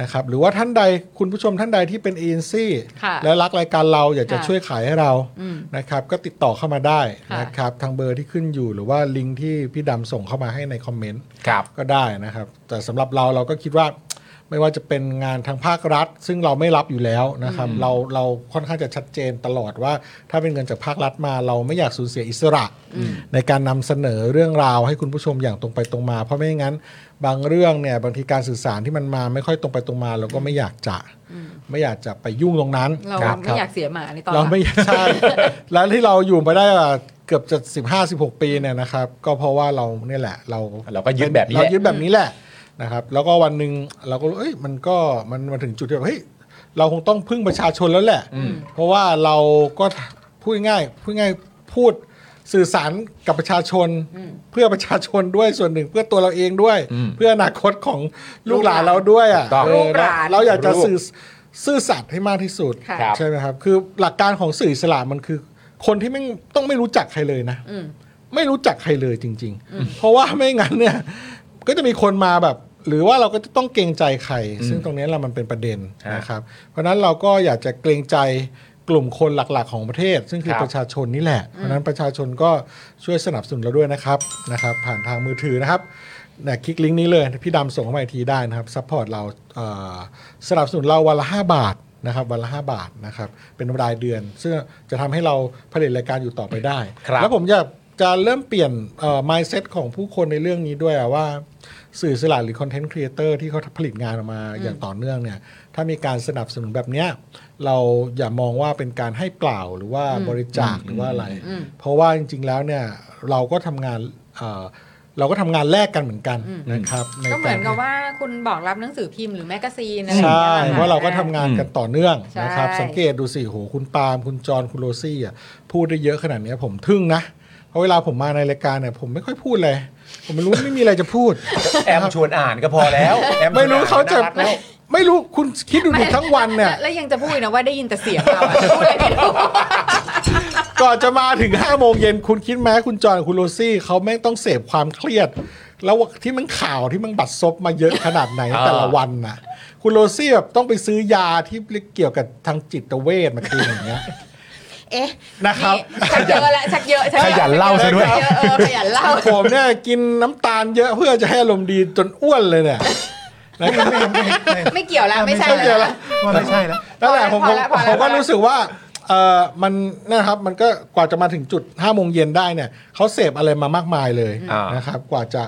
นะครับหรือว่าท่านใดคุณผู้ชมท่านใดที่เป็นเอเจนซี่ ค่ะ และรักรายการเราอยากจะ ค่ะ ช่วยขายให้เรา อืม นะครับก็ติดต่อเข้ามาได้ ค่ะ นะครับทางเบอร์ที่ขึ้นอยู่หรือว่าลิงก์ที่พี่ดำส่งเข้ามาให้ในคอมเมนต์ ครับ ก็ได้นะครับ แต่สำหรับเราเราก็คิดว่า ไม่ว่าจะเป็นงานทางภาครัฐ ซึ่งเราไม่รับอยู่แล้วนะครับเราเราค่อนข้างจะชัดเจนตลอดว่า ถ้าเป็นเงินจากภาครัฐมา เราไม่อยากสูญเสียอิสระ ในการนำเสนอเรื่องราวให้คุณผู้ชมอย่างตรงไปตรงมา เพราะไม่งั้นบางเรื่องเนี่ยบางทีการสื่อสารที่มันมาไม่ค่อยตรงไปตรงมา เราก็ไม่อยากจะไม่อยากจะไปยุ่งตรงนั้น เรา ครับ ไม่อยากเสียหมาในตอนห เรา ลัง ไม่อยากใช่ แล้วที่เราอยู่มาได้เกือบจะ15 16 ปีเนี่ยนะครับ ก็เพราะว่าเราเนี่ยแหละเรา เราก็ยึดแบบนี้แห เรา ละ ยึดแบบนี้แหละนะครับแล้วก็วันหนึ่งเราก็รู้เอ้ยมันก็มันมาถึงจุดที่แบบเฮ้ยเราคงต้องพึ่งประชาชนแล้วแหละ เพราะว่าเราก็พูดง่ายพูดง่ายพูดสื่อสารกับประชาชน เพื่อประชาชนด้วยส่วนหนึ่ง เพื่อตัวเราเองด้วย เพื่ออนาคตของลูกหลานเราด้วยอ่ะ ถูกต้อง เออ ลูกหลาน เราอยากจะสื่อซื่อสัตย์ให้มากที่สุด ค่ะ ครับ ใช่ไหมครับคือหลักการของสื่ออิสระมันคือ คนที่ไม่ต้องไม่รู้จักใครเลยนะ อืม ไม่รู้จักใครเลยจริง ๆ เพราะว่าไม่งั้นเนี่ย ก็จะมีคนมาแบบ หรือว่าเราก็จะต้องเกรงใจใคร ซึ่งตรงนี้เรามันเป็นประเด็นนะครับ เพราะฉะนั้นเราก็อยากจะเกรงใจกลุ่มคนหลักๆ ของประเทศ ซึ่งคือ ครับ ประชาชนนี่แหละ เพราะฉะนั้นประชาชนก็ช่วยสนับสนุนเราด้วยนะครับนะครับ ผ่านทางมือถือนะครับเนี่ยคลิกลิงก์นี้เลยพี่ดำส่งเข้ามาอีกทีได้นะครับซัพพอร์ตเราเอ่อสนับสนุนเราวันละ 5 บาทนะครับวันละ 5 บาทนะครับเป็นรายเดือน ซึ่งจะทำให้เราผลิตรายการอยู่ต่อไปได้ ครับ แล้วผมอยากจะเริ่มเปลี่ยนเอ่อ mindset ของผู้คนในเรื่องนี้ด้วยอะว่า สื่ออิสลาหรือคอนเทนต์ครีเอเตอร์ที่เขาผลิตงานออกมาอย่างต่อเนื่องเนี่ย ถ้ามีการสนับสนุนแบบเนี้ยเราอย่ามองว่าเป็นการให้เปล่าหรือว่าบริจาคหรือว่าอะไร เพราะว่าจริงๆแล้วเนี่ย เราก็ทำงานเอ่อ เราก็ทำงานแลกกันเหมือนกันนะครับใ ก็เหมือนกับว่าคุณบอกรับหนังสือพิมพ์หรือแมกกาซีนอะไรอย่ง ใช่ งี้ยค่ เพราะเราก็ทำงานกันต่อเนื่อง ใช่ นะครับ สังเกตดูสิโหคุณปาล์มคุณจอห์นคุณโรซี่อ่ะพูดได้เยอะขนาดเนี้ยผมทึ่งนะ เพราะเวลาผมมาในรายการเนี่ยผมไม่ค่อยพูดเลย ผมไม่รู้ ไม่มีอะไรจะพูด แอมชวนอ่านก็พอแล้วแอชวนอ่น ไม่รู้เขาจะ น่กแล้ว ไม่รู้คุณคิดดูดิทั้งวันเนี่ย แล้วยังจะพูดอีกนะว่าได้ยินแต่เสียงเราอะพูดอะไรไม่รู้ ก่อนจะมาถึง 5 โมงเย็นคุณคิดไหมคุณจอห์นกับคุณโรซี่เขาแม่งต้องเสพความเครียด แล้วที่มันข่าวที่มันบัดซบมาเยอะขนาดไหน แต่ละวันนะคุณโรซี่แบบต้องไปซื้อยาที่เกี่ยวกับทางจิตเวชมากินอย่างเงี้ ย เอ๊ะ นะครับ ชักเยอะละชักเยอะชัก ข เยอะ ยันเล่าซะด้วย ชักเอะเออขยันเล่า ผมเนี่ยกินน้ำตาลเยอะเพื่อจะให้อารมณ์ดีจนอ้วน เลยเนี่ยนะครับ ไม่เกี่ยวละไม่ใช่ เข้าใจ ละ ละ ว่าไม่ใช่แล้ว นั่นแหละผม พ ผ อ ม แล้วพอผแล้วพอแล้วมก็รู้สึกว่าเออมันนะครับมันก็กว่าจะมาถึงจุด5้าโมงเย็นได้เนี่ยเขาเสพอะไรมามากมายเลย อ่าน นะครับ กว่าจะ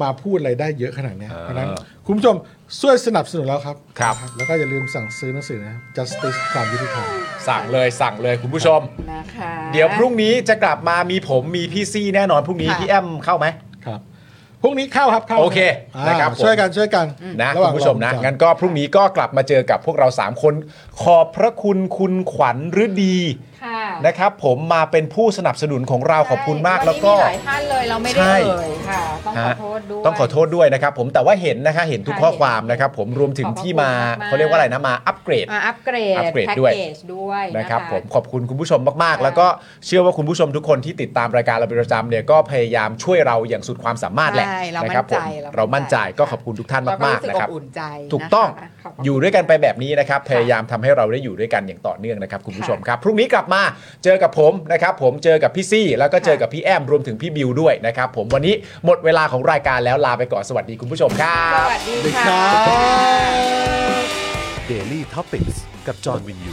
มาพูดอะไรได้เยอะขนาดเนี้ยเพราะฉะนั้นคุณผู้ชมช่วยสนับสนุนแล้วครับ ครับ นะแล้วก็อย่าลืมสั่งซื้อหนังสือนะ justice ความยุติธรรม สั่งเลยสั่งเลยคุณผู้ชม นะคะ เดี๋ยวพรุ่งนี้จะกลับมามีผมมีพี่ซี่แน่นอนพรุ่งนี้ ค่ะ พี่แอมเข้าไหม ครับพรุ่งนี้เข้าครับเข้า โอเคนะครับ อ่า ผม ช่วยกันช่วยกัน นะ รห คุ ว่าง ณผู้ชมนะ รอ งั้นก็พรุ่งนี้ก็กลับมาเจอกับพวกเรา 3 คน ขอบพระคุณคุณขวัญฤดี ค่ะ นะครับ ผมมาเป็นผู้สนับสนุนของเราขอบคุณมาก ใช่ แล้วก็ นนี้มีหลายท่านเลยเราไม่ได้ ใช่ เอ่ยค่ะ ต้องขอโทษด้วย ต้องขอโทษด้วยนะครับ ผมแต่ว่าเห็นนะคะเห็นทุก ค่ะ ข้อความนะครับ ผมรวมถึง ขอบพระ ที่ คุณ มาามกๆ เขาเรียกว่าอะไรนะมาอัปเกรด มาอัปเกรด อัปเกรด แพ็ก ด้วย เกจด้วย นะครับ ะ ผมขอบคุณคุณผู้ชมมาก ๆ แล้วก็เชื่อว่าคุณผู้ชมทุกคนที่ติดตามรายการเราเป็นประจำเนี่ยก็พยายามช่วยเราอย่างสุดความสามารถแหละ ใช่เรามั่นใจ นะครัผม เรา เรา มั่ มั่ น น ใจ ใจก็ขอบคุณทุกท่าน แล้วก็ มาก รู้สึกๆนะ อ ครับ บ อุ่นใจ ถูกต้อง นะคะขบคุณ อยู่ด้วยกันไปแบบนี้นะครับ พยายามทำให้เราได้อยู่ด้วยกันอย่างต่อเนื่องนะครับ คุณผู้ชมครับ พรุ่งนี้กลับมาเจอกับผมนะครับ ผมเจอกับพี่ซี่ แล้วก็เจอกับพี่แอมรวมถึงพี่บิวด้วยนะครับ ผมวันนี้หมดเวลาของรายการแล้วลาไปก่อนสวัสดีคุณผู้ชมครับ สวัสดีค่ะ Daily Topics กับจอห์นวินยู